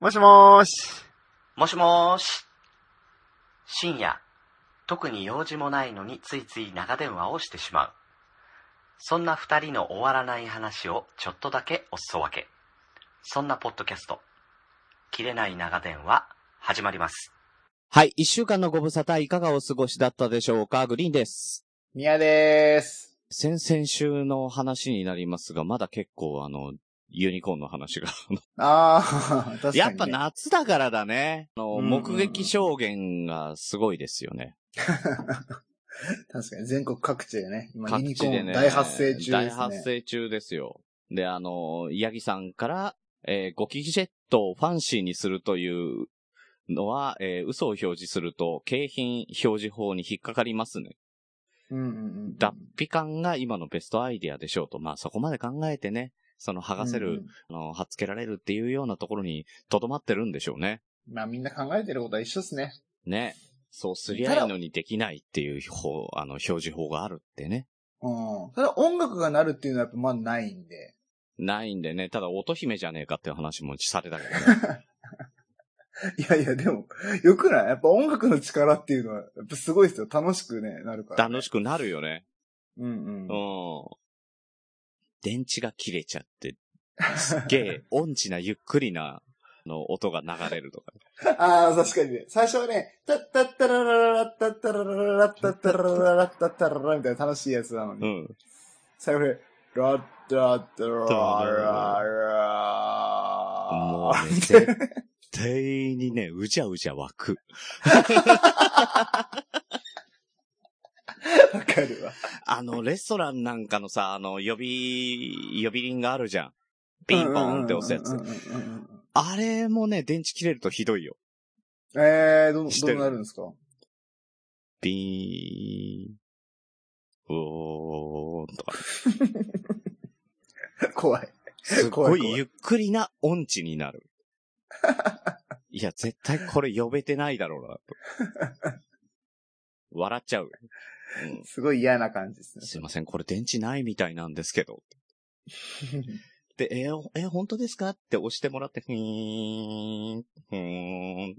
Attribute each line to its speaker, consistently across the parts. Speaker 1: もしもーし。
Speaker 2: もしもーし。深夜、特に用事もないのについつい長電話をしてしまう。そんな二人の終わらない話をちょっとだけおすそ分け。そんなポッドキャスト、切れない長電話、始まります。
Speaker 3: はい。一週間のご無沙汰いかがお過ごしだったでしょうかグリーンです。
Speaker 1: 宮でーす。
Speaker 3: 先々週の話になりますが、まだ結構あの、ユニコーンの話が。
Speaker 1: あー、確 かに、ね。
Speaker 3: やっぱ。夏だからだね。あの、
Speaker 1: うん
Speaker 3: 目撃証言がすごいですよね。
Speaker 1: 確かに、全国各地でね、今、ユ
Speaker 3: 各
Speaker 1: ニコ
Speaker 3: 地で
Speaker 1: ーン
Speaker 3: ね。
Speaker 1: 大発生中ですね。
Speaker 3: 大発生中ですよ。で、あの、ヤギさんから、えーゴキジェットをファンシーにするというのは、えー嘘を表示すると、景品表示法に引っかかりますね。
Speaker 1: うんうんうん。
Speaker 3: 脱皮感が今のベストアイディアでしょうと。まあそこまで考えてね、その剥がせる、
Speaker 1: うん
Speaker 3: あの、はっつけられるっていうようなところに留まってるんでしょうね。
Speaker 1: うんまあみんな考えてることは一緒ですね。
Speaker 3: ね。そうすりゃいいのにできないっていう方、あの、表示法があるってね。
Speaker 1: うん。ただ音楽が鳴るっていうのはやっぱまあないんで。
Speaker 3: ないんでね、ただ乙姫じゃねえかっていう話もされたけどね。
Speaker 1: いやいや、でも、よくないやっぱ音楽の力っていうのは、やっぱすごいですよ。楽しくね、なるから。
Speaker 3: 楽しくなるよね。
Speaker 1: うん
Speaker 3: う
Speaker 1: うん。
Speaker 3: ん。電池が切れちゃ って、すっげえ、音痴なゆっくりな、あの、音が流れるとか。
Speaker 1: ああ、確かにね。最初はね、タッタッタララララッタッタララララッタッタラララッタッタラララみたいな楽しいやつなのに。
Speaker 3: うん。
Speaker 1: 最後に、ラッラッララ
Speaker 3: も
Speaker 1: ラ
Speaker 3: うね、絶対にね、うじゃうじゃ湧く。
Speaker 1: わかるわ。
Speaker 3: あの、レストランなんかのさ、あの、呼び、呼び鈴があるじゃん。ピンポンって押すや
Speaker 1: う
Speaker 3: つ
Speaker 1: んう。んうんうんうん。
Speaker 3: あれもね、電池切れるとひどいよ。
Speaker 1: えー、ど、
Speaker 3: 知って
Speaker 1: ど
Speaker 3: る
Speaker 1: うなるんで すか
Speaker 3: ビーン、おーんとか。
Speaker 1: 怖い。
Speaker 3: す
Speaker 1: 怖
Speaker 3: ご
Speaker 1: い怖
Speaker 3: い
Speaker 1: い
Speaker 3: ゆっくりな音痴にな る。いや、絶対これ呼べてないだろうな、と。笑っちゃう。うん
Speaker 1: すごい嫌な感じですね。
Speaker 3: すいません、これ電池ないみたいなんですけど。で、えーえー本当ですかって押してもらって、ふーん、ふーん。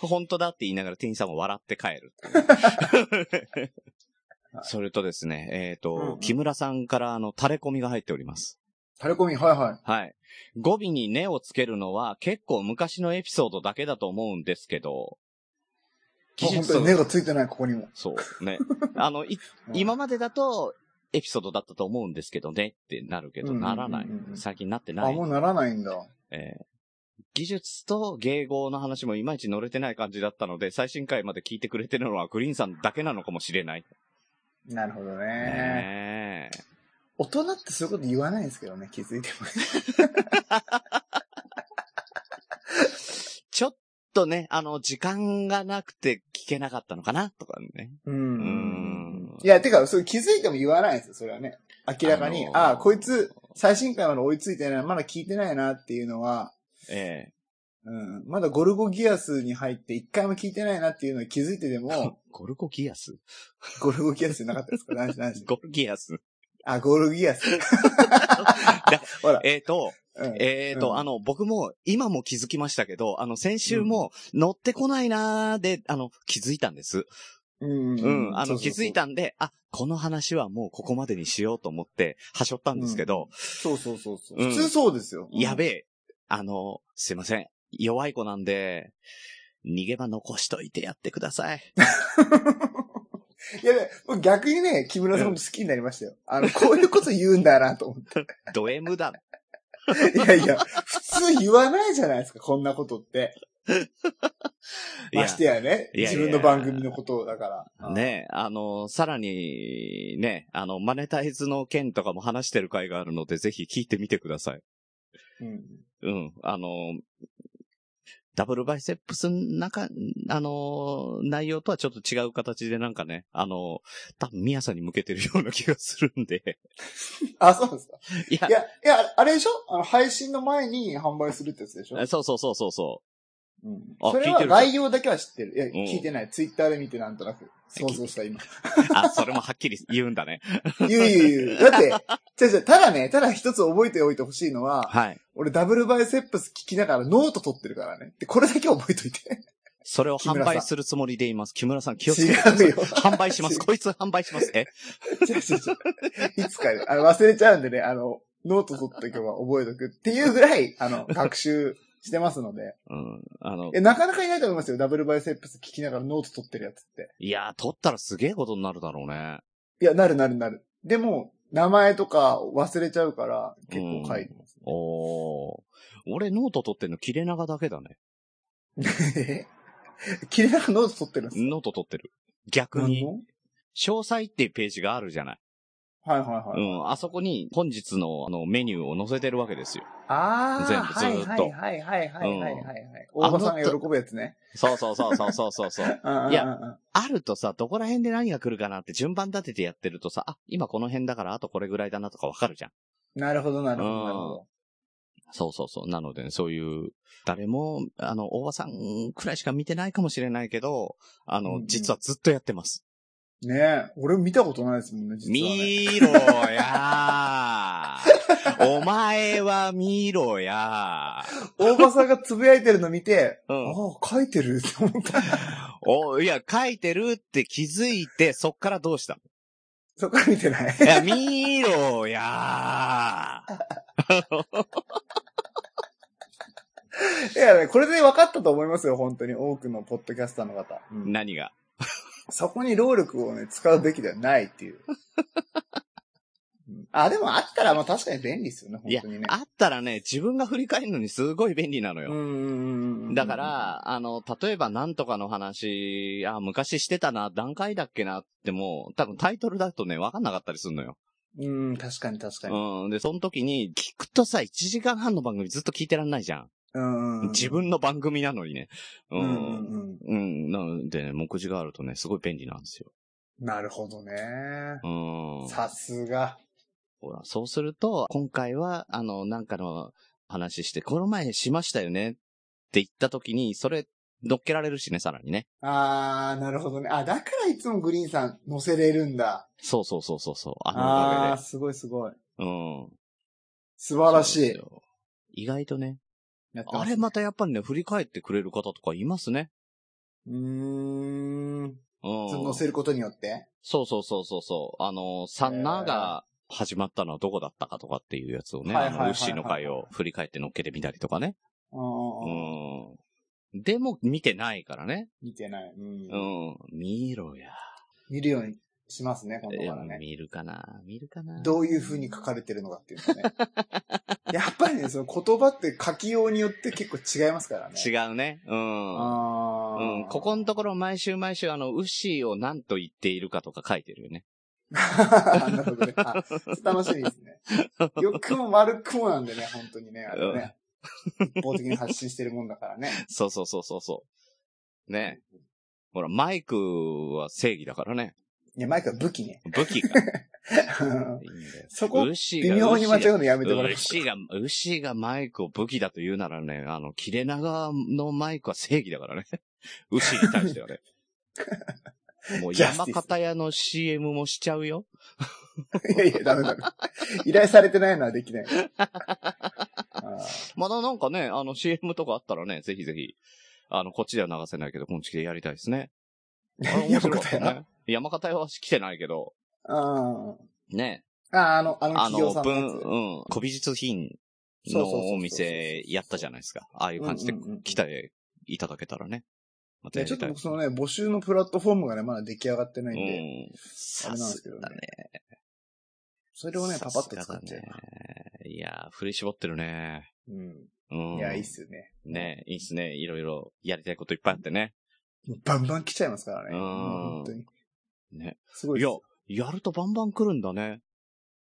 Speaker 3: 本当だって言いながら店員さんも笑って帰るっていうそれとですね、えっ、と、
Speaker 1: うんうん
Speaker 3: 木村さんからあの、垂れ込みが入っております。
Speaker 1: タレコミ、はいはい。
Speaker 3: はい。語尾に根をつけるのは結構昔のエピソードだけだと思うんですけど、
Speaker 1: あ本当に根がついてない、ここにも。
Speaker 3: そうね。あ の、い今までだと、エピソードだったと思うんですけどねってなるけど、
Speaker 1: うんうんうんう
Speaker 3: なんらない。最近なって
Speaker 1: うん
Speaker 3: な
Speaker 1: あ、
Speaker 3: い
Speaker 1: もうならないんだ。
Speaker 3: えー技術と迎合の話もいまいち乗れてない感じだったので、最新回まで聞いてくれてるのはグリーンさんだけなのかもしれない。
Speaker 1: なるほどね。
Speaker 3: ねえ
Speaker 1: 大人ってそういうこと言わないんですけどね、気づいても。
Speaker 3: ちょっとね、あの、時間がなくて聞けなかったのかなとかね。
Speaker 1: う
Speaker 3: うんん
Speaker 1: いや、てか、それ気づいても言わないんですよ、それはね。明らかに、
Speaker 3: あのー
Speaker 1: ああ、こいつ、最新回まで追いついてない、まだ聞いてないなっていうのは、
Speaker 3: ええ
Speaker 1: うん、まだゴルゴギアスに入って一回も聞いてないなっていうのを気づいてで も、
Speaker 3: ゴルゴギアス
Speaker 1: ゴルゴギアスなかったですか何し何し
Speaker 3: ゴルギアス。
Speaker 1: あ、ゴルゴギアス。ほら、
Speaker 3: えっ、と、
Speaker 1: うん
Speaker 3: えっ、と、
Speaker 1: うん
Speaker 3: あの、僕も今も気づきましたけど、あの、先週も乗ってこないなーで、あの、気づいたんです。
Speaker 1: うん
Speaker 3: うん、あの、気づい
Speaker 1: た。
Speaker 3: たんで、あ、この話はもうここまでにしようと思って、はしょったんですけど、
Speaker 1: そうそうそうそう。
Speaker 3: うん
Speaker 1: 普通そうですよ。
Speaker 3: やべ
Speaker 1: え。
Speaker 3: え。あの、すいません。弱い子なんで、逃げ場残しといてやってくださ い。
Speaker 1: やべえ。もう逆にね、木村さんも好きになりましたよ。あの、こういうこと言うんだなと思って。
Speaker 3: ド M だ。
Speaker 1: いやいや、普通言わないじゃないですか、こんなことって。
Speaker 3: いや
Speaker 1: ましてやね、
Speaker 3: いやいや
Speaker 1: 自分の番組のことだから。。
Speaker 3: ねあの、さらに、ね、あの、マネタイズの件とかも話してる回があるので、ぜひ聞いてみてください。
Speaker 1: うん。
Speaker 3: うん。あの、ダブルバイセップスの中、あの、内容とはちょっと違う形でなんかね、あの、多分ミヤさんに向けてるような気がするんで。
Speaker 1: あ、そうなんですか。
Speaker 3: いや
Speaker 1: い、や、いや、あれでしょあの、配信の前に販売するってやつでしょ
Speaker 3: そうそうそうそうそう。
Speaker 1: うん
Speaker 3: あ
Speaker 1: それ
Speaker 3: 聞い
Speaker 1: は
Speaker 3: てる
Speaker 1: 概要だけは知ってる。いや、
Speaker 3: ん
Speaker 1: 聞いてない。ツイッターで見てなんとなく。想像した、今。
Speaker 3: あ、それもはっきり言うんだね。
Speaker 1: 言う言う言う。だって、違う違う、ただね、ただ一つ覚えておいてほしいのは、
Speaker 3: はい。
Speaker 1: 俺ダブルバイセップス聞きながらノート取ってるからね。で、これだけ覚えといて。
Speaker 3: それを販売するつもりでいます。木村さん、気をつけてください。
Speaker 1: 違うよ。
Speaker 3: 販売します。 こいつ販売します。え
Speaker 1: 違う違う違う。いつかね、あの、忘れちゃうんでね、あの、ノート取っとけば覚えとくっていうぐらい、あの、学習してますので。
Speaker 3: うん。あの、
Speaker 1: え、なかなかいないと思いますよ。ダブルバイセップス聞きながらノート取ってるやつって。
Speaker 3: いやー、取ったらすげえことになるだろうね。
Speaker 1: いや、なるなるなる。でも、名前とか忘れちゃうから、結構書いてます、
Speaker 3: おー。俺、ノート取ってんの切れ長だけだね。
Speaker 1: ね。 切れながらノート取ってるんです
Speaker 3: ノート取ってる。逆
Speaker 1: 何
Speaker 3: に、
Speaker 1: の
Speaker 3: 詳細っていうページがあるじゃない。
Speaker 1: はいはいはい。
Speaker 3: うん。あそこに本日のあのメニューを載せてるわけですよ。
Speaker 1: ああ、
Speaker 3: 全部ずーっと
Speaker 1: はいはいはいはいはいはい、はい
Speaker 3: うん
Speaker 1: 大場さんが喜ぶやつね。
Speaker 3: そうそうそうそうそうそうそう。いや
Speaker 1: や、
Speaker 3: あるとさ、どこら辺で何が来るかなって順番立ててやってるとさ、あ、今この辺だからあとこれぐらいだなとかわかるじゃん。
Speaker 1: なるほどなるほ
Speaker 3: うん
Speaker 1: どなるほど。
Speaker 3: そうそうそう。なのでね、そういう、誰も、あの、大場さんくらいしか見てないかもしれないけど、あの、
Speaker 1: うん
Speaker 3: 実はずっとやってます。
Speaker 1: ねえ、俺見たことないですもんね、実は、ね。
Speaker 3: 見ろやー お前は見ろやー
Speaker 1: 大場さんがつぶやいてるの見て、
Speaker 3: う
Speaker 1: あ
Speaker 3: ん。
Speaker 1: あ、書いてるって思った。
Speaker 3: お、いや、書いてるって気づいて、そっからどうした
Speaker 1: そっから見てない。
Speaker 3: いや、見ろや ー
Speaker 1: いやね、これで分かったと思いますよ、本当に。多くのポッドキャスターの方。うん
Speaker 3: 何が
Speaker 1: そこに労力をね、使うべきではないっていう。うんあ、でもあったら、まあ確かに便利ですよね、
Speaker 3: いや
Speaker 1: 本当にね。
Speaker 3: あったらね、自分が振り返るのにすごい便利なの
Speaker 1: うんう
Speaker 3: よ。
Speaker 1: んうんうん
Speaker 3: だか、ら、あの、例えばなんとかの話、あ、昔してたな、段階だっけなってもう、多分タイトルだとね、わかんなかったりするのよ。
Speaker 1: うん、確かに確かに。
Speaker 3: うん。で、その時に、聞くとさ、1時間半の番組ずっと聞いてらんないじゃん。
Speaker 1: うんうんうん
Speaker 3: 自分の番組なのにね。う
Speaker 1: うん
Speaker 3: ん。
Speaker 1: うんうん。
Speaker 3: うん。なのでね、目次があるとね、すごい便利なんですよ。
Speaker 1: なるほどね。
Speaker 3: うん。
Speaker 1: さすが。
Speaker 3: ほら、そうすると、今回は、あの、なんかの話して、この前しましたよねって言った時に、それ、乗っけられるしね、さらにね。
Speaker 1: あー、なるほどね。あ、だからいつもグリーンさん乗せれるんだ。
Speaker 3: そうそうそうそうそう。あのお
Speaker 1: あ
Speaker 3: か
Speaker 1: ー、すごいすごい。
Speaker 3: げで。うん。
Speaker 1: 素晴らし
Speaker 3: そう
Speaker 1: い
Speaker 3: です。よ。意外とね。
Speaker 1: やってま
Speaker 3: あ
Speaker 1: す
Speaker 3: れまたやっぱりね、振り返ってくれる方とかいますね。
Speaker 1: うーん。
Speaker 3: うん。
Speaker 1: その乗せることによって
Speaker 3: そうそうそうそうそう。あの、サンナーが始まったのはどこだったかとかっていうやつをね、
Speaker 1: はい
Speaker 3: あ
Speaker 1: はいはいはい
Speaker 3: の、ウッシーの回を振り返って乗っけてみたりとかね。
Speaker 1: うんうんうん
Speaker 3: うん。でも見てないからね。
Speaker 1: 見てない。うん
Speaker 3: うん。見ろや。
Speaker 1: 見るようにしますね、今
Speaker 3: い
Speaker 1: 度
Speaker 3: や
Speaker 1: からね。
Speaker 3: 見るかな見るかな
Speaker 1: どういう風に書かれてるのかっていうのね。 やっぱりね、その言葉って書きようによって結構違いますからね。
Speaker 3: 違うね。うん。
Speaker 1: あ
Speaker 3: う
Speaker 1: ー
Speaker 3: ん、ここのところ毎週毎週あの、ウッシーを何と言っているかとか書いてるよね。
Speaker 1: なるほどね。 あ楽しみですね。 よくも悪くもなんでね、本当にね、あれね。一方的に発信してるもんだからね。
Speaker 3: そうそうそうそうそう。ね。ほら、マイクは正義だからね。
Speaker 1: いや、マイクは武器 ね。
Speaker 3: 武器が。いいんだよ
Speaker 1: そこ
Speaker 3: ウッシー
Speaker 1: 微
Speaker 3: が
Speaker 1: 妙に間違うのやめてもら
Speaker 3: ウ
Speaker 1: い
Speaker 3: ッ
Speaker 1: ま
Speaker 3: シー
Speaker 1: す
Speaker 3: が、ウッシーがマイクを武器だと言うならね、あの、切れ長のマイクは正義だからね。 ウッシーに対 してはね。もう
Speaker 1: ジャスティ
Speaker 3: 山
Speaker 1: ス
Speaker 3: 形屋の CM もしちゃうよ。
Speaker 1: いやいや、ダメダメ。依頼されてないのはできない。あー
Speaker 3: まだなんかね、あの CM とかあったらね、ぜひぜひ、あの、こっちでは流せないけど、こんちきでやりたいですね。あれ面白かった
Speaker 1: 山形
Speaker 3: ね。山形屋は来てないけど、
Speaker 1: うん
Speaker 3: ね。
Speaker 1: あ、あの、あの
Speaker 3: あ
Speaker 1: 企業
Speaker 3: の、
Speaker 1: さんのやつ。
Speaker 3: 文、うん、古美術品
Speaker 1: そうそうそうそう
Speaker 3: のお店やったじゃないですか。ああいう感じで
Speaker 1: うんうんうん
Speaker 3: 来ていただけたらね。ま
Speaker 1: い
Speaker 3: たや
Speaker 1: や
Speaker 3: り
Speaker 1: ちょったと
Speaker 3: い
Speaker 1: 僕そのね、募集のプラットフォームがね、まだ出来上がってないんで、
Speaker 3: うん。さすがね。
Speaker 1: それをね、パパッと使っ
Speaker 3: さす
Speaker 1: ちゃ
Speaker 3: が
Speaker 1: う
Speaker 3: だ。ねいやー、振り絞ってるね。うん
Speaker 1: う。ん。いや、いいっすよね。
Speaker 3: ねいいっすね。いろいろやりたいこといっぱいあってね。
Speaker 1: バンバン来ちゃいますから
Speaker 3: う
Speaker 1: ね。
Speaker 3: ん
Speaker 1: 本当に。
Speaker 3: ね。
Speaker 1: すごい
Speaker 3: い
Speaker 1: っす
Speaker 3: や、やるとバンバン来るんだね。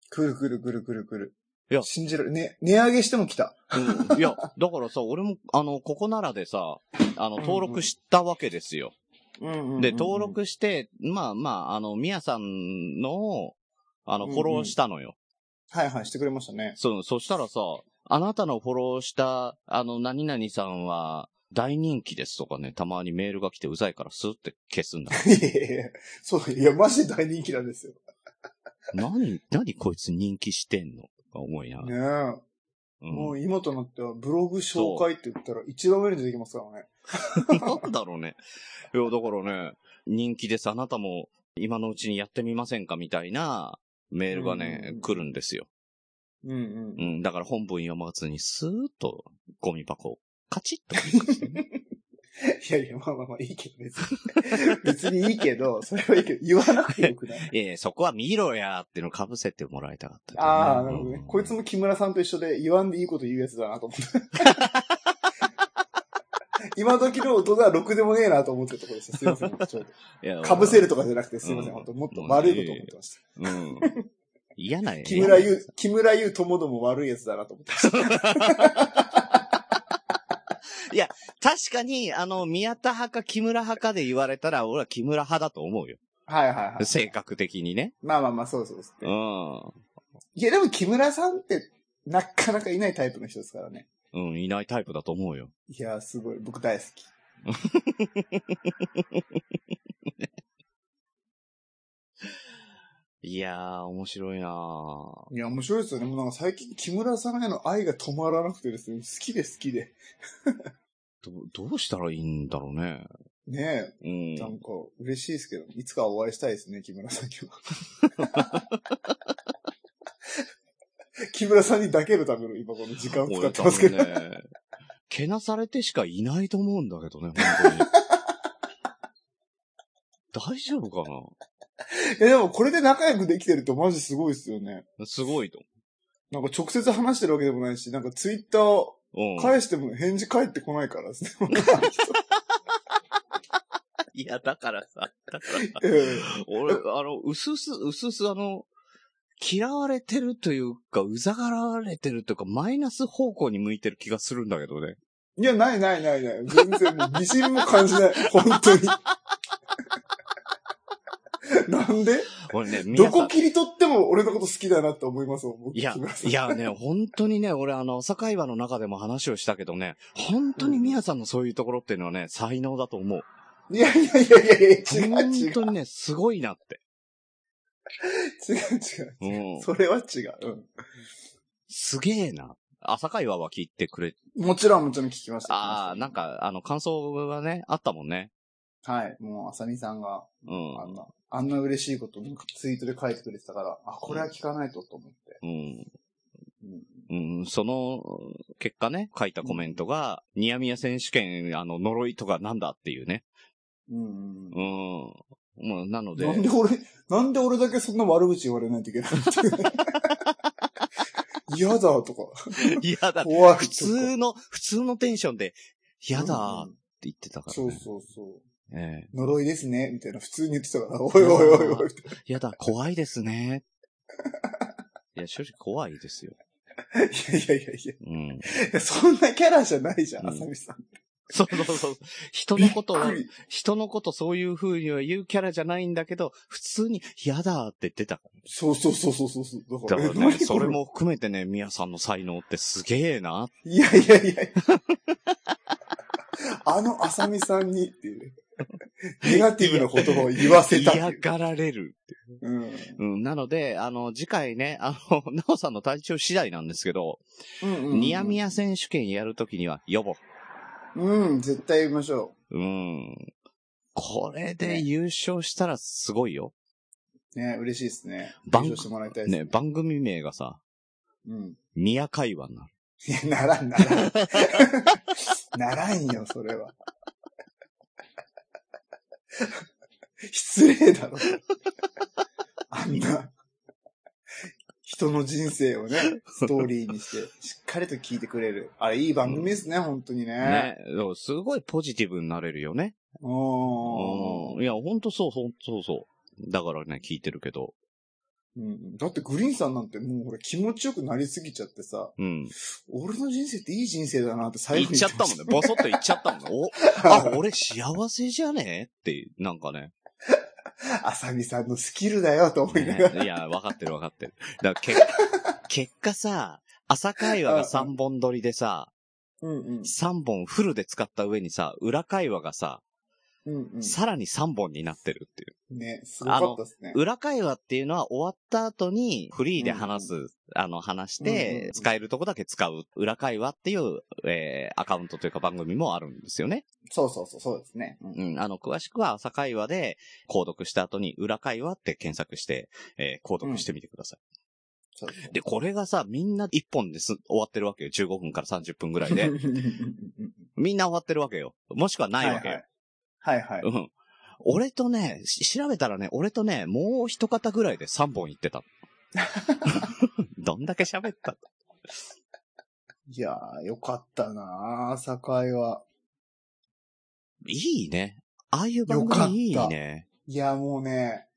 Speaker 1: くるくるくるくるくる。
Speaker 3: いや
Speaker 1: 信じられ、ね、値上げしても来た。
Speaker 3: うん。いや、だからさ、俺も、あの、ここならでさ、あの、登録したわけですよ。で、登録して、まあまあ、あの、みやさんの、あの、
Speaker 1: うんう
Speaker 3: フ
Speaker 1: ん
Speaker 3: ォローしたのよ。
Speaker 1: はいはい、してくれましたね。
Speaker 3: そう、そしたらさ、あなたのフォローした、あの、何々さんは、大人気ですとかね、たまにメールが来てうざいからスーって消すんだ。
Speaker 1: いやいやいやそう、いや、マジで大人気なんですよ。
Speaker 3: 何、何こいつ人気してんのとか思いながら。
Speaker 1: ね
Speaker 3: う
Speaker 1: え。も
Speaker 3: ん
Speaker 1: う今となってはブログ紹介って言ったら一度目に出てきますからね。
Speaker 3: なんだろうね。いや、だからね、人気です。あなたも今のうちにやってみませんかみたいなメールがね
Speaker 1: う、ん
Speaker 3: 来るんですよ。
Speaker 1: うんう。
Speaker 3: うん ん。だから本文読まずにスーッとゴミ箱をカチッと動かして ね。
Speaker 1: いやいや、まあまあまあいいけど別に。 別にいいけど、それはいいけど、言わなくてよ くない。
Speaker 3: いやいやそこは見ろやーっていうの被せてもらいたかった、
Speaker 1: ああ、なるほどね
Speaker 3: う。ん
Speaker 1: こいつも木村さんと一緒で言わんでいいこと言うやつだなと思って。 今時の大人はろくでもねえなと思ってるところですよ。すいません。ちょっ
Speaker 3: いや
Speaker 1: と被せるとかじゃなくてすいませ
Speaker 3: う
Speaker 1: ん。
Speaker 3: ん
Speaker 1: 本当もっと悪いこと思ってました。
Speaker 3: うん。嫌な、
Speaker 1: 木村
Speaker 3: 嫌な
Speaker 1: 優、木村優ともども悪いやつだなと思ってました。
Speaker 3: 確かに、あの、宮田派か木村派かで言われたら、俺は木村派だと思うよ。
Speaker 1: はいはいはい。
Speaker 3: 性格的にね。
Speaker 1: まあまあまあ、そうそうです。
Speaker 3: うん。
Speaker 1: いや、でも木村さんってなかなかいないタイプの人ですからね。
Speaker 3: うん、いないタイプだと思うよ。
Speaker 1: いや、すごい。僕大好き。
Speaker 3: いやー、面白いなー
Speaker 1: いや、面白いですよね。もうなんか最近木村さんへの愛が止まらなくてですね、好きで好きで。
Speaker 3: ど、どうしたらいいんだろうね。
Speaker 1: ね
Speaker 3: う。
Speaker 1: え、なんんか嬉しいですけど、いつかはお会いしたいですね、木村さんには。木村さんに抱けるための今この時間を使ってますけど。
Speaker 3: 俺多分ね。けなされてしかいないと思うんだけどね、本当に。大 丈夫か
Speaker 1: いや、でもこれで仲良くできてるとマジすごいですよね。
Speaker 3: なすごいと。
Speaker 1: なんか直接話してるわけでもないし、なんかツイッター
Speaker 3: うん。
Speaker 1: 返しても返事返ってこないからですね。
Speaker 3: いや、だからさ、だからさ
Speaker 1: ええ
Speaker 3: 俺、あの、うすうす、うすうす、あの、嫌われてるというか、うざがられてるというか、マイナス方向に向いてる気がするんだけどね。
Speaker 1: いや、ないないないない。全然 もう、微塵も感じない。本当に。 なんで
Speaker 3: 俺ね、
Speaker 1: ど
Speaker 3: 皆さ
Speaker 1: こ
Speaker 3: ん
Speaker 1: 切り取っても俺のこと好きだなって思いますもん、僕。
Speaker 3: いや
Speaker 1: 木村、さん
Speaker 3: いやね、本当にね、俺あの、酒場の中でも話をしたけどね、本当に宮さんのそういうところっていうのはね、才能だと思う。
Speaker 1: いやいやいやいやいや、違う違
Speaker 3: 本
Speaker 1: う。
Speaker 3: 当にね、すごいなって。
Speaker 1: 違う
Speaker 3: う
Speaker 1: 違
Speaker 3: ん
Speaker 1: う。。それは違う。
Speaker 3: すげえな。朝会話は聞いてくれ、
Speaker 1: うんもちろんもちろん聞きました。
Speaker 3: ああ、なんか、あの、感想がね、あったもんね。
Speaker 1: はい。もう、あさみさんが、
Speaker 3: うん。
Speaker 1: あんな、あんな嬉しいことなんかツイートで書いてくれてたから、あ、これは聞かないとと思って。
Speaker 3: うん。
Speaker 1: うん
Speaker 3: うん、その結果ね、書いたコメントが、ニヤミヤ選手権、あの、呪いとかなんだっていうね。
Speaker 1: うん。
Speaker 3: うん。もう、なので、
Speaker 1: なんで俺、なんで俺だけそんな悪口言われないといけないのって。嫌だとか、
Speaker 3: いやだ、
Speaker 1: 怖いとか。
Speaker 3: 普通の、普通のテンションで、やだーっ
Speaker 1: う
Speaker 3: て言
Speaker 1: ん
Speaker 3: ってたから
Speaker 1: そう
Speaker 3: ね。
Speaker 1: そうそう。
Speaker 3: え
Speaker 1: 呪いですね、みたいな普通に言ってた から、おいおいおいおい。
Speaker 3: えやだ、怖いです ね。いや、正直怖いですよ。
Speaker 1: いやいやいやい
Speaker 3: うん。
Speaker 1: や、そんなキャラじゃないじゃ
Speaker 3: うん
Speaker 1: ん、あさみさん。
Speaker 3: そうそうそう。人のことを
Speaker 1: びっくり
Speaker 3: 人のことそういう風には言うキャラじゃないんだけど、普通に、やだーって言ってたから
Speaker 1: そうそうそうそうそうそう。
Speaker 3: だから
Speaker 1: え何
Speaker 3: ね、
Speaker 1: こ
Speaker 3: それ。も含めてね、ミヤさんの才能ってすげえな。
Speaker 1: いやいやいや いや。あのあさみさんにっていうね。ネガティブな言葉を言わせたって
Speaker 3: 嫌
Speaker 1: いう。
Speaker 3: がられる。
Speaker 1: うん。
Speaker 3: うん、なので、あの、次回ね、あの、ナオさんの体調次第なんですけど、
Speaker 1: うんうんうん
Speaker 3: ニヤミ。ヤ選手権やるときには、呼ぼ
Speaker 1: うん、絶対言いましょ
Speaker 3: う。うん。これで優勝したらすごいよ。
Speaker 1: う。ね、嬉しいですね。
Speaker 3: 番
Speaker 1: 優勝してもらいたいです
Speaker 3: ね、番組名がさ、
Speaker 1: うん。
Speaker 3: ミヤ会話になる。
Speaker 1: いや、ならん、ならん。 ならんよ、それは。 失礼だろ。あんな、人の人生をね、ストーリーにして、しっかりと聞いてくれる。あれ、いい番組ですね、本当にね。
Speaker 3: ね、だからすごいポジティブになれるよね。
Speaker 1: おー
Speaker 3: うん。いや、ほんとそう、ほんとそうそう。だからね、聞いてるけど。
Speaker 1: うん。だってグリーンさんなんてもうほら気持ちよくなりすぎちゃってさ、
Speaker 3: うん。
Speaker 1: 俺の人生っていい人生だなって
Speaker 3: 言
Speaker 1: 最
Speaker 3: っ
Speaker 1: 後に
Speaker 3: ちゃったもんね。ボソッと言っちゃったもんね。 お、あ、俺幸せじゃねえって、なんかね。
Speaker 1: あさみさんのスキルだよと思いながら。
Speaker 3: ねいや、分かってる分かってる。だから結、結果さ、朝会話が3本撮りでさ、
Speaker 1: うんうん。
Speaker 3: 3本フルで使った上にさ、裏会話がさ、
Speaker 1: うんうん。
Speaker 3: さらに3本になってるっていう。
Speaker 1: ね、すごかったですね。
Speaker 3: 裏会話っていうのは終わった後にフリーで話す、あの話し
Speaker 1: うんう
Speaker 3: て
Speaker 1: ん、
Speaker 3: 使えるとこだけ使う、裏会話っていう、えーアカウントというか番組もあるんですよね。
Speaker 1: そうそうそう、そうですね。うん
Speaker 3: うん、あの、詳しくは朝会話で、購読した後に裏会話って検索して、えー購読してみてください。
Speaker 1: そうですね。
Speaker 3: で、これがさ、みんな1本です終わってるわけよ。15分から30分ぐらいで
Speaker 1: は
Speaker 3: みんな終わってるわけよ。もしくはない
Speaker 1: い
Speaker 3: わけよ。
Speaker 1: はい。はいはい。
Speaker 3: うん。俺とね、し調べたらね、俺とね、もう一方ぐらいで3本行って た。どんだけ喋った
Speaker 1: いやー、よかったなー、堺は。
Speaker 3: いいね。ああいう番組いいね。
Speaker 1: いや、もうね、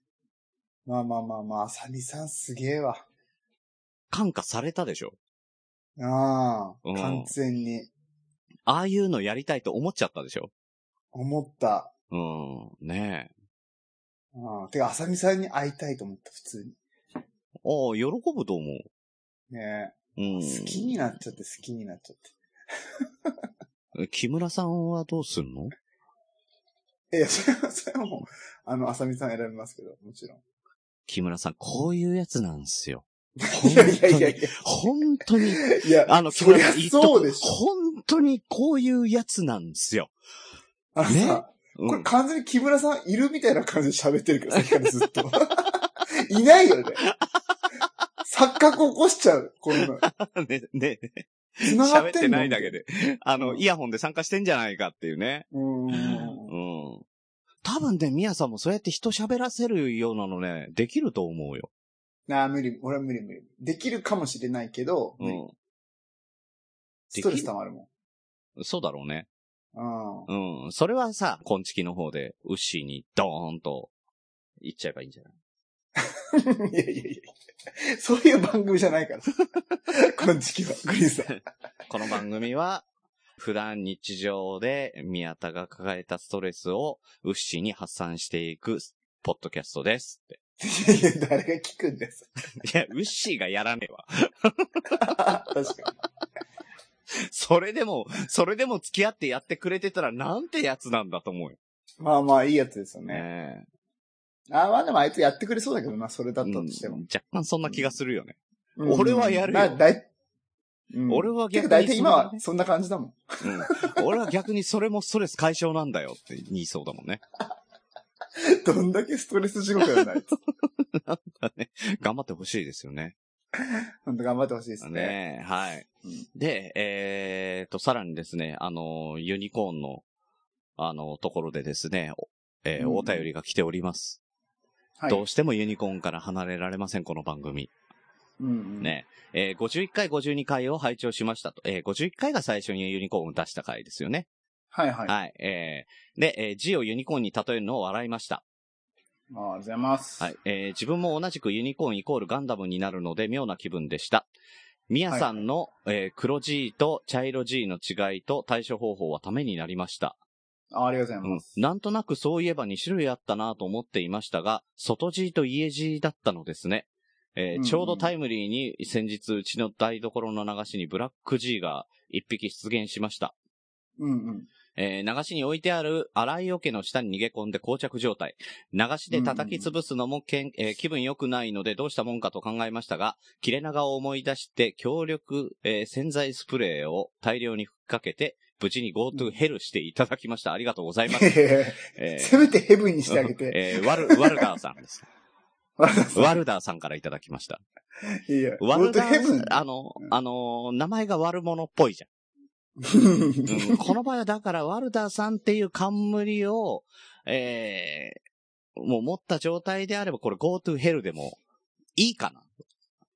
Speaker 1: まあまあまあまあ、あさみさんすげえわ。
Speaker 3: 感化されたでしょ。
Speaker 1: ああ、
Speaker 3: うん
Speaker 1: 完全に、
Speaker 3: ああいうのやりたいと思っちゃったでしょ。
Speaker 1: 思った。
Speaker 3: うん。ねえ。
Speaker 1: うん、てか、あさみさんに会いたいと思った、普通に。
Speaker 3: ああ、喜ぶと思
Speaker 1: ね
Speaker 3: う。うん。
Speaker 1: 好きになっちゃって、好きになっちゃっ
Speaker 3: 木村さんはどうすんの
Speaker 1: て。いや、それは、それはもう、あの、あさみさん選びますけど、もちろん。
Speaker 3: 木村さん、こういうやつなんですよ。
Speaker 1: いやいやいやいや。
Speaker 3: 本当に。
Speaker 1: いや、
Speaker 3: あの、木
Speaker 1: そ
Speaker 3: 村
Speaker 1: りゃ
Speaker 3: さん、言っとく
Speaker 1: そうでしょ。
Speaker 3: 本当にこういうやつなんですよ。
Speaker 1: あのさ
Speaker 3: ねうん
Speaker 1: これ完全に木村さんいるみたいな感じで喋ってるけど、さっきからず っと。いないよね。錯覚起こしちゃう。こんな の。
Speaker 3: ね、ね、
Speaker 1: 繋が
Speaker 3: 喋
Speaker 1: っ
Speaker 3: って
Speaker 1: んの
Speaker 3: てないだけ。で。あの、
Speaker 1: うん
Speaker 3: イヤホンで参加してんじゃないかっていうね。
Speaker 1: うー。
Speaker 3: うんん。多分ね、ミヤさんもそうやって人喋らせるようなのね、できると思うよ。
Speaker 1: なあ、無理。俺は無理無理。できるかもしれないけど、無理
Speaker 3: う
Speaker 1: ストレス溜まるも
Speaker 3: ん。そうだろうね。
Speaker 1: ん。うん。
Speaker 3: うん。それはさ、コンチキの方で、ウッシーにドーンと、行っちゃえばいいんじゃない
Speaker 1: いやいやいやそういう番組じゃないから。 こんちきは。グリーンさん。
Speaker 3: この番組は、 普段日常で宮田が抱えたストレスをウッシーに発散していくポッドキャストですって。
Speaker 1: いやいや、誰が聞くんです。
Speaker 3: いや、ウッシーがやらねえわ。
Speaker 1: 確か
Speaker 3: それでも、それでも付き合ってやってくれてたらなんてやつなんだと思うよ。
Speaker 1: に。まあまあ、いいやつですよね。
Speaker 3: ね
Speaker 1: ああ、まあでもあいつやってくれそうだけどな、それだ
Speaker 3: え。
Speaker 1: ったとしても
Speaker 3: うん。若干そんな気がするよね。
Speaker 1: うん
Speaker 3: 俺はやるよ
Speaker 1: まあだいうん
Speaker 3: 俺は逆に
Speaker 1: てか大体今
Speaker 3: そんな
Speaker 1: は
Speaker 3: ね
Speaker 1: そんな感じだもん。
Speaker 3: うん。俺は逆にそれもストレス解消なんだよって言いそうだもんね。
Speaker 1: どん だけストレス地獄 やないと。
Speaker 3: 頑張ってほしいですよね。
Speaker 1: ほんと頑張ってほしいですね。
Speaker 3: ねえ、はい
Speaker 1: うん。
Speaker 3: で、えー、と、さらにですね、あの、ユニコーンの、あの、ところでですね、おえー
Speaker 1: うん
Speaker 3: お便りが来ております。
Speaker 1: はい。
Speaker 3: どうしてもユニコーンから離れられません、この番組。
Speaker 1: うんうん。
Speaker 3: ね。えー51回、52回を拝聴しましたと。えー51回が最初にユニコーンを出した回ですよね。
Speaker 1: はいはい。あ
Speaker 3: はい。えーで、えー字をユニコーンに例えるのを笑いました。
Speaker 1: あ、ありがとうございます。
Speaker 3: はい。。えー自分も同じくユニコーンイコールガンダムになるので妙な気分でした。ミヤさんの、えー黒 G と茶色 G の違いと対処方法はためになりました。
Speaker 1: あありがとうござい
Speaker 3: うん
Speaker 1: ます。。
Speaker 3: なんとなくそういえば2種類あったなと思っていましたが、外 G と家 G だったのですね。えー
Speaker 1: うん
Speaker 3: ちょうどタイムリーに先日うちの台所の流しにブラック G が1匹出現しました。
Speaker 1: うんうん。
Speaker 3: えー流しに置いてある洗い桶の下に逃げ込んで膠着状態。流しで叩き潰すのもけん、えー気分良くないのでどうしたもんかと考えましたが、切れ長を思い出して強力、えー洗剤スプレーを大量に吹っかけて、無事に GoTo ヘルしていただきました。ありがとうござい ます。えー
Speaker 1: せめてヘブンにしてあげて。
Speaker 3: えーワル、ワルダーさんです。
Speaker 1: わざわざ
Speaker 3: ワルダーさんからいただきました。
Speaker 1: いいや。
Speaker 3: ワルダ
Speaker 1: ヘブン
Speaker 3: ー、。 あの、あのー名前が悪者っぽいじゃん。うんこの場合はだから、ワルダーさんっていう冠を、えーもう持った状態であれば、これ GoTo Hell でもいいかな。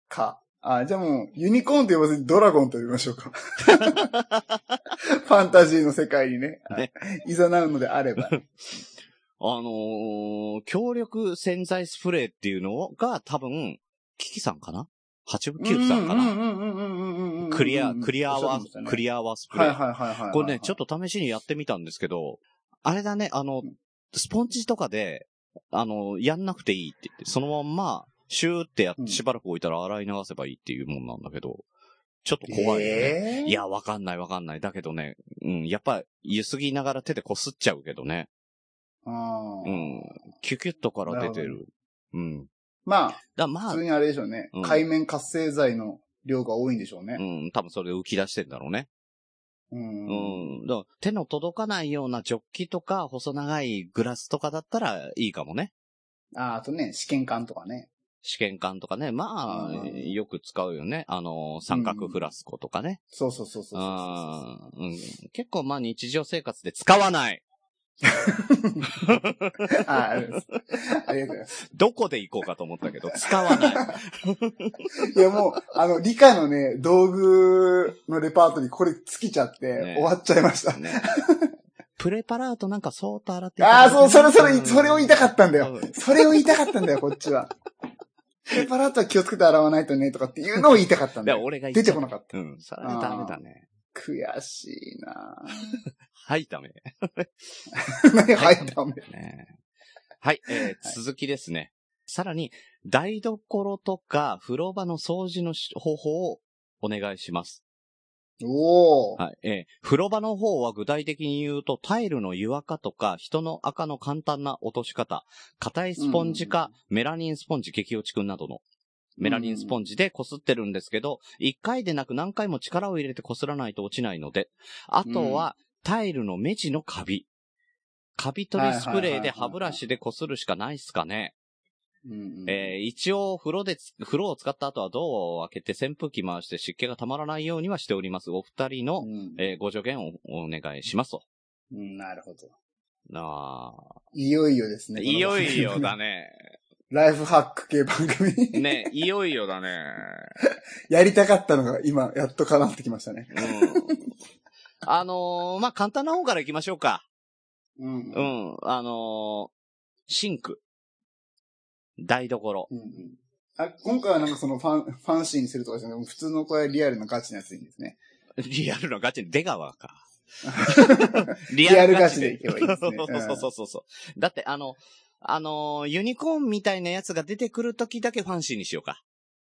Speaker 1: か。あ、じゃあもう、ユニコーンと呼ばずにドラゴンと呼びまし ょうか。ファンタジーの世界にね
Speaker 3: ね、
Speaker 1: いざなうのであれば。
Speaker 3: あのー強力洗剤スプレーっていうのが多分、キキさんかな八分九さんかな
Speaker 1: な
Speaker 3: クリア、クリアは、ク
Speaker 1: ア。
Speaker 3: リアはスプレ
Speaker 1: は
Speaker 3: ー。
Speaker 1: いはいはいはい。
Speaker 3: これね、ちょっ
Speaker 1: と。
Speaker 3: と試しにやってみたんですけど、あれだね、あの
Speaker 1: うん、
Speaker 3: スポンジとかで、あの、やんなくていいって言って、そのまんま、シューってやっ
Speaker 1: うん
Speaker 3: てしばらく置いたら洗い流せばいいっていうもんなんだけど、ちょっと怖いよね。
Speaker 1: えー
Speaker 3: いや、わかんないわかんない。だけどね、うん、やっぱ、ゆすぎながら手でこすっちゃうけどね。
Speaker 1: あー
Speaker 3: うん。キュキュッとから出て
Speaker 1: な
Speaker 3: る。うん。
Speaker 1: まあ、
Speaker 3: だまあ
Speaker 1: 普通、にあれでしょうね。
Speaker 3: うん
Speaker 1: 海面活性剤の量が多いんでしょう
Speaker 3: う
Speaker 1: ね。
Speaker 3: ん、多分それで浮き出してんだろうね。
Speaker 1: う。
Speaker 3: うんん。だから手の届かないようなジョッキとか、細長いグラスとかだったらいいかもね。
Speaker 1: あーあとね、試験管とかね。
Speaker 3: 試験管とかね。まあ、
Speaker 1: うん
Speaker 3: よく使うよね。あの、三角フラスコとかね。
Speaker 1: そうそうそうそうそう
Speaker 3: あーうん結構まあ日常生活で使わない。
Speaker 1: そう。 あーありがとうございます。ありがとうございます。
Speaker 3: どこで行こうかと思った けど、使わない。
Speaker 1: いやもう、あの、理科のね、道具のレパートリーこれ尽きちゃって、
Speaker 3: ね
Speaker 1: 終わっちゃいました。
Speaker 3: ね。プレパラートなんかそーっと洗っていただ
Speaker 1: ああ、
Speaker 3: いてね
Speaker 1: そう、それ、それ、それを言いたかったんだよ
Speaker 3: うん。
Speaker 1: それを言いたかったんだよ、こっちは。ペパラッとは気をつけて洗わないとね、とかっていうのを言いたかったん
Speaker 3: だ
Speaker 1: だ
Speaker 3: から
Speaker 1: よ。
Speaker 3: 俺が
Speaker 1: 出てこなかった。
Speaker 3: た。うん。それはダメだね。
Speaker 1: 悔しいな
Speaker 3: はい、ダメ。
Speaker 1: ぁ何はい、ダメ。
Speaker 3: ねはい、えー続きですね。さらに、台所とか風呂場の掃除のし方法をお願いします。
Speaker 1: おー。
Speaker 3: はい、えー風呂場の方は具体的に言うと、タイルの湯垢とか、人の垢の簡単な落とし方、硬いスポンジか、メラニンスポンジ激落ちくんなどの、メラニンスポンジで擦ってるんですけど、一回でなく何回も力を入れて擦らないと落ちないので、あとは、タイルの目地のカビ。カビ取りスプレーで歯ブラシで擦るしかないっすかね。
Speaker 1: うんうん
Speaker 3: えー一応、風呂でつ、風呂を使った後はドアを開けて扇風機回して湿気がたまらないようにはしております。お二人の、
Speaker 1: うん
Speaker 3: えーご助言をお願いしますと。
Speaker 1: うんなるほど。
Speaker 3: あ
Speaker 1: いよいよです
Speaker 3: ー
Speaker 1: ね。
Speaker 3: いよいよだ
Speaker 1: ね。
Speaker 3: ね。
Speaker 1: ライフハック系番組。
Speaker 3: ね、いよいよだね。
Speaker 1: やりたかったのが今、やっと叶ってきましたね。
Speaker 3: うん。あのーまあ、簡単な方から行きましょうか。
Speaker 1: う
Speaker 3: う
Speaker 1: んうん
Speaker 3: ん。あのーシンク。台所。
Speaker 1: うんあ今回はなんかそのファン、ファンシーにするとかじゃなくて、普通のこれリアルなガチなやつでいいんですね。
Speaker 3: リアルのガチで、出川か。
Speaker 1: リ
Speaker 3: リ
Speaker 1: アルガチでいけばいいですね
Speaker 3: そうそうそうそう。だって、あの、あのーユニコーンみたいなやつが出てくるときだけファンシーにしようか。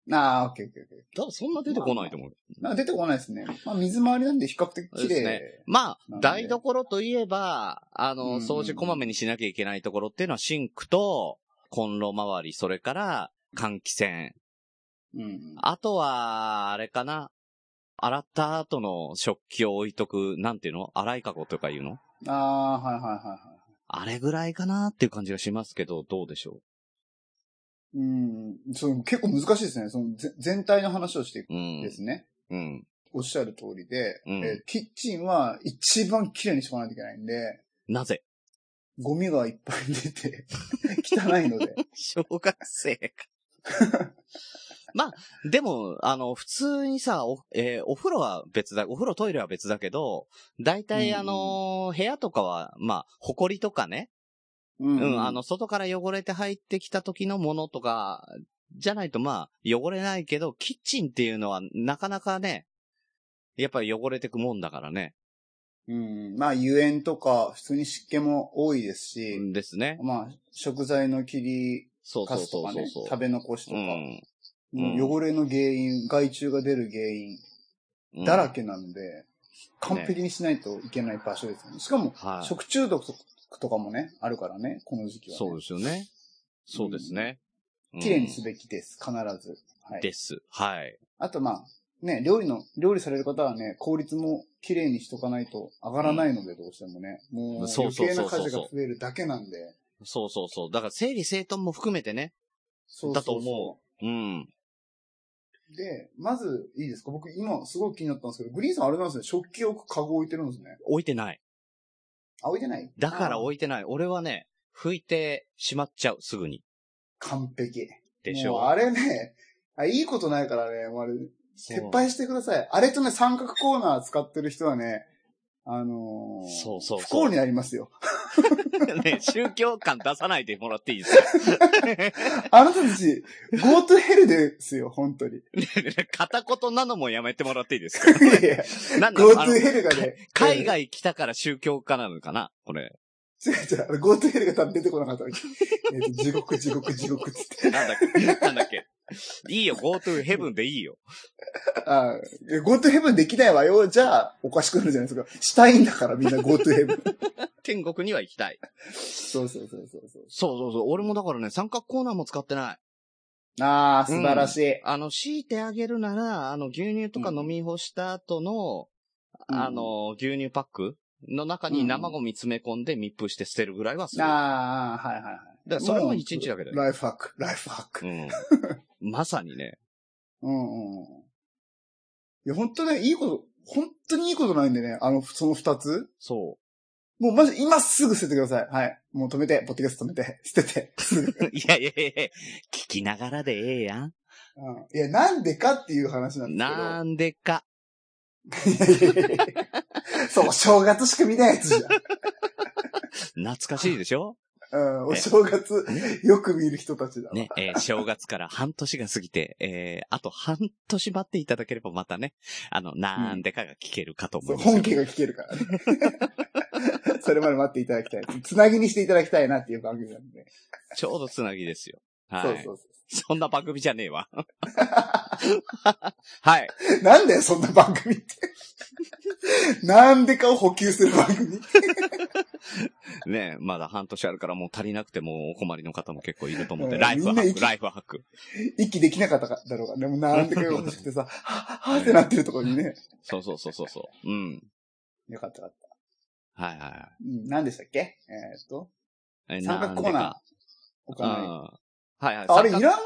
Speaker 1: ああ、オッケーオッケーオッケー。
Speaker 3: 多分そんな出てこないと思う。
Speaker 1: なんか出てこないですね。まあ水回りなんで比較的綺麗。
Speaker 3: ま
Speaker 1: な
Speaker 3: あ
Speaker 1: ん、で
Speaker 3: 台所といえば、あ
Speaker 1: うんう
Speaker 3: の、
Speaker 1: ん
Speaker 3: 掃除こまめにしなきゃいけないところっていうのはシンクと、コンロ周り、それから、換気扇。
Speaker 1: うん。
Speaker 3: あとは、あれかな。洗った後の食器を置いとく、なんていうの洗いかごとかいうの
Speaker 1: ああ、はいはいはいは
Speaker 3: あれぐらいかなっていう感じがしますけど、どうでしょ
Speaker 1: い。うん。そう、結構難しいですね。そのぜ全体の話をしていく
Speaker 3: ううん
Speaker 1: で
Speaker 3: ん。
Speaker 1: すね。
Speaker 3: うん。
Speaker 1: おっしゃる通りで、
Speaker 3: うん
Speaker 1: えーキッチンは一番綺麗にしとかないといけないんで、
Speaker 3: なぜ
Speaker 1: ゴミがいっぱい出て、 汚いの で。
Speaker 3: 小学生か。まあ、でも、あの、普通にさ、お、えーお風呂は別だ、お風呂トイレは別だけど、大体
Speaker 1: うん
Speaker 3: あのー部屋とかは、まあ、埃とかね、
Speaker 1: う
Speaker 3: うん、あの、、外から汚れて入ってきた時のものとか、じゃないとまあ、汚れないけど、キッチンっていうのはなかなかね、やっぱり汚れてくもんだからね。
Speaker 1: うん。まあ、油煙とか、普通に湿気も多いですし、
Speaker 3: ですね。
Speaker 1: まあ、食材の切り、
Speaker 3: そうそ
Speaker 1: か
Speaker 3: う
Speaker 1: すと
Speaker 3: そ
Speaker 1: か
Speaker 3: うそ
Speaker 1: ね
Speaker 3: う、そう。
Speaker 1: 食べ残しと
Speaker 3: う
Speaker 1: か、
Speaker 3: んうん
Speaker 1: もう汚れの原因、害虫が出る原因、
Speaker 3: うん。
Speaker 1: だらけなんで、完璧にしないといけない場所ですよね。しかも、
Speaker 3: はい。
Speaker 1: 食中毒とかもね、あるからね、この時期は、ね。
Speaker 3: そうですよね。そうですね。
Speaker 1: 綺麗にす
Speaker 3: る。
Speaker 1: べきです、必ず。はい。
Speaker 3: です。はい。
Speaker 1: あと、まあ、ね、料理の、料理される方はね、効率も綺麗にしとかないと上がらないので、どうしてもね。もう、
Speaker 3: そう
Speaker 1: 余
Speaker 3: そう
Speaker 1: 計
Speaker 3: そ
Speaker 1: な
Speaker 3: うそう
Speaker 1: 家事が増えるだけなんで。
Speaker 3: そうそうそう。だから整理整頓も含めてね。
Speaker 1: そうそうそう
Speaker 3: だと思うん。
Speaker 1: で、まず、いいですか僕、今、すごい気になったんですけど、グリーンさんあれなんですね、食器置くカゴ置いてるんですね。
Speaker 3: 置いてない。
Speaker 1: あ、置いてない
Speaker 3: だから
Speaker 1: あ
Speaker 3: 置いてない。俺はね、拭いてしまっちゃう、すぐに。
Speaker 1: 完璧。
Speaker 3: でしょ
Speaker 1: もうあれね、あいいことないからね、もうあれ、
Speaker 3: そう
Speaker 1: 撤廃してください。あれとね、三角コーナー使ってる人はね、あのー
Speaker 3: そうそうそう
Speaker 1: 不幸になりますよ。
Speaker 3: ね、宗教感出さないでもらっていいですか
Speaker 1: あなたたち、go to hell ですよ、本 当に。
Speaker 3: 片言なのもやめてもらっていいですかなんだ
Speaker 1: go
Speaker 3: ろうあ
Speaker 1: to
Speaker 3: の
Speaker 1: hell がね、
Speaker 3: 海外来たから宗教家なのかなこれ。
Speaker 1: 違う違う、あ れ go to hell が多分出てこなかったわけ。えっと地獄、地獄、地獄っつって。
Speaker 3: なんだっけなんだっけいいよ、GoTo Heaven でいいよ。
Speaker 1: あー GoTo Heaven できないわよ。じゃあ、おかしくなるじゃないですか。したいんだからみんな GoTo Heaven。
Speaker 3: 天国には行きたい。
Speaker 1: そうそうそうそうそう。
Speaker 3: そうそうそう。俺もだからね、三角コーナーも使ってない。
Speaker 1: ああ、素晴らしい。
Speaker 3: あの、強いてあげるなら、あの、牛乳とか飲み干した後の、
Speaker 1: うん
Speaker 3: あの、牛乳パックの中に生ゴミ詰め込んで密封して捨てるぐらいはする。だか
Speaker 1: ああ、はいはいはい。
Speaker 3: らそれも一日だけだよ。
Speaker 1: ライフハック、ライフハック。
Speaker 3: うん。 まさにね。
Speaker 1: うんうんうん。いや、本当ね、いいこと、本当にいいことないんでね、あの、その二つ。
Speaker 3: そ
Speaker 1: もうまじ、今すぐ捨ててください。はい。もう止めて、ポッドキャスト止めて、捨て て。すぐ。
Speaker 3: う。いやいやいやいや聞きながらでええやん。
Speaker 1: うん。いや、なんでかっていう話なんで
Speaker 3: なんでか。
Speaker 1: すけど。いやいやいやいやそう、お正月しか見ないやつじ
Speaker 3: 懐かしいでしょ
Speaker 1: ゃん。うん、お正月、よく見る人たちだ。
Speaker 3: ね、えー正月から半年が過ぎて、えーあと半年待っていただければまたね、あの、なんでかが聞けるかと思
Speaker 1: そ、
Speaker 3: いうます。
Speaker 1: 本家が聞けるからね。 それまで待っていただきたい。つなぎにしていただきたいなっていう番組なんでね。
Speaker 3: ちょうどつなぎですよ。はい。
Speaker 1: そうそうそ
Speaker 3: そんな番組じゃねえわ。 はい。
Speaker 1: う。 なんだよ、そんな番組 って。なんでかを補給する番組。
Speaker 3: ねえまだ半年あるからもう足りなくてもうお困りの方も結構いると思うんで、
Speaker 1: うん
Speaker 3: ライフハ
Speaker 1: みんな
Speaker 3: ッ
Speaker 1: 生
Speaker 3: ク、
Speaker 1: き
Speaker 3: ライフハック。
Speaker 1: 息できなかったかだろうが、でもなんでか欲しくて さ、はぁ、はぁってなってるところにね。
Speaker 3: そうそうそうそうそう。うん。
Speaker 1: よかったよかった。
Speaker 3: はいは
Speaker 1: うん、何でしたっけえーっと、
Speaker 3: いはい。え
Speaker 1: 三角コーナー。お
Speaker 3: なんでか。う
Speaker 1: 金。
Speaker 3: ん。はいはい。
Speaker 1: あれ、い
Speaker 3: 三角
Speaker 1: らん、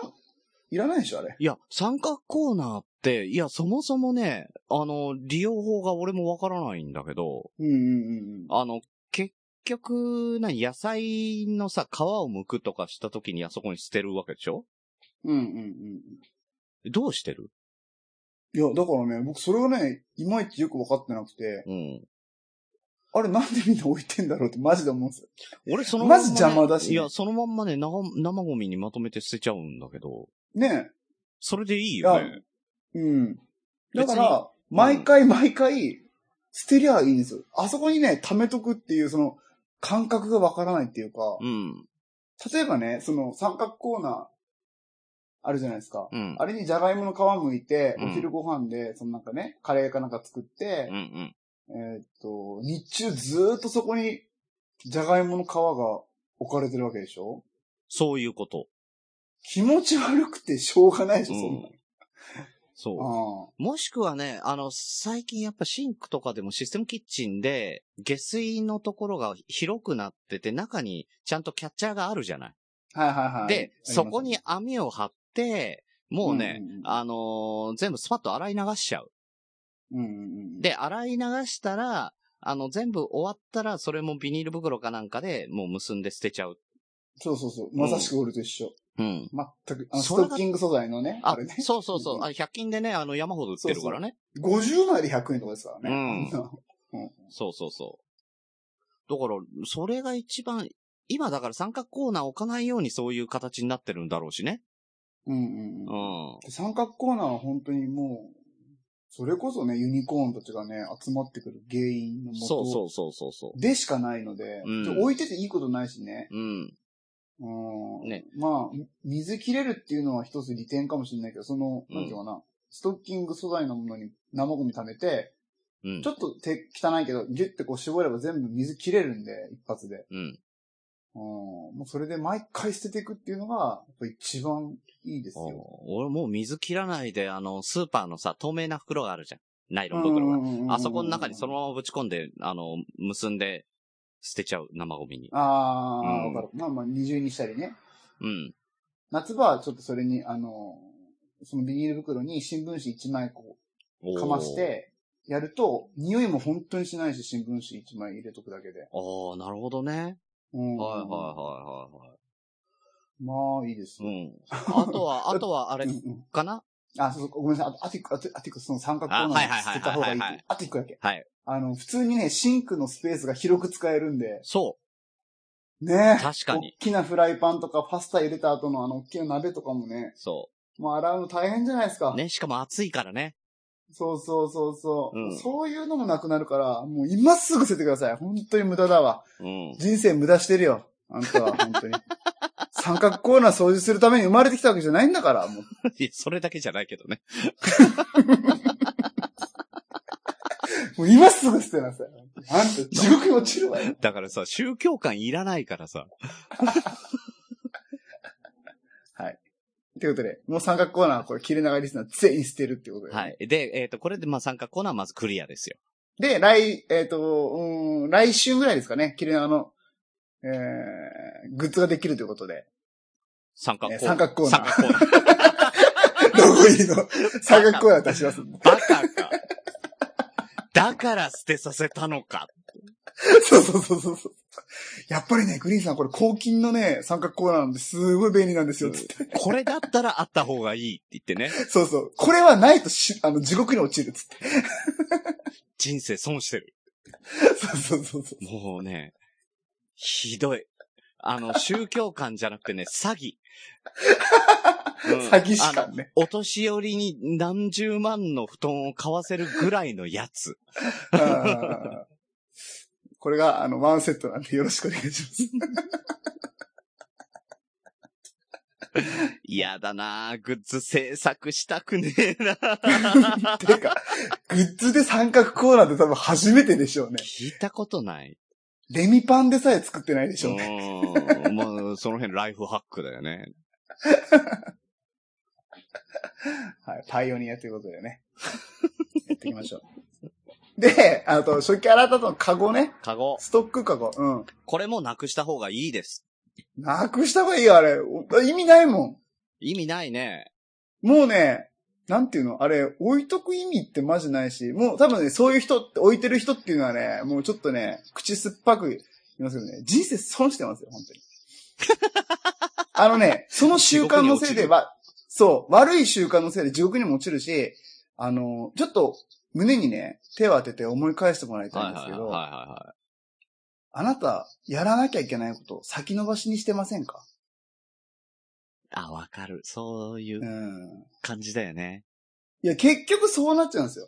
Speaker 1: いらないでしょ、あれ。
Speaker 3: いや、三角コーナーって、いや、そもそもね、あの、利用法が俺もわからないんだけど、
Speaker 1: うんうんうん。
Speaker 3: あの、結局、な、野菜のさ、皮を剥くとかした時にあそこに捨てるわけでしょ
Speaker 1: うんうんうん。
Speaker 3: どうしてる
Speaker 1: いや、だからね、僕それがね、いまいちよく分かってなくて、
Speaker 3: うん。
Speaker 1: あれなんでみんな置いてんだろうってマジで思うんですよ。
Speaker 3: 俺そのまんま、ね、
Speaker 1: マジ邪魔だしね
Speaker 3: いや、そのまんまね、生、生ゴミにまとめて捨てちゃうんだけど、
Speaker 1: ね
Speaker 3: それでいいよね。
Speaker 1: え。うん。だか
Speaker 3: 別に
Speaker 1: ら、毎回毎回、捨てりゃいいんですよ。あそこにね、溜めとくっていう、その、感覚がわからないっていうか、
Speaker 3: うん。
Speaker 1: 例えばね、その三角コーナー、あるじゃないですか。
Speaker 3: うん。
Speaker 1: あれにじゃがいもの皮むいて、
Speaker 3: うん
Speaker 1: お昼ご飯で、そのなんかね、カレーかなんか作っ
Speaker 3: う
Speaker 1: て
Speaker 3: んう、ん。
Speaker 1: えーっと、日中ずーっとそこに、じゃがいもの皮が置かれてるわけでしょ
Speaker 3: そういうこと。
Speaker 1: 気持ち悪くてしょうがないでしょ、そんな
Speaker 3: うんそ
Speaker 1: の。
Speaker 3: う。もしくはね、あの、最近やっぱシンクとかでもシステムキッチンで、下水のところが広くなってて、中にちゃんとキャッチャーがあるじゃない。
Speaker 1: うん。はいはいはい。あり
Speaker 3: で、
Speaker 1: ます
Speaker 3: そこに、網を張って、もうね、
Speaker 1: うんうんうん
Speaker 3: あのー全部スパッと洗い流しちゃう。
Speaker 1: うんうんうん。、
Speaker 3: で、洗い流したら、あの、全部終わったら、それもビニール袋かなんかでもう結んで捨てちゃう。
Speaker 1: そうそうそう。まさしく俺と一緒。
Speaker 3: うん。
Speaker 1: 全く、あのス
Speaker 3: そ
Speaker 1: ト
Speaker 3: れが
Speaker 1: ッキング素材のね、あ
Speaker 3: あ
Speaker 1: れね、。
Speaker 3: そうそうそうう。
Speaker 1: ん
Speaker 3: あ100均でね、あの、山ほど売ってるからね。
Speaker 1: 50枚で100円とかですからね。。
Speaker 3: うんそうそうそう。だから、それが一番、今だから三角コーナー置かないようにそういう形になってるんだろうしね。
Speaker 1: うんうん
Speaker 3: う
Speaker 1: うん。
Speaker 3: ん。
Speaker 1: で三角コーナーは本当にもう、それこそね、ユニコーンたちがね、集まってくる原因の
Speaker 3: そう
Speaker 1: も
Speaker 3: そうそうそうそ
Speaker 1: とでしかないので、
Speaker 3: うん
Speaker 1: で置いてていいことないしね。
Speaker 3: う。うん。
Speaker 1: うん。
Speaker 3: ね
Speaker 1: まあ、水切れるっていうのは一つ利点かもしれないけど、その、
Speaker 3: うん
Speaker 1: なんていうのかな、ストッキング素材のものに生ゴミ溜めて、
Speaker 3: うん
Speaker 1: ちょ。っと手汚いけど、ギュッてこう絞れば全部水切れるんで、一発で。
Speaker 3: うん。
Speaker 1: うん。もうそれで毎回捨てていくっていうのが、やっぱ一番いいです
Speaker 3: あー
Speaker 1: よ。
Speaker 3: 俺もう水切らないで、あの、スーパーのさ、透明な袋があるじゃん。ナイロン袋が。
Speaker 1: あ
Speaker 3: あそこの中にそのままぶち込んで、あの、結んで、捨てちゃう、生ゴミに。
Speaker 1: ああ、わ、
Speaker 3: うん
Speaker 1: かる。まあまあ、二重にしたりね。
Speaker 3: うん。
Speaker 1: 夏場はちょっとそれに、あのー、そのビニール袋に新聞紙1枚こう、かまし。て、やると、匂いも本当にしないし、新聞紙1枚入れとくだけで。
Speaker 3: ああ、なるほどね。
Speaker 1: うん、。
Speaker 3: はいはいはい
Speaker 1: まあ、いいです。
Speaker 3: いはい。うん。あとは、 あとは、あれ
Speaker 1: うんうん
Speaker 3: かな
Speaker 1: あ、そうそう、ごめんなさい。あとアティック、アティアティック、その三角コーナ
Speaker 3: あはい
Speaker 1: ー
Speaker 3: は
Speaker 1: に
Speaker 3: い
Speaker 1: 捨
Speaker 3: はい
Speaker 1: てた方がいいって
Speaker 3: はいはいはい
Speaker 1: アティックだけ。
Speaker 3: はい。
Speaker 1: あの、普通にね、シンクのスペースが広く使えるんで、
Speaker 3: そ
Speaker 1: ね
Speaker 3: う。確かに。
Speaker 1: 大きなフライパンとか、パスタ入れた後のあの、大きな鍋とかもね、
Speaker 3: そ
Speaker 1: もう洗うの大変じゃないですか。
Speaker 3: う。ね、しかも暑いからね。
Speaker 1: そうそうそうそう、
Speaker 3: うん
Speaker 1: そういうのもなくなるから、もう今す ぐ捨ててください。本当に無駄だわ。
Speaker 3: うん。
Speaker 1: 人生無駄してるよ。あんたは、本当に。三角コーナー掃除するために生まれてきたわけじゃないんだから、もう。
Speaker 3: いやそれだけじゃないけどね。
Speaker 1: もう今すぐ捨てなさい。あんた、地獄に落ちるわよ。
Speaker 3: だからさ、宗教観いらないからさ。
Speaker 1: ということで、もう三角コーナー、これ、切れ長リスナー全員捨てるってことで。
Speaker 3: はい。で、えっ、と、これでまあ三角コーナーまずクリアですよ。
Speaker 1: で、来、えっ、と、うーん、来週ぐらいですかね、切れ長の、えー、グッズができるということで。
Speaker 3: 三角コーナー。
Speaker 1: え三角コーナー
Speaker 3: 三角コーナー。
Speaker 1: どこいいの 三角コーナー出しますんで。
Speaker 3: バカか。だから捨てさせたのか。
Speaker 1: そうそうそうそうそう。やっぱりね、グリーンさん、これ、抗菌のね、三角コーナーなんで、すごい便利なんですよ、つって。
Speaker 3: これだったらあった方がいいって言ってね。
Speaker 1: そうそう。これはないとし、あの、地獄に落ちる、つって。
Speaker 3: 人生損してる。
Speaker 1: そうそうそうそう。
Speaker 3: もうね、ひどい。あ の、宗教観じゃなくてね、詐欺。うん
Speaker 1: 詐欺師
Speaker 3: あの
Speaker 1: 感ね。
Speaker 3: お年寄りに何十万の布団を買わせるぐらいのやつ。
Speaker 1: あーこれが、あの、ワンセットなんでよろしくお願いします。
Speaker 3: 嫌だなぁグッズ制作したくねえな
Speaker 1: てか、グッズで三角コーナーって多分初めてでしょうね。
Speaker 3: 聞いたことない。
Speaker 1: レミパンでさえ作ってないでし
Speaker 3: う
Speaker 1: ょうね。
Speaker 3: ーん。もう、その辺ライフハックだよね。
Speaker 1: はい、パイオニアということでね。 やっていきましょう。で、あと、初期あなたのカゴね。
Speaker 3: カゴ。
Speaker 1: ストックカゴ。うん。
Speaker 3: これもなくした方がいいです。
Speaker 1: なくした方がいいよ、あれ。お意味ないも
Speaker 3: 意味ないね。
Speaker 1: ん。もうね、なんていうのあれ、置いとく意味ってマジないし、もう多分ね、そういう人って、置いてる人っていうのはね、もうちょっとね、口酸っぱく言いますけどね、人生損してます よ、本当に。あのね、その習慣のせいでは、そう、悪い習慣のせいで地獄にも落ちるし、あの、ちょっと胸にね、手を当てて思い返してもらいたい
Speaker 3: はい
Speaker 1: んです
Speaker 3: はいは
Speaker 1: け
Speaker 3: い
Speaker 1: ど、
Speaker 3: は
Speaker 1: あなた、やらなきゃいけないことを先延ばしにしてませんか。
Speaker 3: いはい。あ、わかる。そういううん感じだよ ね。
Speaker 1: いや、結局そうなっちゃうんですよ。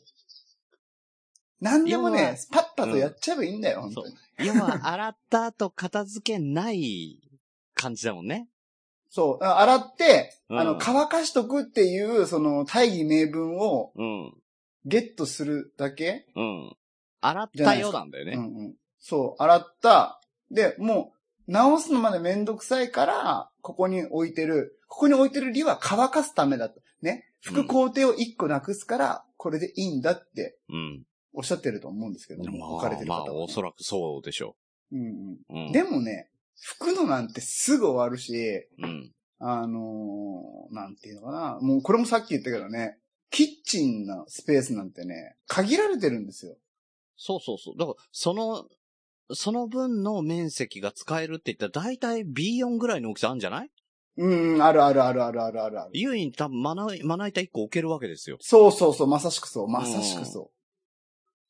Speaker 1: 何でも
Speaker 3: 要は
Speaker 1: ね、パッパとやっちゃえばいいんだよ、本当に。
Speaker 3: 要は、洗った後片付けない感じだもんね。
Speaker 1: そう。洗って、
Speaker 3: うん
Speaker 1: あの、乾かしとくっていう、その、大義名分を
Speaker 3: うん。
Speaker 1: ゲットするだけ、
Speaker 3: うん。洗ったようなんだよ
Speaker 1: う
Speaker 3: ね。
Speaker 1: んうん。そう、洗った。で、もう、直すのまでめんどくさいから、ここに置いてる。ここに置いてる理由は乾かすためだと。ね。
Speaker 3: う
Speaker 1: 副
Speaker 3: ん
Speaker 1: 工程を一個なくすから、これでいいんだって
Speaker 3: うん。
Speaker 1: おっしゃってると思うんですけど、
Speaker 3: ま
Speaker 1: 置かれて
Speaker 3: あ、
Speaker 1: る
Speaker 3: ま
Speaker 1: 方
Speaker 3: あ、
Speaker 1: はね
Speaker 3: おそらくそうでしょ
Speaker 1: うんうん。
Speaker 3: う。うん。
Speaker 1: でもね、服のなんてすぐ終わるし、
Speaker 3: うん。
Speaker 1: あのーなんていうのかな。もうこれもさっき言ったけどね、キッチンのスペースなんてね、限られてるんですよ。
Speaker 3: そうそうそう。だから、その、その分の面積が使えるって言ったら、だいたい B4 ぐらいの大きさあるんじゃない
Speaker 1: うん、あるあるあるあるあるあるある。
Speaker 3: 優位に多分まな、まな板1個置けるわけですよ。
Speaker 1: そうそうそう、まさしくそう、まさしくそ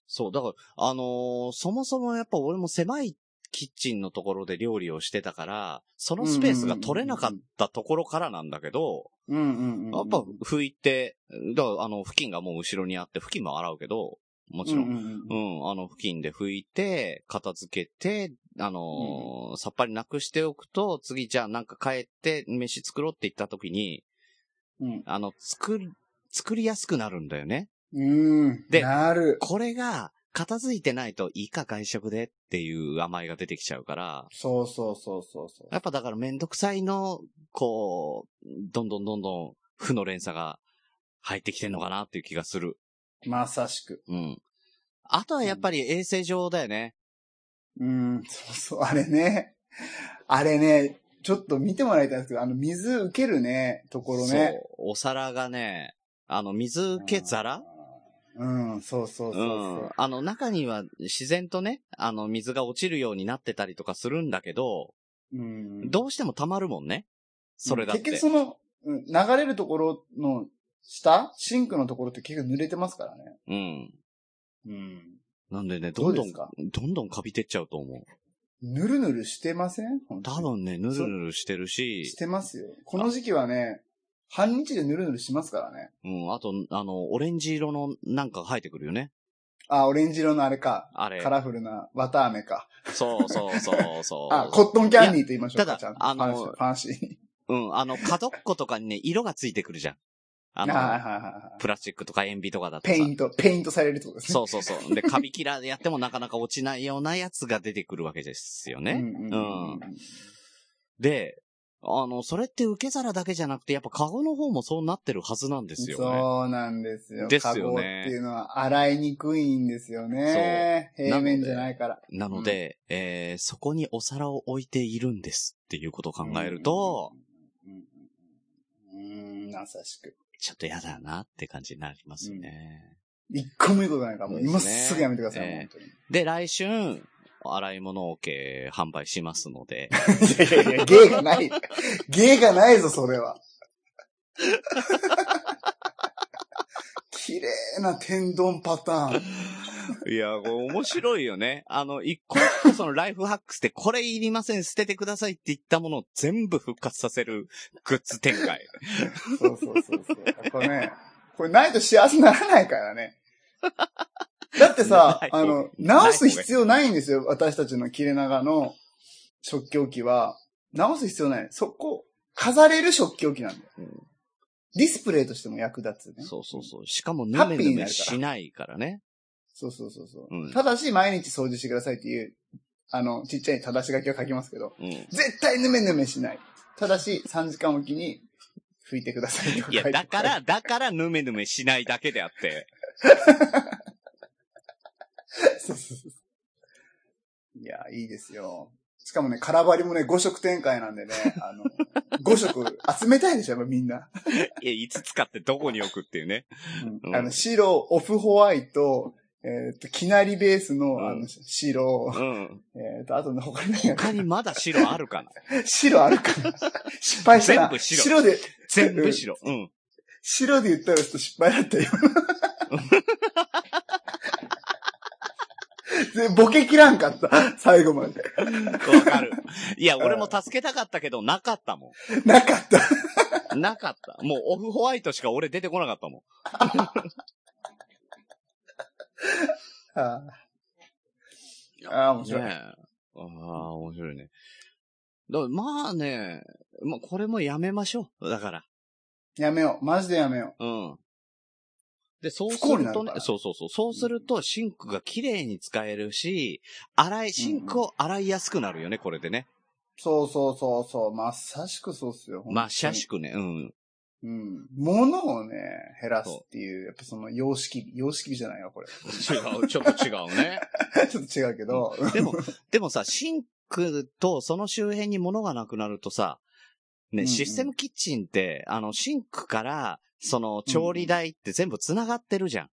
Speaker 3: そう。だから、あのーそもそもやっぱ俺も狭いキッチンのところで料理をしてたから、そのスペースが取れなかったところからなんだけど、
Speaker 1: う。うんうんうん。
Speaker 3: やっぱ拭いて、だからあの、付近がもう後ろにあって、付近も洗うけど、もちろん。
Speaker 1: う
Speaker 3: うんん
Speaker 1: うんうん
Speaker 3: あの、付近で拭いて、片付けて、あのーさっぱりなくしておくと、次じゃあなんか帰って飯作ろうって言った時に、
Speaker 1: うん。
Speaker 3: あの、作り、作りやすくなるんだよね。
Speaker 1: うん。
Speaker 3: で
Speaker 1: なる。
Speaker 3: これが、片付いてないといいか外食でっていう甘えが出てきちゃうから、
Speaker 1: そうそうそうそうそう。
Speaker 3: やっぱだからめんどくさいの、こう、どんどんどんどん負の連鎖が入ってきてんのかなっていう気がする。
Speaker 1: まさしく。
Speaker 3: うん。あとはやっぱり衛生上だよね。
Speaker 1: うん、そうそう、あれね。あれね、ちょっと見てもらいたいんですけど、あの、水受けるね、ところね。
Speaker 3: そう。お皿がね、あの、水受け皿
Speaker 1: うん、そうそうそう
Speaker 3: う
Speaker 1: そう。
Speaker 3: ん。あの、中には自然とね、あの、水が落ちるようになってたりとかするんだけど、
Speaker 1: うん
Speaker 3: どうしても溜まるもんね。それだって。
Speaker 1: 結局その、うん流れるところの下、シンクのところって結局濡れてますからね。
Speaker 3: うん。
Speaker 1: うん。
Speaker 3: なんでね、
Speaker 1: ど
Speaker 3: ど
Speaker 1: うん
Speaker 3: ど
Speaker 1: で
Speaker 3: ん、
Speaker 1: すか
Speaker 3: どんどんカビてっちゃうと思
Speaker 1: ぬるぬるしてません本
Speaker 3: う。
Speaker 1: 当に
Speaker 3: 多分ね、ぬるぬるしてる
Speaker 1: し
Speaker 3: し、
Speaker 1: てますよ。この時期はね、半日でぬるぬるしますからね。
Speaker 3: うん、あと、あの、オレンジ色のなんか生えてくるよね。
Speaker 1: あ、オレンジ色のあれか。
Speaker 3: あれ
Speaker 1: カ。ラフルな綿飴か。
Speaker 3: そうそうそうそう。
Speaker 1: あ、コットンキャンディーと言いましょう
Speaker 3: いやただ
Speaker 1: か。ちゃんと
Speaker 3: あの
Speaker 1: 話して
Speaker 3: うん、あの、角っことかにね、色がついてくるじゃん。あ
Speaker 1: 話。
Speaker 3: の、
Speaker 1: はいはいはいはい。
Speaker 3: プラスチックとか塩ビとかだとさ
Speaker 1: ペイント、ペイントされるってことですね。
Speaker 3: そうそうそう。で、紙切らでやってもなかなか落ちないようなやつが出てくるわけですよね。
Speaker 1: うんうんうんうん
Speaker 3: で、あの、それって受け皿だけじゃなくて、やっぱカゴの方もそうなってるはずなんですよね。
Speaker 1: そうなんですよ。
Speaker 3: ですよね
Speaker 1: カゴっていうのは洗いにくいんですよね。
Speaker 3: そう
Speaker 1: 平面じゃないから。
Speaker 3: なので、えー、そこにお皿を置いているんですっていうことを考えると、
Speaker 1: うん、うん、優しく。
Speaker 3: ちょっと嫌だなって感じになりますね。
Speaker 1: 一個もいいことないから、も
Speaker 3: そう
Speaker 1: う
Speaker 3: で
Speaker 1: 今
Speaker 3: すね
Speaker 1: すぐやめてください、
Speaker 3: ええ
Speaker 1: 本当に。
Speaker 3: で、来春、洗い物をけ販売しますので、
Speaker 1: いやいや、芸がない。芸がないぞ、それは。綺麗な天丼パターン。
Speaker 3: いや、これ面白いよね。あの、一個一個そのライフハックスでこれいりません、捨ててくださいって言ったものを全部復活させるグッズ展開。
Speaker 1: そうそうそうそう。これね、これないと幸せにならないからね。だってさ
Speaker 3: ない、
Speaker 1: あの、直す必要ないんですよ。私たちの切れ長の食器置きは。直す必要ない。そこ、飾れる食器置きなんだよ。
Speaker 3: うん
Speaker 1: ディスプレイとしても役立つね。
Speaker 3: そうそうそう。しかもヌ
Speaker 1: ハ
Speaker 3: メ
Speaker 1: ッピー
Speaker 3: ヌ
Speaker 1: に
Speaker 3: メ
Speaker 1: なるから
Speaker 3: しないからね。
Speaker 1: そうそうそうそう、
Speaker 3: うん
Speaker 1: ただし、毎日掃除してくださいっていう、あの、ちっちゃい正し書きを書きますけど、
Speaker 3: うん。い
Speaker 1: 絶対ヌメヌメしない。ただし、3時間おきに拭いてくださいとか書いて
Speaker 3: や、だから、だからヌメヌメしないだけであって。
Speaker 1: そうそうそう。いや、いいですよ。しかもね、空張りもね、5色展開なんでね、あの、5色集めたいでしょ、やっぱみんな。
Speaker 3: いや、いつ使ってどこに置くっていうね。うん
Speaker 1: あの、白、オフホワイト、えーっと、きなりベースの、
Speaker 3: うん
Speaker 1: あの、白
Speaker 3: う、ん。
Speaker 1: えーっと、あと、他に何や
Speaker 3: 他にまだ白ある かな。
Speaker 1: 白あるかな失敗したな。
Speaker 3: 全部白
Speaker 1: で、
Speaker 3: 全部白。うん。
Speaker 1: 白で言ったらちょっと失敗だっ たよ。でボケ切らんかった。最後まで。
Speaker 3: わかる。いや、俺も助けたかったけど、なかったも
Speaker 1: なかった。
Speaker 3: ん。なかった。もうオフホワイトしか俺出てこなかったもん。
Speaker 1: あーあー、面白い。
Speaker 3: ねえ。ああ、面白いね。だからまあね、まあこれもやめましょう。だから。
Speaker 1: やめよう。マジでやめよ
Speaker 3: うん。で、そうす
Speaker 1: 不幸に
Speaker 3: る
Speaker 1: なる
Speaker 3: と
Speaker 1: か
Speaker 3: ね
Speaker 1: ら、
Speaker 3: そうそうそう、そうするとシンクが綺麗に使えるし、洗い、シンクを洗いやすくなるよね、これでね。
Speaker 1: う。そうそうそうそう。まさしくそうっすよ。
Speaker 3: まあ、シャシ
Speaker 1: く。
Speaker 3: くね、うん。
Speaker 1: うん。物をね、減らすっていう、やっぱその様式美、様式美じゃないわ、これ。
Speaker 3: 違う、ちょっと違うね。
Speaker 1: ちょっと違うけど。
Speaker 3: でも、でもさ、シンクとその周辺に物がなくなるとさ、
Speaker 1: うん
Speaker 3: ね、
Speaker 1: うん
Speaker 3: システムキッチンって、あの、シンクから、その、調理台って全部繋がってるじゃん。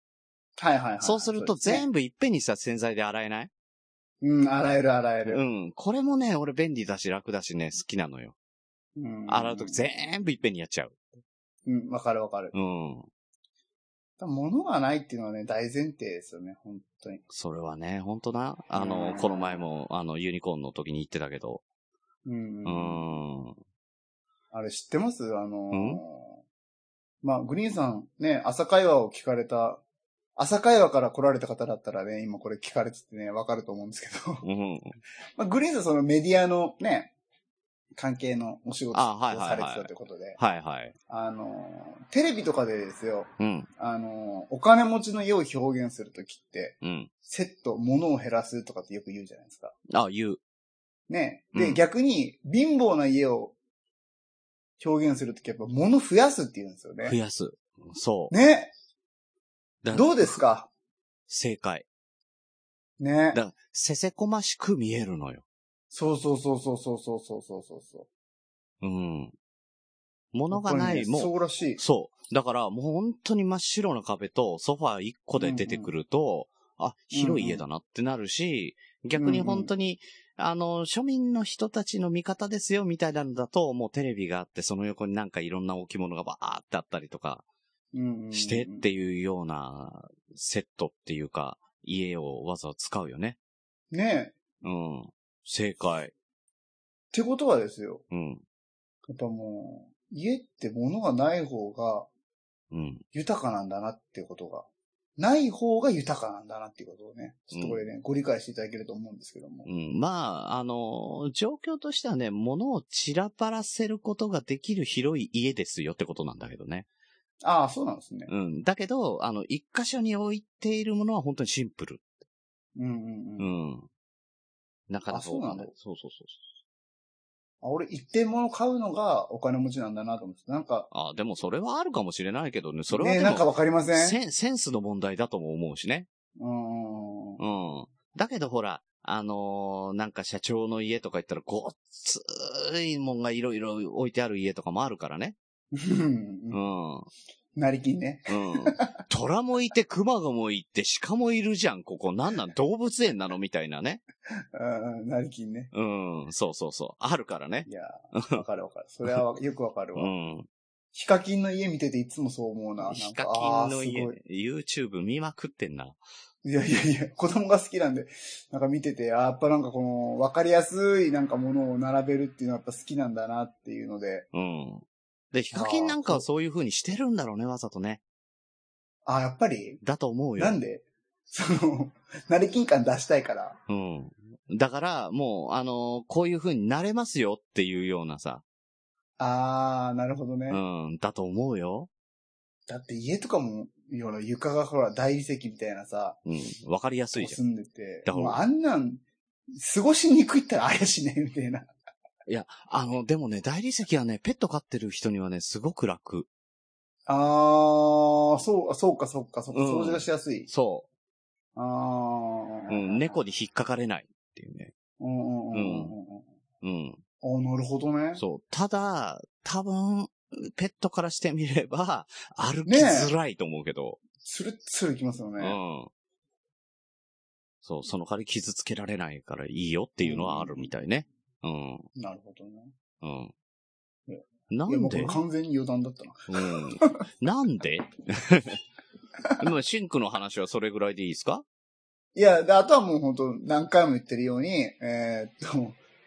Speaker 1: はいはいはい。
Speaker 3: そうすると
Speaker 1: ですね
Speaker 3: 全部いっぺんにさ、洗剤で洗えない
Speaker 1: うん、洗える洗え
Speaker 3: う
Speaker 1: る。
Speaker 3: ん。これもね、俺便利だし楽だしね、好きなのよ。
Speaker 1: うん
Speaker 3: 洗うとき全部いっぺんにやっちゃう。
Speaker 1: うん、わかるわかる。
Speaker 3: うん。
Speaker 1: 物がないっていうのはね、大前提ですよね、本当に。
Speaker 3: それはね、ほんとな。あ
Speaker 1: う
Speaker 3: の
Speaker 1: ん、
Speaker 3: この前も、あの、ユニコーンの時に言ってたけど。
Speaker 1: うん。
Speaker 3: うーん。
Speaker 1: あれ知ってますあのー
Speaker 3: うん
Speaker 1: まあ、グリーンさんね、朝会話を聞かれた、朝会話から来られた方だったらね、今これ聞かれててね、わかると思うんですけど、
Speaker 3: う ん。
Speaker 1: まあ、グリーンさんそのメディアのね、関係のお仕事
Speaker 3: あ
Speaker 1: を
Speaker 3: はいはいは
Speaker 1: さ
Speaker 3: い
Speaker 1: れてたということで、
Speaker 3: はいはい。
Speaker 1: あのー、テレビとかでですよ、
Speaker 3: うん。
Speaker 1: あのー、お金持ちの家を表現するときって、
Speaker 3: うん。
Speaker 1: セット、物を減らすとかってよく言うじゃないですか。
Speaker 3: あ、言う。
Speaker 1: ね。で、
Speaker 3: うん
Speaker 1: 逆に、貧乏な家を表現するときやっぱ物増やすって言うんですよ
Speaker 3: 増
Speaker 1: ね。
Speaker 3: やす。そう。
Speaker 1: ね。
Speaker 3: だ
Speaker 1: どうですか
Speaker 3: 正解。
Speaker 1: ね
Speaker 3: だ。から、せせこましく見えるのよ。
Speaker 1: そうそうそうそうそうそうそうそうそうそう。
Speaker 3: うん。物がな
Speaker 1: やっ
Speaker 3: い、
Speaker 1: ぱりね
Speaker 3: もう、
Speaker 1: そうらしい。
Speaker 3: そう。だから、もう本当に真っ白な壁とソファー1個で出てくると、あ、広い家だなってなるし、逆に本当に、あの、庶民の人たちの味方ですよみたいなのだと、もうテレビがあって、その横になんかいろんな置物がバーってあったりとか
Speaker 1: うんうん
Speaker 3: してっていうようなセットっていうか、家をわざわざ使うよね。
Speaker 1: ね。っ
Speaker 3: うん。正解。
Speaker 1: てことはですよ。
Speaker 3: うん。
Speaker 1: やっぱもう、家って物がない方が
Speaker 3: うん。
Speaker 1: 豊かなんだなってことが、ない方が豊かなんだなっていうことをね、ちょっとこれね、ご理解していただけると思うんですけども。
Speaker 3: うん、まあ、あの、状況としてはね、物を散らばらせることができる広い家ですよってことなんだけどね。
Speaker 1: ああ、そうなんですね。
Speaker 3: うん。だけど、あの、一箇所に置いているものは本当にシンプル。
Speaker 1: うんうん
Speaker 3: う
Speaker 1: うん。あ
Speaker 3: ん。なかなか
Speaker 1: あそうなんだ
Speaker 3: そうそうそう
Speaker 1: 俺、一点物買うのがお金持ちなんだなと思ってたなんか、
Speaker 3: そう。あ、でもそれはあるかもしれないけどね、それは
Speaker 1: ね
Speaker 3: で
Speaker 1: なんか
Speaker 3: も、
Speaker 1: わかりません
Speaker 3: センセンスの問題だとも思うしね。
Speaker 1: うんうんうん。
Speaker 3: うん。だけどほら、あのーなんか社長の家とか言ったらごっついもんがいろいろ置いてある家とかもあるからね。
Speaker 1: うん
Speaker 3: う
Speaker 1: うん
Speaker 3: ん。うん。
Speaker 1: なりきんね。
Speaker 3: 虎もいて熊もいて鹿もいるじゃん、ここ。なんなん動物園なのみたいなね。
Speaker 1: うんうんなりきんね。
Speaker 3: うん。そうそうそう。あるからね。
Speaker 1: いやー、わかるわかる。それはわよくわかる
Speaker 3: う
Speaker 1: わ。
Speaker 3: ん。
Speaker 1: ヒカキンの家見てていつもそう思うな。なんか
Speaker 3: ヒカキンの
Speaker 1: あーす
Speaker 3: 家
Speaker 1: ごい、
Speaker 3: YouTube 見まくってんな。
Speaker 1: いやいやいや、子供が好きなんで、なんか見てて、あーやっぱなんかこの、わかりやすいなんかものを並べるっていうのはやっぱ好きなんだなっていうので、
Speaker 3: うん。で、ヒカキンなんかはそういう風にしてるんだろうね、わざとね。
Speaker 1: あーやっぱり、
Speaker 3: だと思うよ。
Speaker 1: なんで、その、なりきん感出したいから。
Speaker 3: うん。だから、もう、あのーこういう風になれますよっていうようなさ。
Speaker 1: あー、なるほどね。
Speaker 3: うん。だと思うよ。
Speaker 1: だって家とかも、よの床がほら大理石みたいなさ、
Speaker 3: うん。わかりやすいじゃん。
Speaker 1: 住んでて、
Speaker 3: だから
Speaker 1: もうあんなん、過ごしにくいったら怪しいね、みたいな。
Speaker 3: あの、でもね、大理石はね、ペット飼ってる人にはね、すごく楽。
Speaker 1: あー、そう、そうか、そうか、そうか、
Speaker 3: うん
Speaker 1: 掃除がしやすい。
Speaker 3: そ
Speaker 1: あ
Speaker 3: う。
Speaker 1: ー。
Speaker 3: うん。猫に引っかかれないっていうね。
Speaker 1: うんうんうんうんうん
Speaker 3: うん。
Speaker 1: うん。あーなるほどね。
Speaker 3: そう。ただ、多分、ペットからしてみれば、歩き
Speaker 1: ねえ
Speaker 3: づらいと思うけど。
Speaker 1: スルッスルいきますよね。
Speaker 3: うん。そう、その代わり傷つけられないからいいよっていうのはあるみたいね。うん。
Speaker 1: なるほどね。
Speaker 3: うん。
Speaker 1: ね
Speaker 3: ない
Speaker 1: や、も
Speaker 3: ん
Speaker 1: うこ
Speaker 3: で
Speaker 1: れ完全に余談だったな。
Speaker 3: うん。なんで 今、シンクの話はそれぐらいでいいですか
Speaker 1: いや、であとはもう本当何回も言ってるように、えーっと、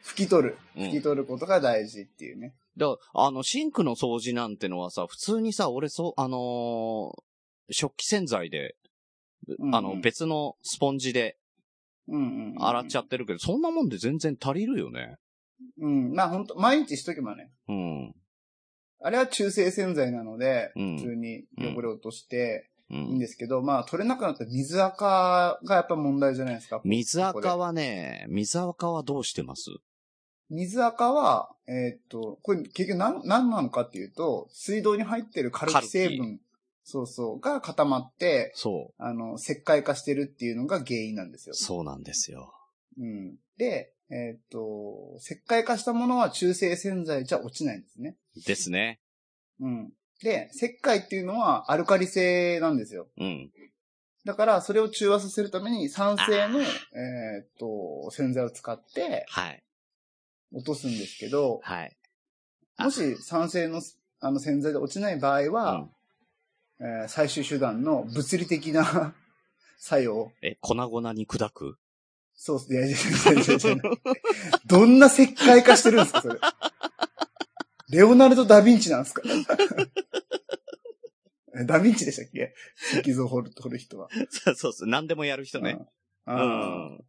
Speaker 1: 拭き取る。
Speaker 3: うん
Speaker 1: 拭き取ることが大事っていうね。
Speaker 3: だからあの、シンクの掃除なんてのはさ、普通にさ、俺そう、あのー食器洗剤で、
Speaker 1: うん
Speaker 3: あの、別のスポンジで
Speaker 1: うんうんうん
Speaker 3: 洗っちゃってるけど、そんなもんで全然足りるよね。
Speaker 1: うん。まあ本当毎日しとけばね。
Speaker 3: うん。
Speaker 1: あれは中性洗剤なので、
Speaker 3: うん
Speaker 1: 普通に汚れ落として
Speaker 3: う
Speaker 1: いいん
Speaker 3: ん。
Speaker 1: ですけど、まあ取れなくなったら水垢がやっぱ問題じゃないですか。
Speaker 3: 水
Speaker 1: ここで
Speaker 3: 垢はね、水垢はどうしてます
Speaker 1: 水垢は、えーっと、これ結局何、何なのかっていうと、水道に入ってるカルキ成
Speaker 3: カ
Speaker 1: 分、そうそう、が固まって、
Speaker 3: そ
Speaker 1: あの、石灰化してるっていうのが原因なんです
Speaker 3: う。
Speaker 1: よ。
Speaker 3: そうなんですよ。
Speaker 1: うん。で、えーっと、石灰化したものは中性洗剤じゃ落ちないんですね。
Speaker 3: ですね。
Speaker 1: うん。で、石灰っていうのはアルカリ性なんですよ。
Speaker 3: うん。
Speaker 1: だから、それを中和させるために酸性の、
Speaker 3: あ
Speaker 1: えーっと、洗剤を使って
Speaker 3: はい。
Speaker 1: 落とすんですけど、
Speaker 3: はい。あ
Speaker 1: もし酸性のあの洗剤で落ちない場合は、えー最終手段の物理的な 作用。
Speaker 3: え、粉々に砕く
Speaker 1: そうっすね。 いやいやいやいやいやいやどんな石灰化してるんですか、それ。レオナルド・ダ・ヴィンチなんですか えダ・ヴィンチでしたっけ石像を掘る掘る人は。
Speaker 3: そうそうそう。何でもやる人ね。う
Speaker 1: あー
Speaker 3: ん。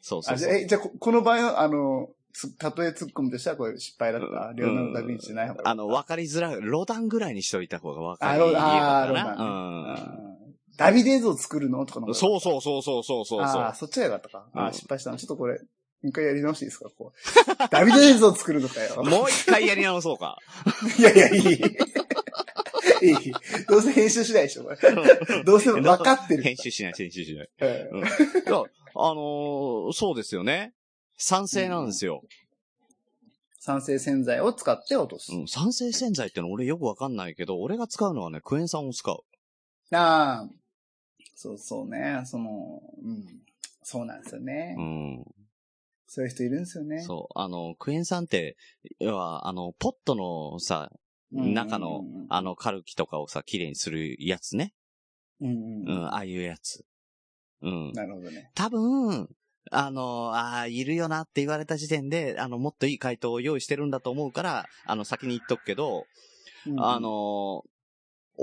Speaker 3: そうそう
Speaker 1: あじ
Speaker 3: そ
Speaker 1: ゃあ
Speaker 3: う。
Speaker 1: えじゃあこ、この場合は、あの、つ例え突っ込むとしたら、これ失敗だった。レオナルド・ダ・ヴィンチじゃない方がいい。
Speaker 3: あの、わかりづらい。ロダンぐらいにしといた方がわか
Speaker 1: あ
Speaker 3: り
Speaker 1: ロ
Speaker 3: いいか
Speaker 1: あーロダ
Speaker 3: な。
Speaker 1: うんダビデ像を作るのとかの
Speaker 3: う
Speaker 1: 方
Speaker 3: ん。
Speaker 1: が
Speaker 3: そうそうそうそうそうそうそ
Speaker 1: ああ
Speaker 3: う
Speaker 1: ー、。そっちが良かったか。あ
Speaker 3: う
Speaker 1: あ、
Speaker 3: ん
Speaker 1: 失敗したな。ちょっとこれ、一回やり直していいですかこう。 ダビデ映像作るのかよ。
Speaker 3: もう一回やり直そうか。
Speaker 1: いやいや、いい。いい。どうせ編集しないでしょ、これ。どうせ分かってる
Speaker 3: 編。集しない、編集しない。
Speaker 1: うん
Speaker 3: いやあのーそうですよね。酸性なんですよ。
Speaker 1: 酸性洗剤を使って落とす。
Speaker 3: うん。酸性洗剤っての俺よくわかんないけど、俺が使うのはね、クエン酸を使う。
Speaker 1: ああ、そうそうね。その、うん。そうなんですよね。
Speaker 3: うん。
Speaker 1: そういう人いるんですよね。
Speaker 3: そう。あの、クエン酸って、要は、あの、ポットのさ、
Speaker 1: うん
Speaker 3: 中の、あ、の、カルキとかをさ、綺麗にするやつね。
Speaker 1: うんうん
Speaker 3: う
Speaker 1: うん
Speaker 3: ん、ああいうやつ。うん。
Speaker 1: なるほどね。
Speaker 3: 多分、あの、ああ、いるよなって言われた時点で、あの、もっといい回答を用意してるんだと思うから、あの、先に言っとくけど、
Speaker 1: うん
Speaker 3: あ、の、お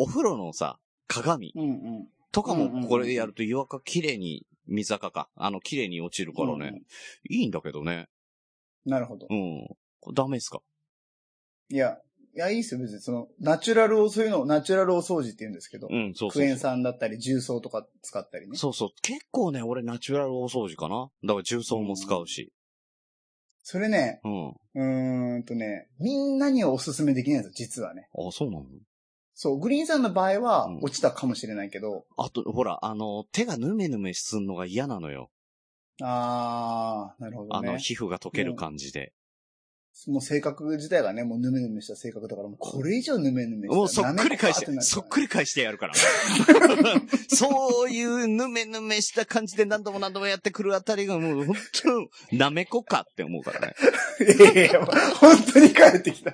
Speaker 3: 風呂のさ、鏡。
Speaker 1: うんうん。
Speaker 3: とか
Speaker 1: うんうんう
Speaker 3: も
Speaker 1: ん
Speaker 3: これやると湯垢綺麗に、水垢か。あの、綺麗に落ちるからね。
Speaker 1: うんうん
Speaker 3: いいんだけどね。
Speaker 1: なるほど
Speaker 3: う。ん。これダメですか
Speaker 1: いや、いや、いいっすよ、別に。その、ナチュラルを、そういうのをナチュラルお掃除って言うんですけど、
Speaker 3: うん、そうそう
Speaker 1: クエン
Speaker 3: そう。
Speaker 1: 酸だったり、重曹とか使ったりね。
Speaker 3: そうそう。結構ね、俺ナチュラルお掃除かな。だから重曹も使うし。
Speaker 1: それね、
Speaker 3: うん。あ、
Speaker 1: うーんとね、みんなにはおすすめできないんですよ、実はね。
Speaker 3: そうなの
Speaker 1: そう、グリーンさんの場合は
Speaker 3: うん
Speaker 1: 落ちたかもしれないけど、
Speaker 3: あと、ほら、あの、手がヌメヌメすんのが嫌なのよ。
Speaker 1: あー、なるほど
Speaker 3: あの、
Speaker 1: ね。
Speaker 3: 皮膚が溶ける感じで。
Speaker 1: もう性格自体がね、もうヌメヌメした性格だから、もうこれ以上ヌメヌメしたら
Speaker 3: もうそっくり返し
Speaker 1: なめこかーな
Speaker 3: て、
Speaker 1: る
Speaker 3: そっくり返してやる から。そういうヌメヌメした感じで何度も何度もやってくるあたりがもう本当、なめこかって思うからね。
Speaker 1: いやいや、本当に帰ってきた。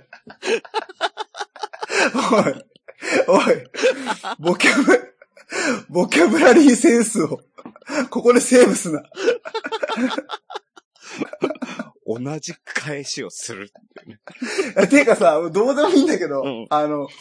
Speaker 1: おい、おい、ボキャブ、ボキャブラリーセンスを、ここでセーブすな。
Speaker 3: 同じ返しをする。
Speaker 1: ていうかさ、どうでもいいんだけど、
Speaker 3: うん
Speaker 1: あの、フ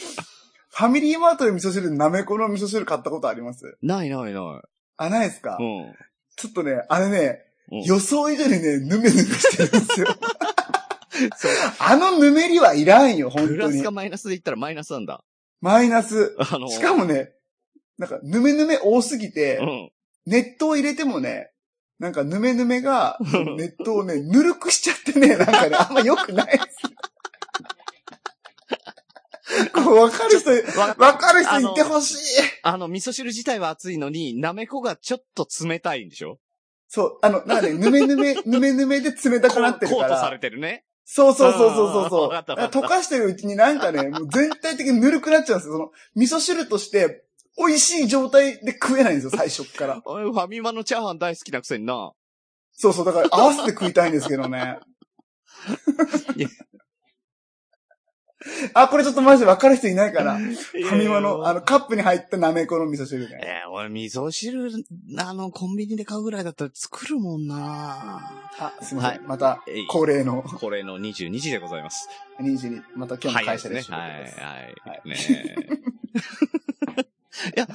Speaker 1: ァミリーマートの味噌汁、なめこの味噌汁買ったことあります
Speaker 3: ないないな
Speaker 1: あ、ないですか、
Speaker 3: い。うん。
Speaker 1: ちょっとね、あれね、
Speaker 3: うん
Speaker 1: 予想以上にね、ぬめぬめしてるんですよ。
Speaker 3: そう
Speaker 1: あのぬめりはいらんよ、本
Speaker 3: プ
Speaker 1: 当
Speaker 3: ラス
Speaker 1: に
Speaker 3: か。マイナスで言ったらマイナスなんだ。
Speaker 1: マイナス。
Speaker 3: あの、
Speaker 1: しかもね、なんか、ぬめぬめ多すぎて、
Speaker 3: うん。
Speaker 1: 熱湯入れてもね、なんかぬめぬ めが、熱湯をね、ぬるくしちゃってね、なんかね、あんま良くない です。こう、わかる人、
Speaker 3: わ
Speaker 1: わかる人言ってほしい。
Speaker 3: あの、味噌汁自体は熱いのに、なめこがちょっと冷たいんでしょ
Speaker 1: そう、あの、なんかね、ぬめ ぬめ、ぬめぬめで冷たくなってる
Speaker 3: コ
Speaker 1: か
Speaker 3: ートさ
Speaker 1: ら
Speaker 3: れ。てるね。
Speaker 1: そうそうそうそうそう
Speaker 3: あー
Speaker 1: そう。
Speaker 3: わかったわかった
Speaker 1: 溶かしてるうちになんかね、もう全体的にぬるくなっちゃうんですよ。その、味噌汁として、美味しい状態で食えないんですよ、最初っから。
Speaker 3: おいファミマのチャーハン大好きなくせにな。
Speaker 1: そうそう、だから合わせて食いたいんですけどね
Speaker 3: いや。
Speaker 1: あ、これちょっとマジで分かる人いないから。フ
Speaker 3: フ
Speaker 1: ァミマの、あの、カップに入ったなめこの味噌汁ね。
Speaker 3: えー、俺、味噌汁、あの、コンビニで買うぐらいだったら作るもんな
Speaker 1: あ、すみません。
Speaker 3: は
Speaker 1: また
Speaker 3: えい、
Speaker 1: 恒例の
Speaker 3: これの22時でございます。
Speaker 1: 22に、また今日の会社で
Speaker 3: ね。
Speaker 1: す
Speaker 3: はい、
Speaker 1: は
Speaker 3: はい。ねえ いや、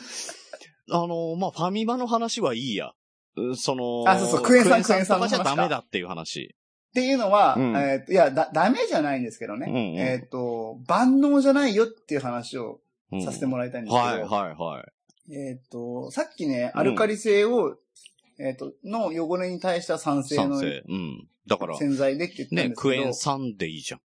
Speaker 3: あの、まあ、ファミマの話はいいや。うその、
Speaker 1: あそうそうクエン酸
Speaker 3: とかじゃ
Speaker 1: クエン酸の話か
Speaker 3: ダメだっていう話。
Speaker 1: っていうのは、
Speaker 3: うん
Speaker 1: えーといや、だ、ダメじゃないんですけどね。
Speaker 3: うんうん
Speaker 1: えっ、と、万能じゃないよっていう話を
Speaker 3: うん
Speaker 1: させてもらいたいんですけど、
Speaker 3: はい、はい、はい。
Speaker 1: えっ、と、さっきね、アルカリ性を、えっ、と、の汚れに対した酸性
Speaker 3: 賛
Speaker 1: の
Speaker 3: 成。うん。だから、
Speaker 1: 洗剤でって言ったん
Speaker 3: ね、
Speaker 1: ですけど、
Speaker 3: クエン酸でいいじゃん。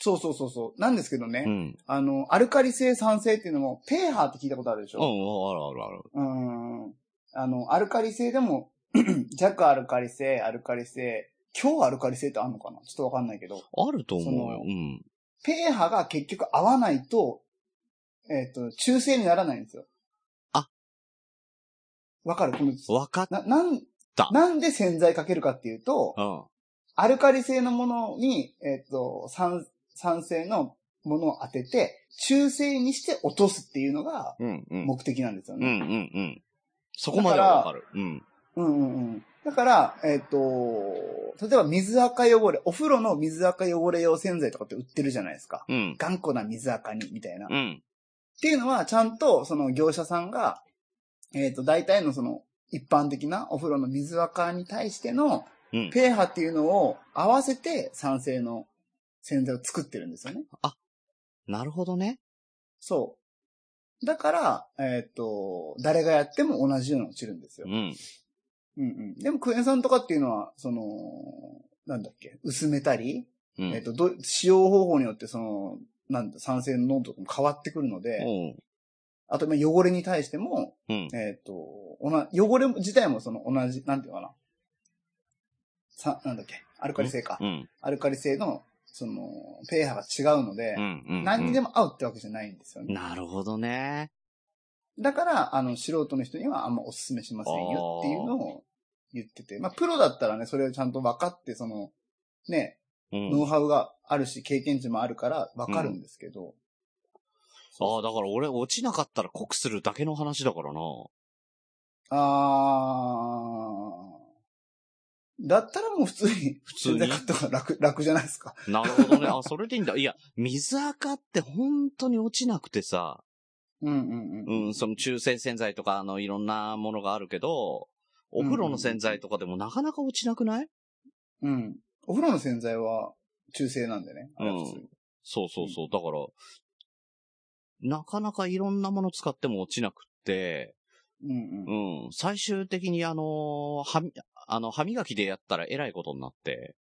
Speaker 1: そうそうそうそう。なんですけどね、
Speaker 3: うん。
Speaker 1: あの、アルカリ性酸性っていうのも、ペーハーって聞いたことあるでし
Speaker 3: うん、あ
Speaker 1: ょ
Speaker 3: るあるある。
Speaker 1: うん。ん。あの、アルカリ性でも、 弱アルカリ性、アルカリ性、強アルカリ性ってあるのかなちょっとわかんないけど、
Speaker 3: あると思うよ
Speaker 1: その。
Speaker 3: うん。
Speaker 1: ペーハーが結局合わないと、えっ、と、中性にならないんですよ。
Speaker 3: あ。
Speaker 1: わかるこの、
Speaker 3: わかっ
Speaker 1: な、なん
Speaker 3: た、
Speaker 1: なんで洗剤かけるかっていうと、
Speaker 3: うん。
Speaker 1: アルカリ性のものに、えっ、と、酸、酸性のものを当てて、中性にして落とすっていうのが
Speaker 3: うん、うん。
Speaker 1: 目的なんですよ
Speaker 3: うん
Speaker 1: ね。
Speaker 3: うんうん。そこまではわかる。うん。
Speaker 1: うん、うん、うん。だから、えっ、と、例えば水垢汚れ、お風呂の水垢汚れ用洗剤とかって売ってるじゃないですか。
Speaker 3: うん。
Speaker 1: 頑固な水垢に、みたいな。っ
Speaker 3: うん。
Speaker 1: ていうのは、ちゃんと、その業者さんが、えっ、と、大体のその、一般的なお風呂の水垢に対しての、
Speaker 3: うん。
Speaker 1: ペーハっていうのを合わせて酸性の洗剤を作ってるんですよね。
Speaker 3: なるほどね。
Speaker 1: そう。だから、えっ、と、誰がやっても同じように落ちるんですよ
Speaker 3: う。ん。
Speaker 1: うんうん。でもクエン酸とかっていうのは、その、なんだっけ、薄めたり、
Speaker 3: う
Speaker 1: えっ、
Speaker 3: ん。
Speaker 1: と、ど、使用方法によってその、なんだ、酸性の濃度とかも変わってくるので、
Speaker 3: おう
Speaker 1: あと、まあ、汚れに対しても、
Speaker 3: うん。
Speaker 1: えっ、と、おな、汚れ自体もその同じ、なんていうのかな。さ、なんだっけ、アルカリ性か。
Speaker 3: うん。
Speaker 1: アルカリ性の、その、ペーハが違うので
Speaker 3: う、ん。うん。
Speaker 1: 何にでも合うってわけじゃないんですよね。
Speaker 3: なるほどね。
Speaker 1: だから、あの、素人の人にはあんまお勧めしませんよっていうのを言ってて、まあ、プロだったらね、それをちゃんと分かって、その、ね、
Speaker 3: うん。
Speaker 1: ノウ
Speaker 3: あ
Speaker 1: ハウがあるし、経験値もあるから分かるんですけど、
Speaker 3: あ、だから俺落ちなかったら濃くするだけの話だからな。
Speaker 1: あー、だったらもう普通に、
Speaker 3: 普通に
Speaker 1: 洗剤買った方が楽、楽じゃないですか。
Speaker 3: なるほどね。あ、それでいいんだ。いや、水垢って本当に落ちなくてさ、
Speaker 1: うんうんうん。
Speaker 3: うん、その中性洗剤とか、あの、いろんなものがあるけど、お風呂の洗剤とかでもなかなか落ちなくない
Speaker 1: うん。お風呂の洗剤は中性なんでね。あれは普通に
Speaker 3: そうそうそう。だから、なかなかいろんなもの使っても落ちなくって、
Speaker 1: うんう。
Speaker 3: うんん、最終的にあの、はみ、あの、歯磨きでやったらえらいことになって、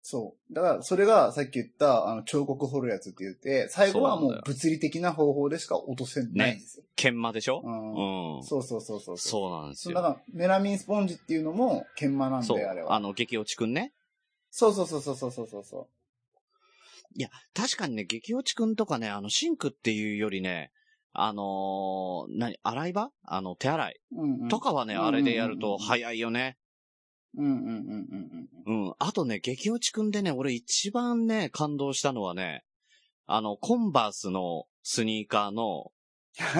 Speaker 1: そう。だから、それがさっき言った、あの、彫刻掘るやつって言って、最後はもう物理的な方法でしか落とせないんですよ。
Speaker 3: 研磨でしょ
Speaker 1: うん。
Speaker 3: うん。
Speaker 1: そうそうそうそう。う。
Speaker 3: そうなんです
Speaker 1: そうだ
Speaker 3: よ。
Speaker 1: から、メラミンスポンジっていうのも、研磨なん
Speaker 3: そう
Speaker 1: で、あれ、
Speaker 3: あ
Speaker 1: は。
Speaker 3: の、激落ちくんね。
Speaker 1: そうそうそうそうそうそうそ。
Speaker 3: 確かにね、激落ちくんとかね、あの、シンクっていうよりね、あのー何、洗い場あの、手洗いう
Speaker 1: うんうん。
Speaker 3: と。かはね、
Speaker 1: うん
Speaker 3: あれでやる
Speaker 1: うんうん
Speaker 3: と
Speaker 1: うん
Speaker 3: 早いよね。
Speaker 1: うんうんうんうん
Speaker 3: う ん。あとね、激落ちくんでね、俺一番ね、感動したのはね、あの、コンバースのスニーカーの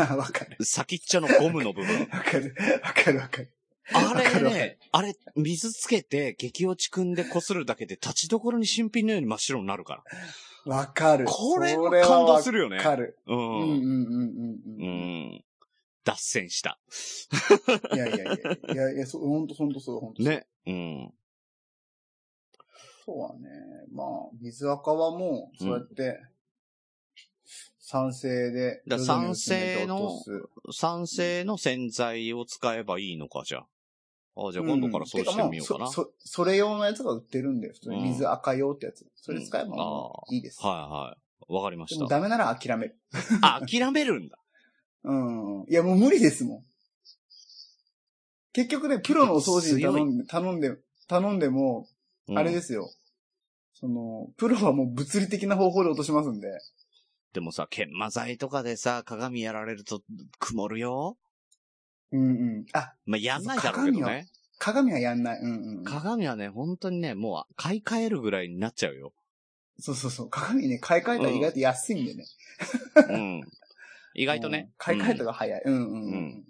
Speaker 1: うん。わかる。。
Speaker 3: 先っちょのゴムの部分
Speaker 1: わかる。わかるわかる。
Speaker 3: あ
Speaker 1: わか
Speaker 3: れ
Speaker 1: るわかる
Speaker 3: ね、あれ、水つけて激落ちくんで擦るだけで立ちどころに新品のように真っ白になるから。
Speaker 1: わかる。
Speaker 3: これ
Speaker 1: そ
Speaker 3: は感動す
Speaker 1: る
Speaker 3: るよね
Speaker 1: わ。かる。
Speaker 3: う
Speaker 1: うんう
Speaker 3: ん。
Speaker 1: んうんうん
Speaker 3: う
Speaker 1: うん。
Speaker 3: ん。脱線した。
Speaker 1: いやいやいや。いやいや、そう、ほんとほんとそう、ほんとそう。
Speaker 3: ね。うん。
Speaker 1: そうはね。まあ、水垢はもう、そうやって、酸性で、
Speaker 3: だ
Speaker 1: 徐々に薄めて
Speaker 3: 酸性の
Speaker 1: 落とす
Speaker 3: 酸性の洗剤を使えばいいのか、じゃあ。あじゃあ今度からそうしてみようかな。
Speaker 1: んてもそ、そそれ用のやつが売ってるんだよ。普通に水垢用ってやつ。それ使えばもういいです。
Speaker 3: はいはい。わかりま
Speaker 1: で
Speaker 3: し
Speaker 1: も
Speaker 3: た。
Speaker 1: ダメなら諦める。
Speaker 3: あ、諦めるんだ。。
Speaker 1: うん。いや、もう無理ですもん。結局ね、プロのお掃除に頼んで、頼んで、頼んでも、あれですすよ。その、プロはもう物理的な方法で落としますんで。
Speaker 3: でもさ、研磨剤とかでさ、鏡やられると曇るよ。
Speaker 1: うんうん。あ、
Speaker 3: まあ、やんないだろうけどね。
Speaker 1: 鏡はやんない。うんうん。
Speaker 3: 鏡はね、本当にね、もう買い替えるぐらいになっちゃう よ。
Speaker 1: そうそうそう。鏡ね、買い替えたら意外と安いんでね。
Speaker 3: うん。意
Speaker 1: 意
Speaker 3: 外とね。
Speaker 1: 買い替えた
Speaker 3: うん
Speaker 1: が早い。うんうんう
Speaker 3: うんん。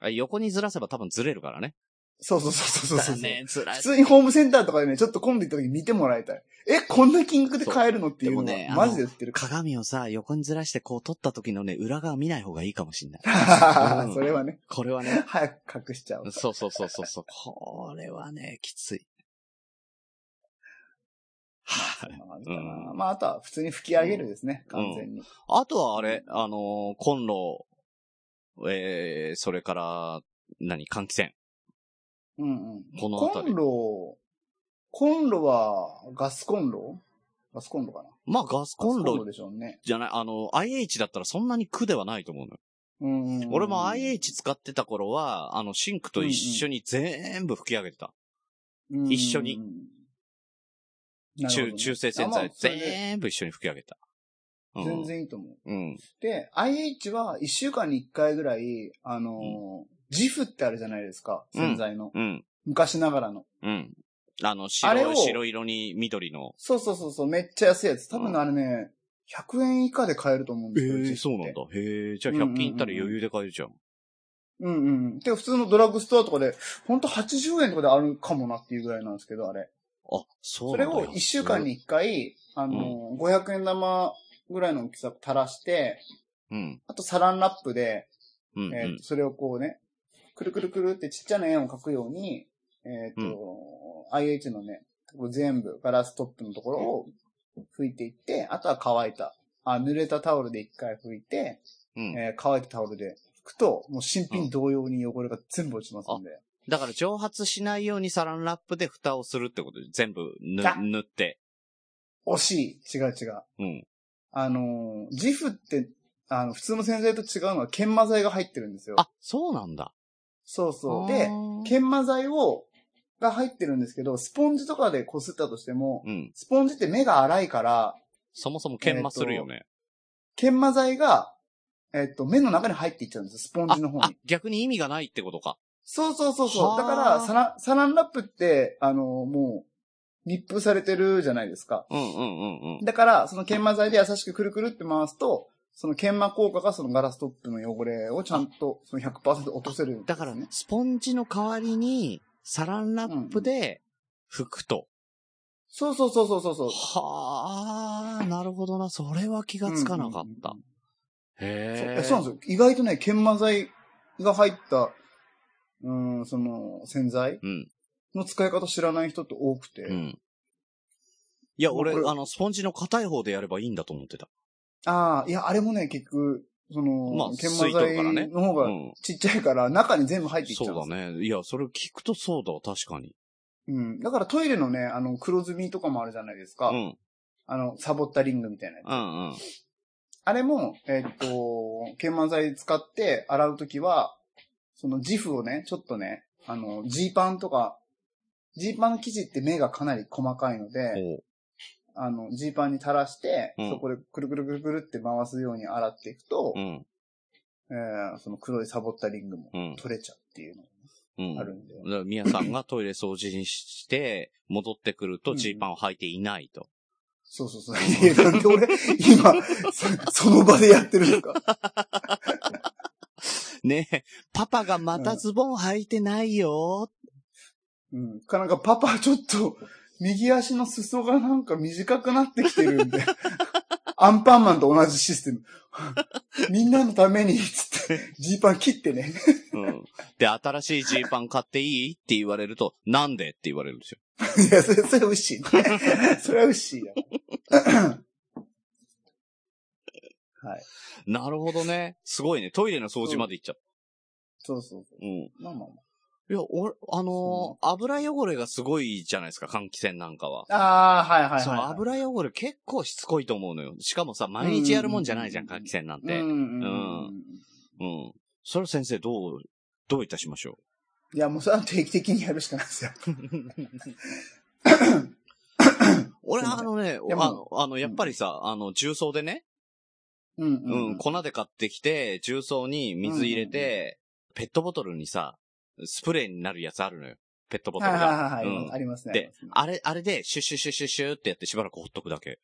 Speaker 3: あ横にずらせば多分ずれるからね。
Speaker 1: そうそうそうそうそうそ
Speaker 3: だ
Speaker 1: う。
Speaker 3: ね、ずら
Speaker 1: 普
Speaker 3: す。
Speaker 1: 通にホームセンターとかでね、ちょっと今度行った時見てもらいたい。え、こんな金額で買えるのっていうの
Speaker 3: で
Speaker 1: が、
Speaker 3: もねあの
Speaker 1: マジで売ってる か
Speaker 3: 鏡をさ、横にずらしてこう取った時のね、裏側見ない方がいいかも しんない。
Speaker 1: ら。
Speaker 3: うん
Speaker 1: それはね、。
Speaker 3: これはね
Speaker 1: 早く隠しちゃう。
Speaker 3: そうそうそうそうそう。これはね、きつい。はい。
Speaker 1: そんな感じかな
Speaker 3: うん
Speaker 1: まあ、あとは普通に吹き上げるですね、
Speaker 3: うん
Speaker 1: 完全に。
Speaker 3: あとはあれ、あのーコンロ、えー、それから、何、換気扇。
Speaker 1: うんうん。
Speaker 3: このあ
Speaker 1: コ
Speaker 3: た
Speaker 1: ン
Speaker 3: り。
Speaker 1: ロ、コンロはガスコンロガスコンロかな
Speaker 3: まあ、ガスコン
Speaker 1: ガスコンロ
Speaker 3: ロ
Speaker 1: でしょうね。
Speaker 3: じゃない、あの、IH だったらそんなに苦ではないと思うのよ。
Speaker 1: うんうん。
Speaker 3: 俺も IH 使ってた頃は、あの、シンクと一緒に全部吹き上げてた。
Speaker 1: うん
Speaker 3: 一緒に。
Speaker 1: なるほど
Speaker 3: 中、
Speaker 1: ね
Speaker 3: 中性洗
Speaker 1: あま
Speaker 3: 剤
Speaker 1: あ、それで
Speaker 3: 全部一緒に吹き上げた。うん、
Speaker 1: 全。然いいと思う。
Speaker 3: うん。
Speaker 1: で、IH は1週間に1回ぐらい、あのー、ジフってあるじゃないですか、
Speaker 3: うん
Speaker 1: 洗剤の。
Speaker 3: うん。
Speaker 1: 昔ながらの。
Speaker 3: うん。あの、
Speaker 1: あれを
Speaker 3: 白、白色に緑の。
Speaker 1: そうそうそう、そうめっちゃ安いやつ。多分ね
Speaker 3: うん
Speaker 1: あれね、100円以下で買えると思うん
Speaker 3: ええ
Speaker 1: です
Speaker 3: そ
Speaker 1: よ。ジフって
Speaker 3: うなんだ。へえ、じゃあ100均行ったら余裕で買えるじゃん。
Speaker 1: うんうんうん。てか普通のドラッグストアとかで、ほんと80円とかであるかもなっていうぐらいなんですけど、あれ。
Speaker 3: あ、そ
Speaker 1: そう
Speaker 3: な
Speaker 1: れ
Speaker 3: んだ。
Speaker 1: を1週間。に1回、あの、500円玉ぐらいの大きさ垂らして、
Speaker 3: うん。
Speaker 1: あとサランラップで、
Speaker 3: うん、うん。
Speaker 1: えーとそれをこうね、くるくるくるってちっちゃな円を描くように、えっ、と、
Speaker 3: う
Speaker 1: IH のね、全部ガラストップのところを拭いていって、あとは乾いた、あ、濡れたタオルで1回拭いて、
Speaker 3: うん。
Speaker 1: えー乾いたタオルで拭くと、もう新品同様に汚れが全部落ちますんで。
Speaker 3: だから蒸発しないようにサランラップで蓋をするってことで、全部ぬ
Speaker 1: あ
Speaker 3: 塗って。
Speaker 1: 惜しい。違う違う。
Speaker 3: うん。
Speaker 1: あのー、ジフって、あの、普通の洗剤と違うのは研磨剤が入ってるんですよ。
Speaker 3: あ、そうなんだ。
Speaker 1: そうそう。
Speaker 3: あ
Speaker 1: で、
Speaker 3: ー
Speaker 1: 研磨剤を、が入ってるんですけど、スポンジとかで擦ったとしても、
Speaker 3: うん。
Speaker 1: スポンジって目が粗いから、
Speaker 3: そもそも研磨するよね。
Speaker 1: 研磨剤が、えっと、目の中に入っていっちゃうんですよ、スポンジの方
Speaker 3: あ、あ
Speaker 1: に。
Speaker 3: 逆に意味がないってことか。
Speaker 1: そうそうそうそ
Speaker 3: は
Speaker 1: う。
Speaker 3: ー
Speaker 1: だから、サラン、サランラップって、あのー、もう、密封されてるじゃないですか。
Speaker 3: うんうんうんうん。
Speaker 1: だから、その研磨剤で優しくくるくるって回すと、その研磨効果がそのガラストップの汚れをちゃんとその100%落とせる、
Speaker 3: だから、スポンジの代わりに、サランラップで拭くと。
Speaker 1: そうそうそうそうそうそう。
Speaker 3: はあ、なるほどな。それは気がつかなかった
Speaker 1: うん。そう
Speaker 3: へ
Speaker 1: えそうなんですよ。意外とね、研磨剤が入った、うん、その、洗剤
Speaker 3: うん
Speaker 1: の使い方知らない人って多くて。
Speaker 3: うん。いや、俺
Speaker 1: こ、れ
Speaker 3: あの、スポンジの硬い方でやればいいんだと思ってた。
Speaker 1: ああ、いや、あれもね、結局、その、
Speaker 3: まあ
Speaker 1: 研
Speaker 3: 水
Speaker 1: 磨
Speaker 3: 筒からね
Speaker 1: 剤の方
Speaker 3: う
Speaker 1: が
Speaker 3: ん。
Speaker 1: ちっちゃいから、中に全部入っていっちゃ
Speaker 3: そううん
Speaker 1: です
Speaker 3: だね。いや、それ聞くとそうだわ、確かに。
Speaker 1: うん。だからトイレのね、あの、黒ずみとかもあるじゃないですか。
Speaker 3: うん。
Speaker 1: あの、サボったリングみたいなやつ。
Speaker 3: うんうん。
Speaker 1: あれも、えっと、研磨剤使って洗うときは、そのジフをね、ちょっとね、あの、ジーパンとか、ジーパンの生地って目がかなり細かいので、
Speaker 3: おう
Speaker 1: あの、ジーパンに垂らして、
Speaker 3: うん
Speaker 1: そこでくるくるくるくるって回すように洗っていくと、
Speaker 3: うん。
Speaker 1: えーその黒いサボったリングも
Speaker 3: うん。
Speaker 1: 取れちゃうっていうの
Speaker 3: うん。
Speaker 1: があるんで。
Speaker 3: だから宮さんがトイレ掃除して、戻ってくる
Speaker 1: う
Speaker 3: と
Speaker 1: ん
Speaker 3: ジーパンを履いていないと。
Speaker 1: そうそうそう。いやなんで俺、今、そ その場でやってるのか。
Speaker 3: ねえ、パパがまたズボン履いてないよ。
Speaker 1: うん。かなんかパパちょっと、右足の裾がなんか短くなってきてる んで。アンパンマンと同じシステム。みんなのために、つって、ジーパン切ってね。
Speaker 3: うん。で、新しいジーパン買っていいって言われると、なんでって言われるんですよ。
Speaker 1: いや、それ、それはウッシー ね。それはウッシーだ。はい。
Speaker 3: なるほどね。すごいね。トイレの掃除まで行っちゃう。
Speaker 1: そうそうそ。
Speaker 3: うん。いう
Speaker 1: まあまあま
Speaker 3: や、俺、あの
Speaker 1: そ
Speaker 3: ー油汚れがすごいじゃないですか、換気扇なんかは。
Speaker 1: あ。ああ、はいはいはい、はい。
Speaker 3: その油汚れ結構しつこいと思うのよ。しかもさ、毎日やるもんじゃないじゃん、
Speaker 1: うんうんうん
Speaker 3: 換気扇なん
Speaker 1: うん
Speaker 3: て。
Speaker 1: う
Speaker 3: うん。
Speaker 1: んうんうん。
Speaker 3: それは先生、どう、どういたしましょ
Speaker 1: いや、もうそれは定期的にやるしかないですよ。
Speaker 3: う俺、
Speaker 1: すいま
Speaker 3: あ
Speaker 1: せん
Speaker 3: のね、
Speaker 1: いや
Speaker 3: あの、
Speaker 1: も
Speaker 3: あの、やっぱりさ、あの、重曹でね、
Speaker 1: うんう
Speaker 3: うん
Speaker 1: うん
Speaker 3: ん、。粉で買ってきて、重曹に水入れて、ペットボトルにさ、スプレーになるやつあるのよ。ペットボト
Speaker 1: は
Speaker 3: ル
Speaker 1: い
Speaker 3: が。
Speaker 1: はいはいはい。
Speaker 3: うん
Speaker 1: ありますね。
Speaker 3: で、あれ、あれで、シュッシュッシュッシュッシュってやってしばらくほっとくだけ。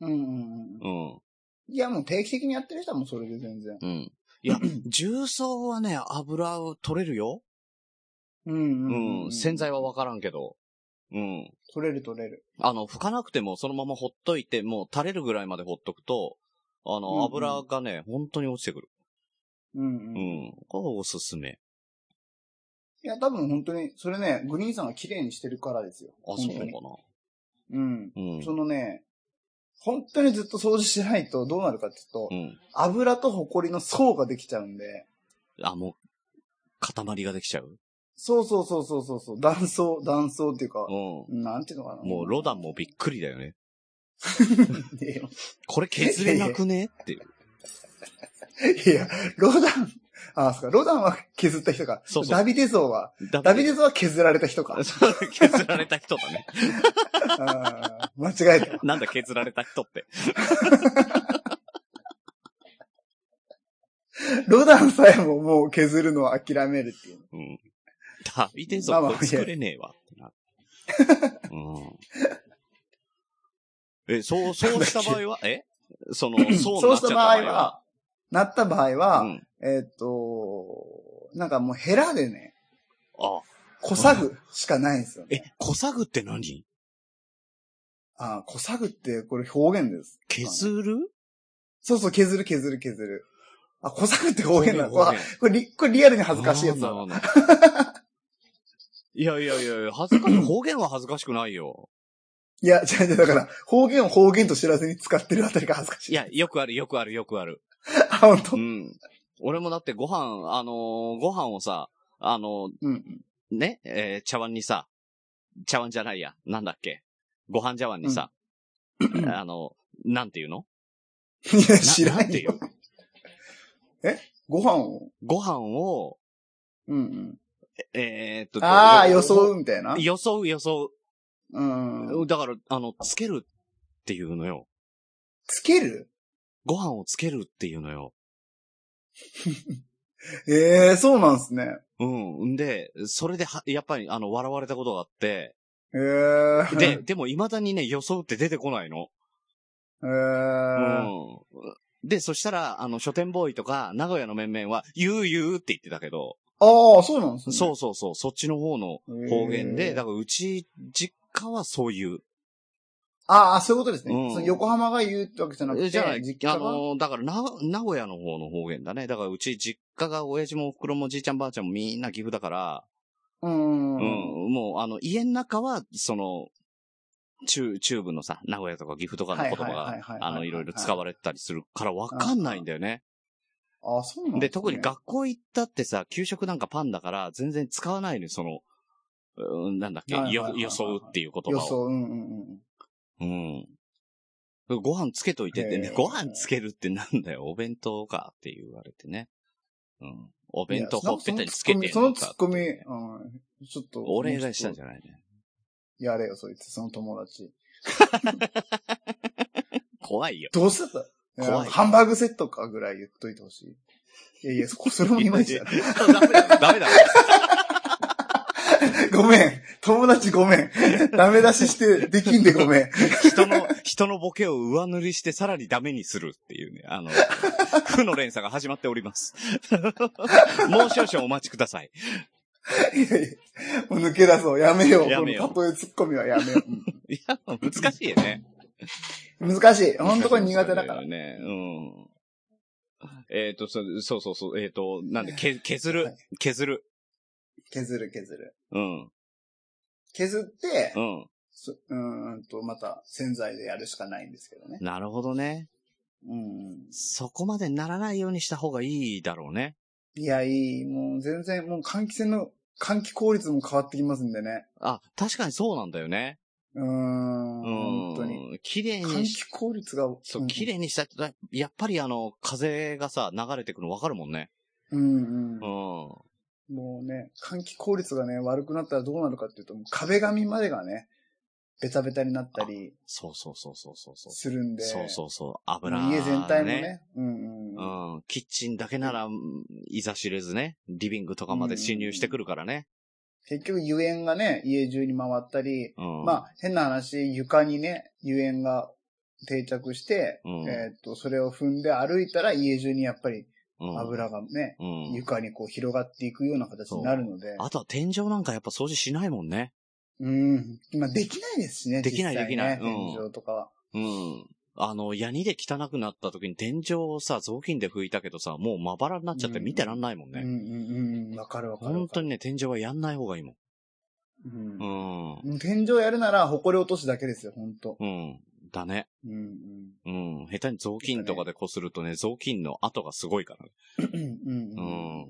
Speaker 1: うんうんうん。
Speaker 3: うん。
Speaker 1: いや、もう定期的にやってる人はもうそれで全然。
Speaker 3: うん。い や、重曹はね、油を取れるよ。
Speaker 1: うん
Speaker 3: うん。洗剤
Speaker 1: は。
Speaker 3: はわからんけど。うん。
Speaker 1: 取れる取れる。
Speaker 3: あの、拭かなくてもそのままほっといて、もう垂れるぐらいまでほっとくと、あ
Speaker 1: うんうん
Speaker 3: の、油がね、本当に落ちてくる。
Speaker 1: うん
Speaker 3: う
Speaker 1: うん。い
Speaker 3: ん。これはおすすめ。
Speaker 1: や、多分本当に、それね、グリーンさんが綺麗にしてるからですよ。
Speaker 3: あ、そう
Speaker 1: 本当に。
Speaker 3: か
Speaker 1: うん。
Speaker 3: な。うん。
Speaker 1: そのね、本当にずっと掃除しないとどうなるかっていうと、
Speaker 3: うん。
Speaker 1: 油と埃の層ができちゃうんで、
Speaker 3: あ、もう、塊ができちゃう
Speaker 1: そうそうそうそうそうそう、断層、断層っていうか
Speaker 3: う、ん。
Speaker 1: なんていうのかな。
Speaker 3: もう、ロダンもびっくりだよね。
Speaker 1: いや
Speaker 3: これ削れなくねっていう。
Speaker 1: いや、ロダン、あ、そうか、ロダンは削った人か。
Speaker 3: そうそう
Speaker 1: ダビデ像は、
Speaker 3: だ
Speaker 1: ダビデ像は削られた人 か。
Speaker 3: 削られた人だね。
Speaker 1: あー間違えたわ。
Speaker 3: なんだ削られた人って。
Speaker 1: ロダンさえももう削るのを諦めるっていう。
Speaker 3: うん。旅でぞ
Speaker 1: まあ、まあ
Speaker 3: これ作れねえわってな。うん。え、そう、そうした場合は、えそ の、そう
Speaker 1: そ
Speaker 3: な
Speaker 1: う
Speaker 3: っ
Speaker 1: し
Speaker 3: ちゃったた
Speaker 1: 場
Speaker 3: 場
Speaker 1: 合
Speaker 3: 合は、
Speaker 1: は、なった場合は、
Speaker 3: うん。
Speaker 1: えーっと、なんかもうヘラでね、
Speaker 3: あ、
Speaker 1: 小さぐしかないんですよ、
Speaker 3: え
Speaker 1: ね。、
Speaker 3: 小さぐって何
Speaker 1: あー小さぐってこれ表現です。
Speaker 3: 削る
Speaker 1: そうそう、削る削る削る。あ、小さぐって表現なの
Speaker 3: 表
Speaker 1: わ
Speaker 3: 現
Speaker 1: これリ、これリアルに恥ずかしいやつ
Speaker 3: あ
Speaker 1: だ
Speaker 3: ー
Speaker 1: わ。
Speaker 3: なるほどいやいやいやいや、恥ずかしい。方言は恥ずかしくない よ。
Speaker 1: いや、違う違う、だから、方言を方言と知らずに使ってるあたりが恥ずかしい。
Speaker 3: いや、よくある、よくある、よくある。
Speaker 1: あ、ほんと
Speaker 3: う。ん。俺もだってご飯、あのーご飯をさ、あの
Speaker 1: うん。
Speaker 3: ーね、えー茶碗にさ、茶碗じゃないや、なんだっけ。ご飯茶碗にさ、あのーなんていうの
Speaker 1: いや、知ら
Speaker 3: なんんて
Speaker 1: よ
Speaker 3: よ。
Speaker 1: ご飯を
Speaker 3: ご飯を、
Speaker 1: うんうん。
Speaker 3: えーっと、
Speaker 1: ああ、
Speaker 3: どう
Speaker 1: 装うみたいな。
Speaker 3: 予想、予想。
Speaker 1: うん。
Speaker 3: だから、あの、つけるっていうのよ。
Speaker 1: つける
Speaker 3: ご飯をつけるっていうのよ。
Speaker 1: ええそうなんすね。
Speaker 3: うん。んで、それでは、やっぱり、あの、笑われたことがあって、
Speaker 1: ええ
Speaker 3: で、、でも未だにね、予想って出てこないの。
Speaker 1: ええ
Speaker 3: うん。で、そしたら、あの、書店ボーイとか、名古屋の面々は、ゆうゆうって言ってたけど、
Speaker 1: ああ、そうなんすね。
Speaker 3: そうそうそう、そっちの方の方言
Speaker 1: へ
Speaker 3: で、
Speaker 1: ー
Speaker 3: だからうち、実家はそういう。
Speaker 1: ああ、そういうことですね。
Speaker 3: うん
Speaker 1: その横浜が言うってわけじゃなく
Speaker 3: え
Speaker 1: て、
Speaker 3: じゃない
Speaker 1: 実、家
Speaker 3: あ
Speaker 1: が。
Speaker 3: のー、だから、な、名古屋の方の方言だね。だから、うち実家が親父もお袋もじいちゃんばあちゃんもみんな岐阜だから、
Speaker 1: うん。
Speaker 3: うん、もう、あの、家の中は、その、中、中部のさ、名古屋とか岐阜とかの言葉
Speaker 1: はいはい
Speaker 3: が
Speaker 1: はいはいはいは、い
Speaker 3: あの、いろいろ使われてたりするからわかんないんだよね。
Speaker 1: ああ、そうなん
Speaker 3: で、
Speaker 1: すね
Speaker 3: 特に学校行ったってさ、給食なんかパンだから、全然使わないのよ、その、うんなんだっけ、
Speaker 1: はいはいはい
Speaker 3: よ
Speaker 1: はい
Speaker 3: 装うっていう言
Speaker 1: 予
Speaker 3: 葉を。
Speaker 1: 想、うんうんうん。
Speaker 3: うん。ご飯つけといてってね
Speaker 1: へ、ー
Speaker 3: ご飯つけるってなんだよ、お弁当かって言われてね。うん。お弁当
Speaker 1: いや
Speaker 3: ほっぺたにつけてん
Speaker 1: その
Speaker 3: か
Speaker 1: ツッコミ、そのツッコミうん、ちょっと。
Speaker 3: お礼がしたんじ
Speaker 1: ゃん。
Speaker 3: ゃないね。
Speaker 1: やれよ、そいつ、その友達。
Speaker 3: 怖いよ。
Speaker 1: どうしたった
Speaker 3: 怖い
Speaker 1: いやハンバーグセットかぐらい言っといてほしい。いやいや、そこそれもいま いちだね。
Speaker 3: ダメだ、ダメだ。
Speaker 1: ごめん。友達ごめん。ダメ出しして、できんでごめん。
Speaker 3: 人の、人のボケを上塗りしてさらにダメにするっていうね、あの、負の連鎖が始まっており ます。もう少々お待ちください。
Speaker 1: いやいやもう抜け出そう。やめよう。
Speaker 3: やめよう
Speaker 1: この例えツッコミはやめよう。うん
Speaker 3: いや、難しいよね。
Speaker 1: 難しい。ほんとこれ苦手だから。
Speaker 3: 難しいよね、うん。えっ、と、そそうそうそう、えっ、と、なんで、け削る
Speaker 1: はい、
Speaker 3: 削る。
Speaker 1: 削る削る。
Speaker 3: うん、
Speaker 1: 削って
Speaker 3: う、ん。
Speaker 1: そうーんと、また洗剤でやるしかないんですけどね。
Speaker 3: なるほどね。
Speaker 1: うん。
Speaker 3: そこまでならないようにした方がいいだろうね。
Speaker 1: いや、いい。もう全然、もう換気扇の、換気効率も変わってきますんでね。
Speaker 3: あ、確かにそうなんだよね。
Speaker 1: うーん。
Speaker 3: うん。
Speaker 1: 本当に。。
Speaker 3: 綺麗
Speaker 1: 換
Speaker 3: にし
Speaker 1: 気効率が、
Speaker 3: そう、綺
Speaker 1: 麗。
Speaker 3: 麗にしたってなやっぱりあの、風がさ、流れてくの分かるもんね。
Speaker 1: う
Speaker 3: う
Speaker 1: んうん。
Speaker 3: ん。
Speaker 1: もうね、換気効率がね、悪くなったらどうなるかっていうと、もう壁紙までがね、ベタベタになったり
Speaker 3: そうそうそうそうそうそう。
Speaker 1: するんで。
Speaker 3: そうそうそう。
Speaker 1: もう
Speaker 3: 油、
Speaker 1: 家全体もね。うん
Speaker 3: う
Speaker 1: うん。
Speaker 3: ん。キッチンだけなら、いざ知れずね、リビングとかまで侵入してくるからね。
Speaker 1: 結局、油煙がね、家中に回ったり、
Speaker 3: うん。
Speaker 1: まあ、変な話、床にね、油煙が定着して、
Speaker 3: うん
Speaker 1: えーっと、それを踏んで歩いたら家中にやっぱり
Speaker 3: うん、
Speaker 1: 油がね、
Speaker 3: うん。
Speaker 1: 床にこう広がっていくような形になるので。
Speaker 3: あとは天井なんかやっぱ掃除しないもんね。
Speaker 1: うん。今できないですしね。
Speaker 3: できない
Speaker 1: 実際ね
Speaker 3: できないうん
Speaker 1: 天井とかは。
Speaker 3: うん。あの、ヤニで汚くなった時に天井をさ、雑巾で拭いたけどさ、もうまばらになっちゃって見てらんないもん
Speaker 1: うん
Speaker 3: ね。
Speaker 1: うんうん。わかるわかるわ
Speaker 3: 本
Speaker 1: か
Speaker 3: 当
Speaker 1: る。
Speaker 3: にね、天井はやんない方がいいも
Speaker 1: うん
Speaker 3: ん。うん。
Speaker 1: もう天井やるなら、埃落とすだけですよ、本当
Speaker 3: うん。だね。
Speaker 1: うんうん。
Speaker 3: うん。下手に雑巾とかで擦るとね、雑巾の跡がすごいからね。
Speaker 1: うん
Speaker 3: う
Speaker 1: うん。
Speaker 3: ん。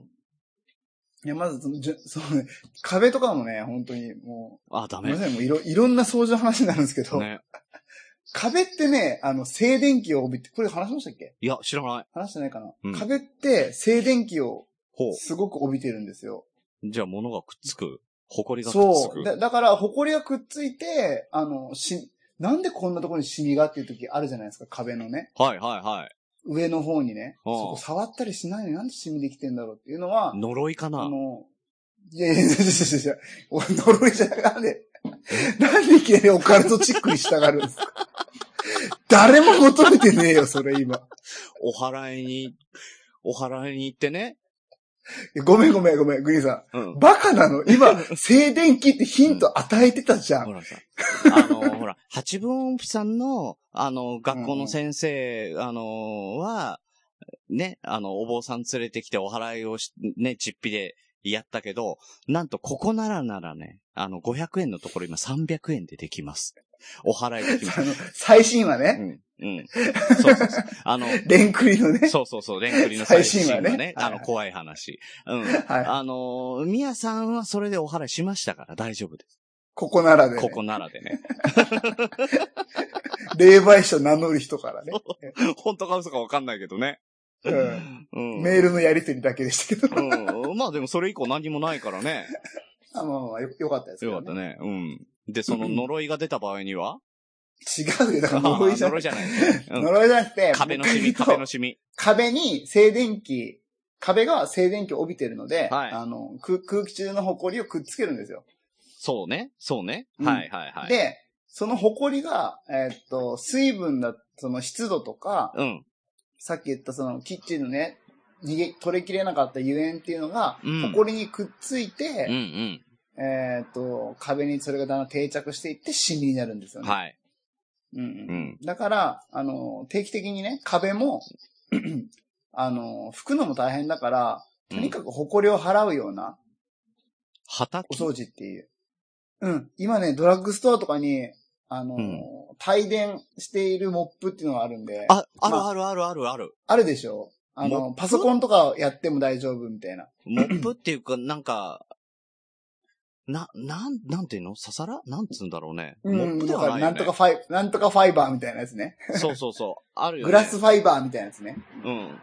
Speaker 1: いや、まずその、じゅ そうね、壁とかもね、本当にも
Speaker 3: あ、
Speaker 1: う、
Speaker 3: ダ
Speaker 1: ごめん
Speaker 3: メ
Speaker 1: な。さい、もういろ、いろんな掃除の話になるんですけど、
Speaker 3: ね。
Speaker 1: 壁ってね、あの、静電気を帯びて、これ話しましたっけ
Speaker 3: いや、知らない。
Speaker 1: 話してないかな、
Speaker 3: うん
Speaker 1: 壁って静電気を
Speaker 3: ほう。
Speaker 1: すごく帯びてるんですよ。
Speaker 3: じゃあ物がくっつく。埃がくっつ
Speaker 1: そう。
Speaker 3: く。
Speaker 1: だだから、埃がくっついて、あの、し、なんでこんなところにシミがっていう時あるじゃないですか、壁のね。
Speaker 3: はいはいはい。
Speaker 1: 上の方にね。
Speaker 3: ああ
Speaker 1: そこ触ったりしないのになんでシミできてんだろうっていうのは、
Speaker 3: 呪いか
Speaker 1: あ
Speaker 3: な
Speaker 1: の、いやいやいやいやいやいや、お呪いじゃなくてなんで、なんでいきなりオカルトチックに従うんですか誰も求めてねえよ、それ今。い
Speaker 3: お祓いに、お祓いに行ってね。
Speaker 1: やごめんごめんごめん、グリーンさ
Speaker 3: うん
Speaker 1: ん。。バカなの今、静電気ってヒント与えてたじゃ
Speaker 3: ほ
Speaker 1: ん。
Speaker 3: らさ。あの、 ほら、八分音符さんの、あの、学校の先生、あの、は、ね、あの、お坊さん連れてきてお祓いをし、ね、ちっぴでやったけど、なんとここならならね、あの、500円のところ今300円でできます。お祓いできます
Speaker 1: あ。の、最新話
Speaker 3: う
Speaker 1: ね。
Speaker 3: ん。うん。そうそうそう。あの、
Speaker 1: レンクリのね。
Speaker 3: そうそうそう、レンクリの最新は
Speaker 1: 最新話
Speaker 3: ね
Speaker 1: ね、
Speaker 3: あの、
Speaker 1: はい
Speaker 3: 怖い話。うん。
Speaker 1: はい。
Speaker 3: あの、ミヤさんはそれでお祓いしましたから大丈夫です。
Speaker 1: ここならで、ね。
Speaker 3: ここならでね。
Speaker 1: 霊媒師を名乗る人からね。
Speaker 3: 本当か嘘かわかんないけどね。
Speaker 1: うん
Speaker 3: うん。
Speaker 1: メールのやりとりだけでしたけど。
Speaker 3: うん。まあでもそれ以降何もないからね。
Speaker 1: あまあまあまあ、よよかったです
Speaker 3: よ
Speaker 1: ね。
Speaker 3: かったね。うん。で、その呪いが出た場合には
Speaker 1: 違うよ。だから 呪いじゃ
Speaker 3: あー呪
Speaker 1: なく
Speaker 3: いじゃない。
Speaker 1: て。
Speaker 3: うん
Speaker 1: 呪いじゃなくて、
Speaker 3: 壁の
Speaker 1: もう
Speaker 3: シミ、
Speaker 1: 一回
Speaker 3: 壁
Speaker 1: 言
Speaker 3: の
Speaker 1: うと
Speaker 3: シミ。
Speaker 1: 壁に静電気、壁が静電気を帯びてるので、
Speaker 3: はい
Speaker 1: あの空空気中の埃をくっつけるんですよ。
Speaker 3: そうね。そうね。
Speaker 1: うん
Speaker 3: はいはいはい。、
Speaker 1: で、その埃が、えーっと、水分だ、その湿度とか、
Speaker 3: うん。
Speaker 1: さっき言ったそのキッチンのね、逃げ、取りきれなかった油煙っていうのが、
Speaker 3: うん
Speaker 1: 埃にくっついて、
Speaker 3: うんうん。
Speaker 1: えーっと、壁にそれがだんだん定着していってシミになるんですよね。
Speaker 3: はい。
Speaker 1: うん
Speaker 3: う
Speaker 1: うん
Speaker 3: ん。
Speaker 1: だから、あの、定期的にね、壁も、 あの、拭くのも大変だから、とにかく埃を払うような
Speaker 3: 畑
Speaker 1: お掃除っていう。うん。今ね、ドラッグストアとかに、あの、
Speaker 3: うん
Speaker 1: 帯電しているモップっていうのがあるんで、あ
Speaker 3: あ、ある
Speaker 1: まあ
Speaker 3: あるあるあるある。
Speaker 1: るでしょあ
Speaker 3: モ
Speaker 1: の、
Speaker 3: ップ
Speaker 1: パソコンとかやっても大丈夫みたいな。
Speaker 3: モップっていうか、なんか、な、なん、なんていうのささらなんつうんだろうね。
Speaker 1: うん
Speaker 3: モップで
Speaker 1: だか
Speaker 3: はな
Speaker 1: ら
Speaker 3: い
Speaker 1: な
Speaker 3: よ、
Speaker 1: ん
Speaker 3: ね。
Speaker 1: とかファイ、なんとかファイバーみたいなやつね。
Speaker 3: そうそうそう。あるよ、ね。
Speaker 1: グラス。ファイバーみたいなやつね。
Speaker 3: うん。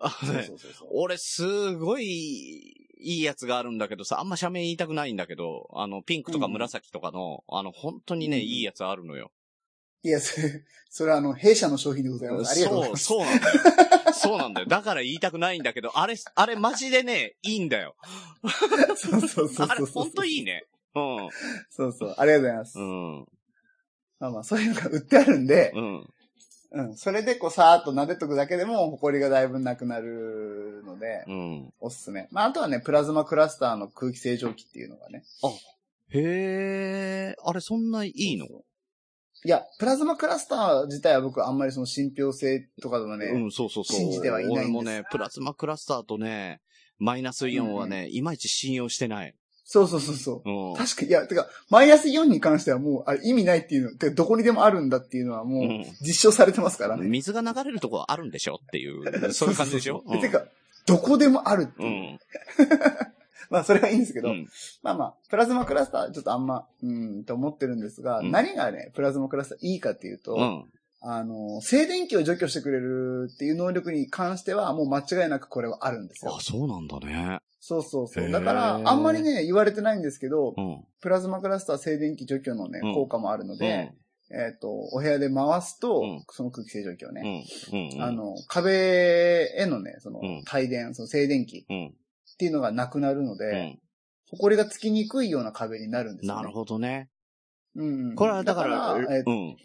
Speaker 3: あの
Speaker 1: そう
Speaker 3: ね、
Speaker 1: そうそうそう。
Speaker 3: 俺、すごい、いいやつがあるんだけどさ、あんま社名言いたくないんだけど、あの、ピンクとか紫とかの、あの、本当にね、
Speaker 1: うん
Speaker 3: いいやつあるのよ。
Speaker 1: いや、それ、それはあの、弊社の商品でございます。ありがとうござい
Speaker 3: そう、
Speaker 1: ます。
Speaker 3: そうなんだよ。そうなんだよ。だから言いたくないんだけど、あれ、あれマジでね、いいんだよ。
Speaker 1: そうそうそうそう。
Speaker 3: あれ、本当いいね。うん。
Speaker 1: そうそう。ありがとうございます。
Speaker 3: うん。
Speaker 1: まあまあ、そういうのが売ってあるんで、
Speaker 3: うん。
Speaker 1: うん。それでこう、さーっと撫でとくだけでも、埃がだいぶなくなるので、
Speaker 3: うん。
Speaker 1: おすすめ。まあ、あとはね、プラズマクラスターの空気清浄機っていうのがね。
Speaker 3: へえ、あれそんないいの
Speaker 1: そうそういや、プラズマクラスター自体は僕あんまりその信憑性とかでもね、
Speaker 3: うん、そうそうそう。
Speaker 1: 信じてはいないんです
Speaker 3: 俺もね、プラズマクラスターとね、マイナスイオンはね、いまいち信用してない。
Speaker 1: そうそうそうそう。
Speaker 3: うん。
Speaker 1: 確か、いや、てか、マイナス4に関してはもう、あれ意味ないっていうの、てかどこにでもあるんだっていうのはもう、
Speaker 3: う
Speaker 1: 実証されてますから
Speaker 3: ん、
Speaker 1: ね。
Speaker 3: 水が流れるとこあるんでしょって いう、そういう感じでしょ
Speaker 1: てか、どこでもあるって
Speaker 3: う
Speaker 1: いう。
Speaker 3: ん。
Speaker 1: まあ、それはいいんですけ
Speaker 3: う
Speaker 1: ど、
Speaker 3: ん。
Speaker 1: まあまあ、プラズマクラスター、ちょっとあんま、うん、と思ってるんですが、
Speaker 3: うん
Speaker 1: 何がね、プラズマクラスターいいかっていうと、
Speaker 3: うん。
Speaker 1: あの、静電気を除去してくれるっていう能力に関しては、もう間違いなくこれはあるんですよ
Speaker 3: あ、。そうなんだね。
Speaker 1: そうそうそ
Speaker 3: へ
Speaker 1: う。
Speaker 3: ー
Speaker 1: だから、あんまりね、言われてないんですけど
Speaker 3: う、ん。
Speaker 1: プラズマクラスター静電気除去のね
Speaker 3: うん、
Speaker 1: 効果もあるので、えっと、お部屋で回す
Speaker 3: う
Speaker 1: と
Speaker 3: ん、
Speaker 1: その空気清浄機を
Speaker 3: う
Speaker 1: ね、
Speaker 3: ん。うん。うん。
Speaker 1: あ、の、壁へのね、その
Speaker 3: うん、
Speaker 1: 帯電、その静電気
Speaker 3: うん。
Speaker 1: っていうのがなくなるの
Speaker 3: う
Speaker 1: で、
Speaker 3: ん。
Speaker 1: 埃がつきにくいような壁になるんですよ、ね。
Speaker 3: なるほどね。
Speaker 1: うんうん。
Speaker 3: これはだから、
Speaker 1: えー
Speaker 3: うん。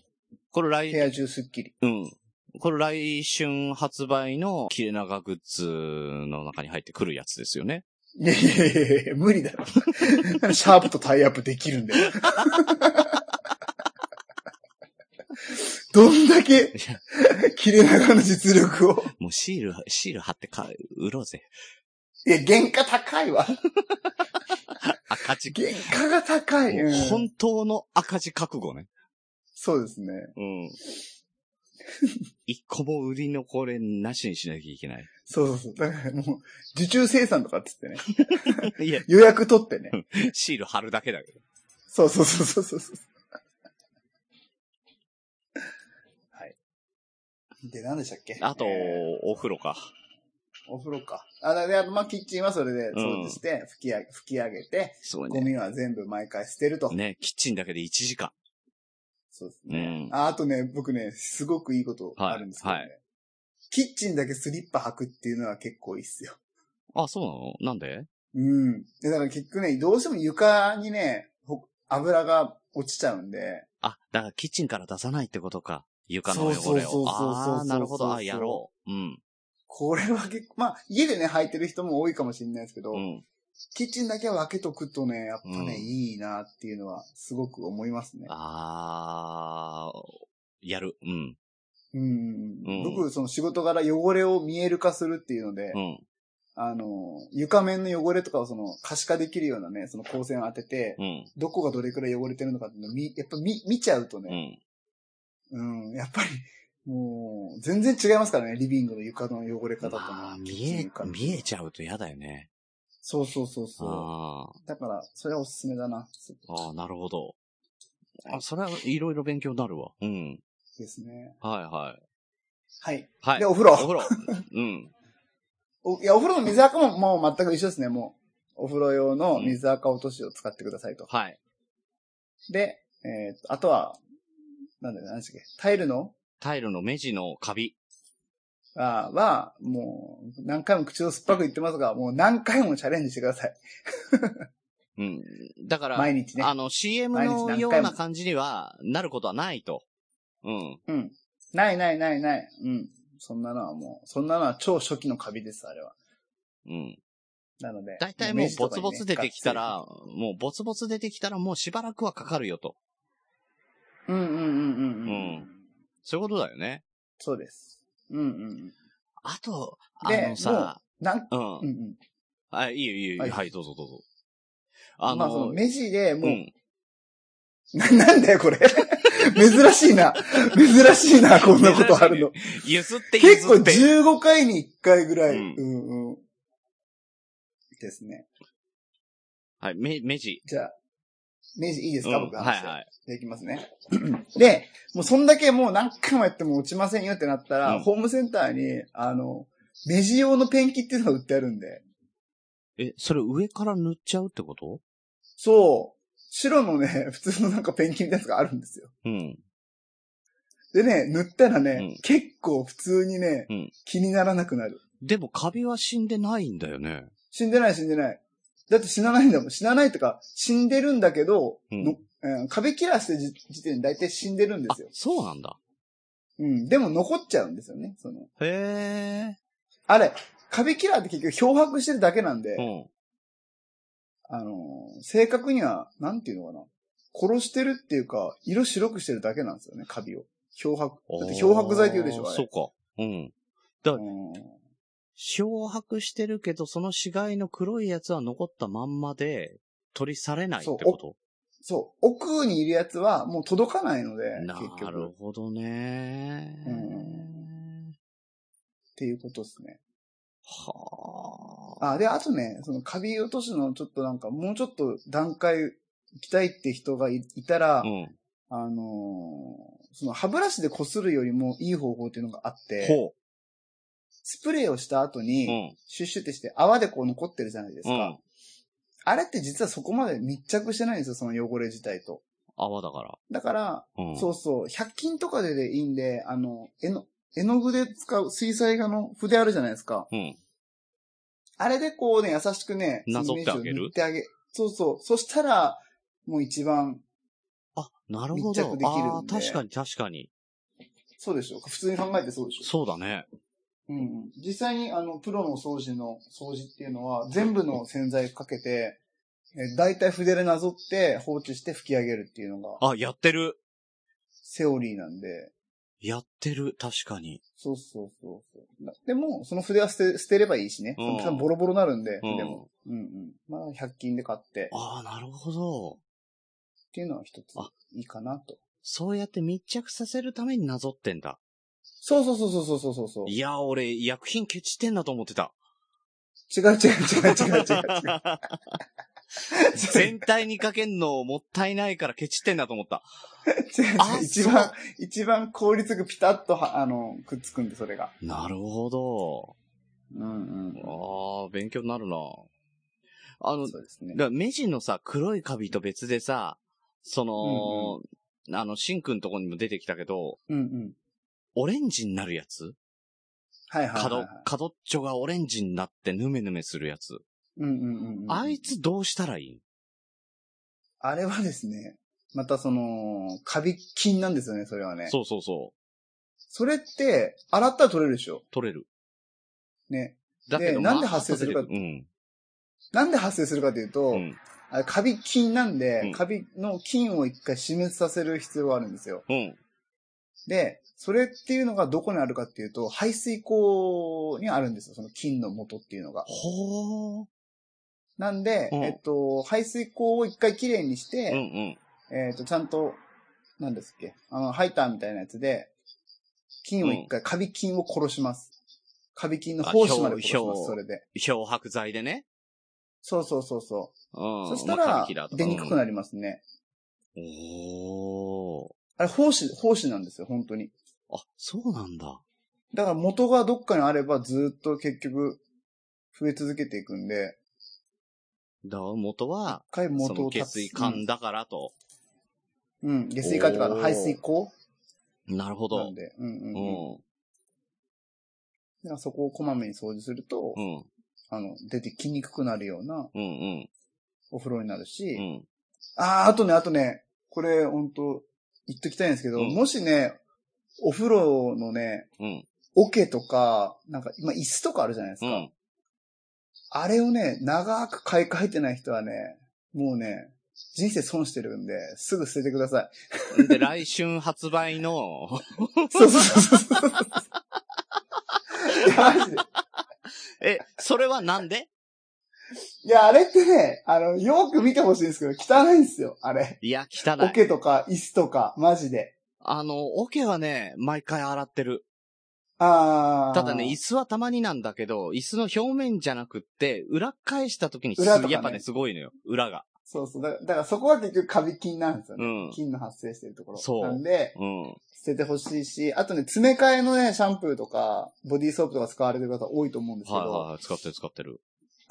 Speaker 3: これ来
Speaker 1: 部、屋中すっきり。
Speaker 3: うん。これ来春発売の切れ長グッズの中に入ってくるやつですよね。
Speaker 1: いやいやいやいや無 理だろ。シャープとタイアップできるんだよ。どんだけ、切れ長の実力を。
Speaker 3: もうシール、シール貼ってか、売ろうぜ。
Speaker 1: いや、原価高いわ。
Speaker 3: 赤字、
Speaker 1: 原価が高い。うん
Speaker 3: 本当の赤字覚悟ね。
Speaker 1: そうですね。
Speaker 3: うん。一個も売りのこれなしにしなきゃいけ ない。
Speaker 1: そうそうそう。だからもう、受注生産とかっつってね。
Speaker 3: いや、
Speaker 1: 予約取ってね。
Speaker 3: シール貼るだけだけど。
Speaker 1: そうそうそうそうそうそう。はい。で、何でしたっけ
Speaker 3: あと
Speaker 1: えー、
Speaker 3: お風呂か。
Speaker 1: お風呂か。あ、だで、あとまあ、キッチンはそれで掃除して、拭き上げ、拭き上げて、
Speaker 3: すごい
Speaker 1: ゴ
Speaker 3: ね。
Speaker 1: ミは全部毎回捨てると。
Speaker 3: ね、キッチンだけで1時間。
Speaker 1: そうです
Speaker 3: う
Speaker 1: ね。
Speaker 3: ん。
Speaker 1: ああとね、僕ね、すごくいいことあるんですけどね。
Speaker 3: はいは
Speaker 1: キッチンだけスリッパ履くっていうのは結構いいっすよ。
Speaker 3: あ、そうなのなんで
Speaker 1: うん。で、だから結局ね、どうしても床にね、ほ油が落ちちゃうんで、
Speaker 3: あ、だからキッチンから出さないってことか。床の汚
Speaker 1: そうそう
Speaker 3: れ
Speaker 1: そうそうそう
Speaker 3: を。ああ、なるほど。
Speaker 1: そうそうそう
Speaker 3: あ、やろう。うん。
Speaker 1: これは結構、まあ、家でね、履いてる人も多いかもしれないですけど、
Speaker 3: うん。
Speaker 1: キッチンだけは分けとくとね、やっぱね、
Speaker 3: うん
Speaker 1: いいなっていうのは、すごく思いますね。
Speaker 3: あー、やる。うん。
Speaker 1: うん
Speaker 3: うん
Speaker 1: 僕、その仕事柄汚れを見える化するっていうので、
Speaker 3: うん。
Speaker 1: あの、床面の汚れとかをその可視化できるようなね、その光線を当てて、
Speaker 3: うん。
Speaker 1: どこがどれくらい汚れてるのかっていうのを見、やっぱ見、見ちゃうと
Speaker 3: う
Speaker 1: ね、
Speaker 3: ん。
Speaker 1: うん、やっぱり、もう、全然違いますからね、リビングの床の汚れ方とね
Speaker 3: まあ、見
Speaker 1: キッチンの
Speaker 3: え
Speaker 1: 床、の
Speaker 3: 見えちゃうと嫌だよね。
Speaker 1: そうそうそうそ
Speaker 3: あ
Speaker 1: う。だから、それはおすすめだな。
Speaker 3: ーあー、なるほど。あ、それはいろいろ勉強になるわ。うん。
Speaker 1: ですね。
Speaker 3: はいはい。
Speaker 1: はい。
Speaker 3: はい。
Speaker 1: で、お風呂。
Speaker 3: お風呂。うん。
Speaker 1: おいや、お風呂の水垢ももう全く一緒ですね、もう。お風呂用の水垢落としを使ってくださいと。
Speaker 3: はい。
Speaker 1: で、えーとあとは、なんだよ、何でしたっけ、タイルの
Speaker 3: タイルの目地のカビ。
Speaker 1: あーは、もう、何回も口を酸っぱく言ってますが、もう何回もチャレンジしてください。
Speaker 3: うん。だから、
Speaker 1: 毎日ね。
Speaker 3: あの、CM
Speaker 1: 毎日何
Speaker 3: の
Speaker 1: 回も
Speaker 3: ような感じには、なることはないと。うん。
Speaker 1: うん。ないないないない。うん。そんなのはもう、そんなのは超初期のカビです、あれは。
Speaker 3: うん。
Speaker 1: なので。
Speaker 3: 大体もう
Speaker 1: 明治と
Speaker 3: ボ
Speaker 1: か
Speaker 3: ツ
Speaker 1: にね
Speaker 3: ボツ出てきたら、もうボツボツ出てきたらもうしばらくはかかるよと。
Speaker 1: ううんうんうんうんう。
Speaker 3: うんそういうことだよね。
Speaker 1: そうです。うんうん。
Speaker 3: あと、あ
Speaker 1: で
Speaker 3: のさ、
Speaker 1: なん、
Speaker 3: うん。
Speaker 1: うんうん。
Speaker 3: あ、いいよいいよいいよ、
Speaker 1: は
Speaker 3: はいい、どうぞどうぞ。あ
Speaker 1: まあその
Speaker 3: の、
Speaker 1: 目地で
Speaker 3: う
Speaker 1: もう、
Speaker 3: ん。
Speaker 1: ななんだよこれ。 珍しいな。珍しいな、こんなことあるの。
Speaker 3: ゆすってゆ
Speaker 1: 結構
Speaker 3: すって。
Speaker 1: 15回に1回ぐらい。う
Speaker 3: うんん
Speaker 1: うん。ですね。
Speaker 3: はい、目、目地。
Speaker 1: じゃあ、明治いいです
Speaker 3: うん
Speaker 1: か、
Speaker 3: はい
Speaker 1: 僕が。
Speaker 3: はい。
Speaker 1: できますね。 で、もうそんだけもう何回もやっても落ちませんよってなったら、
Speaker 3: うん
Speaker 1: ホームセンターに、あの、目地用のペンキっていうのが売ってあるんで。
Speaker 3: え、それ上から塗っちゃうってこと
Speaker 1: そう。白のね、 普通のなんかペンキみたいなやつがあるんですよ。
Speaker 3: うん。
Speaker 1: でね、塗ったらね、
Speaker 3: うん
Speaker 1: 結構普通にね、
Speaker 3: うん
Speaker 1: 気にならなくなる。
Speaker 3: でもカビは死んでないんだよね。
Speaker 1: 死んでない死んでない。だって死なないんだもん。死なないとか、死んでるんだけど、
Speaker 3: うん
Speaker 1: のうん、壁キラーしてる時点で大体死んでるんで
Speaker 3: あ
Speaker 1: すよ、。
Speaker 3: そうなんだ。
Speaker 1: うん。でも残っちゃうんですよね、その。
Speaker 3: へ
Speaker 1: あれ、壁キラーって結局漂白してるだけなんで、
Speaker 3: え。うん。
Speaker 1: あのー、正確には、なんていうのかな。殺してるっていうか、色白くしてるだけなんですよね、カビを。漂白。だって漂白剤って言うでしょ、あ
Speaker 3: あー
Speaker 1: れ。
Speaker 3: そうか。うん。
Speaker 1: うん。
Speaker 3: 漂白してるけど、その死骸の黒いやつは残ったまんまで、取り去れないってこ
Speaker 1: そう。奥にいるやつはもう届かないので、
Speaker 3: と
Speaker 1: 結
Speaker 3: なる
Speaker 1: 局。っ
Speaker 3: ほどね。
Speaker 1: うんていうことですね。
Speaker 3: はあ。
Speaker 1: あ、で、あとね、そのカビ落としのちょっとなんか、もうちょっと段階行きたいって人がいいたら、
Speaker 3: うん。
Speaker 1: あのーその歯ブラシで擦るよりもいい方法っていうのがあって、
Speaker 3: ほ
Speaker 1: スプレーをした後
Speaker 3: う。う
Speaker 1: に、
Speaker 3: ん。
Speaker 1: シュッシュってして泡でこう残ってるじゃないですか。
Speaker 3: うん
Speaker 1: あれって実はそこまで密着してないんですよ、その汚れ自体と。
Speaker 3: 泡だから。
Speaker 1: だから、
Speaker 3: うん。
Speaker 1: そうそう、100均とかででいいんで、あの、絵の、絵の具で使う水彩画の筆あるじゃないですか。
Speaker 3: うん。
Speaker 1: あれでこうね、優しくね、
Speaker 3: なぞってあげる
Speaker 1: そのイメージを塗ってあげ、そうそう。そしたら、もう一番、
Speaker 3: あ、なるほど。
Speaker 1: 密着できるんで
Speaker 3: ああ、確かに確かに。
Speaker 1: そうでしょ普通に考えてそうでしょ
Speaker 3: そうだね。
Speaker 1: うんうん。実際にあの、プロの掃除の掃除っていうのは、全部の洗剤かけて、え大体筆でなぞって放置して拭き上げるっていうのが、
Speaker 3: あ、やってる。
Speaker 1: セオリーなんで、
Speaker 3: やってる。確かに。
Speaker 1: そうそうそうそう。なでも、その筆は捨て、捨てればいいしね。
Speaker 3: うん
Speaker 1: そのボロボロになるんで、
Speaker 3: うん
Speaker 1: でも。うんうん。まあ、100均で買って、っ
Speaker 3: ああ、なるほど。
Speaker 1: ていうのは一つ
Speaker 3: あ
Speaker 1: いいかなと。
Speaker 3: そうやって密着させるためになぞってんだ。
Speaker 1: そうそうそうそうそうそうそう。
Speaker 3: いや、俺、薬品ケチってんだと思ってた。
Speaker 1: 違う違う違う違う違う違う。
Speaker 3: 全体にかけんのもったいないからケチってんだと思った。
Speaker 1: 違う違う
Speaker 3: あ
Speaker 1: 一
Speaker 3: そう
Speaker 1: 番、一番効率がピタッとは、あの、くっつくんで、それが。
Speaker 3: なるほど。
Speaker 1: うんうん。
Speaker 3: ああ、勉強になるな。あの、だか
Speaker 1: そうですね。
Speaker 3: ら目地のさ、黒いカビと別でさ、その、あの、シンクのとこにも出てきたけど、
Speaker 1: うんうん。
Speaker 3: オレンジになるやつ
Speaker 1: はいはいはいは
Speaker 3: 角
Speaker 1: い。、
Speaker 3: 角っちょがオレンジになってヌメヌメするやつ。
Speaker 1: うんうんうんうん。
Speaker 3: あいつどうしたらいい
Speaker 1: あれはですね、またその、カビ菌なんですよね、それはね。
Speaker 3: そうそうそう。
Speaker 1: それって、洗ったら取れるでしょ
Speaker 3: 取れる。
Speaker 1: ね。
Speaker 3: だけど、
Speaker 1: で
Speaker 3: まあ
Speaker 1: なんで発生するか
Speaker 3: 取れる
Speaker 1: なんで発生するかというと、
Speaker 3: うん。うん。
Speaker 1: あれカビ菌なんで、
Speaker 3: うん
Speaker 1: カビの菌を一回死滅させる必要があるんですよ。
Speaker 3: うん。
Speaker 1: で、それっていうのがどこにあるかっていうと、排水口にあるんですよ、その菌の元っていうのが。
Speaker 3: ほー。
Speaker 1: なんで、
Speaker 3: うん
Speaker 1: えっと、排水口を一回きれいにし
Speaker 3: うんう
Speaker 1: て、
Speaker 3: ん。
Speaker 1: えっと、ちゃんと、なんですっけ、あの、ハイターみたいなやつで、菌を一回、カビ菌を殺します。カビ菌の胞子まで殺し
Speaker 3: あ
Speaker 1: ま
Speaker 3: 表
Speaker 1: す、
Speaker 3: 表
Speaker 1: それで。
Speaker 3: 漂白剤でね。
Speaker 1: そうそうそうそうう。
Speaker 3: ん。
Speaker 1: そした
Speaker 3: まあ
Speaker 1: ら
Speaker 3: カビキラー、とか
Speaker 1: 出にくくなりますね。
Speaker 3: うんおー。
Speaker 1: あれ、胞子、胞子なんですよ、本当に。
Speaker 3: あ、そうなんだ。
Speaker 1: だから元がどっかにあれば、ずっと結局、増え続けていくんで、
Speaker 3: だから元は、
Speaker 1: 一回
Speaker 3: そ
Speaker 1: 元
Speaker 3: の
Speaker 1: を
Speaker 3: 下
Speaker 1: 断つ
Speaker 3: 水管だからと。
Speaker 1: うん、うん下水管っていうかあの、
Speaker 3: おー
Speaker 1: 排水口
Speaker 3: なるほ
Speaker 1: な
Speaker 3: ど
Speaker 1: ん。で、うんう
Speaker 3: うん
Speaker 1: う
Speaker 3: ん。
Speaker 1: ん。だからそこをこまめに掃除すると、
Speaker 3: うん。
Speaker 1: あの、出てきにくくなるような
Speaker 3: うん。うん。
Speaker 1: お風呂になるし、
Speaker 3: うん。
Speaker 1: あー、あとね、あとね、これ、本当言っときたいんですけど、
Speaker 3: うん
Speaker 1: もしね、お風呂のね、
Speaker 3: うん。
Speaker 1: 桶とか、なんか、今、椅子とかあるじゃないです
Speaker 3: う
Speaker 1: か。
Speaker 3: ん。
Speaker 1: あれをね、長く買い替えてない人はね、もうね、人生損してるんで、すぐ捨ててください。
Speaker 3: で、来春発売 の、
Speaker 1: そうそうそ うそう。いや、マジで。
Speaker 3: え、それはなんで
Speaker 1: いや、あれってね、あの、よく見てほしいんですけど、汚いんですよ、あれ。
Speaker 3: いや、汚
Speaker 1: オ
Speaker 3: い。
Speaker 1: ケとか、椅子とか、マジで。
Speaker 3: あの、オケはね、毎回洗ってる。
Speaker 1: あー。
Speaker 3: ただね、椅子はたまになんだけど、椅子の表面じゃなくって、裏返した時にす、
Speaker 1: 裏とかね
Speaker 3: やっぱね、すごいのよ。裏が。
Speaker 1: そうそう。だからだからそこは結局カビ菌なんですよ
Speaker 3: う
Speaker 1: ね。
Speaker 3: ん。
Speaker 1: 菌の発生してるところ。
Speaker 3: そう
Speaker 1: なんで、
Speaker 3: うん。
Speaker 1: 捨ててほしいし、あとね、詰め替えのね、シャンプーとか、ボディーソープとか使われてる方多いと思うんですけど、
Speaker 3: はいはいはい。使ってる使ってる。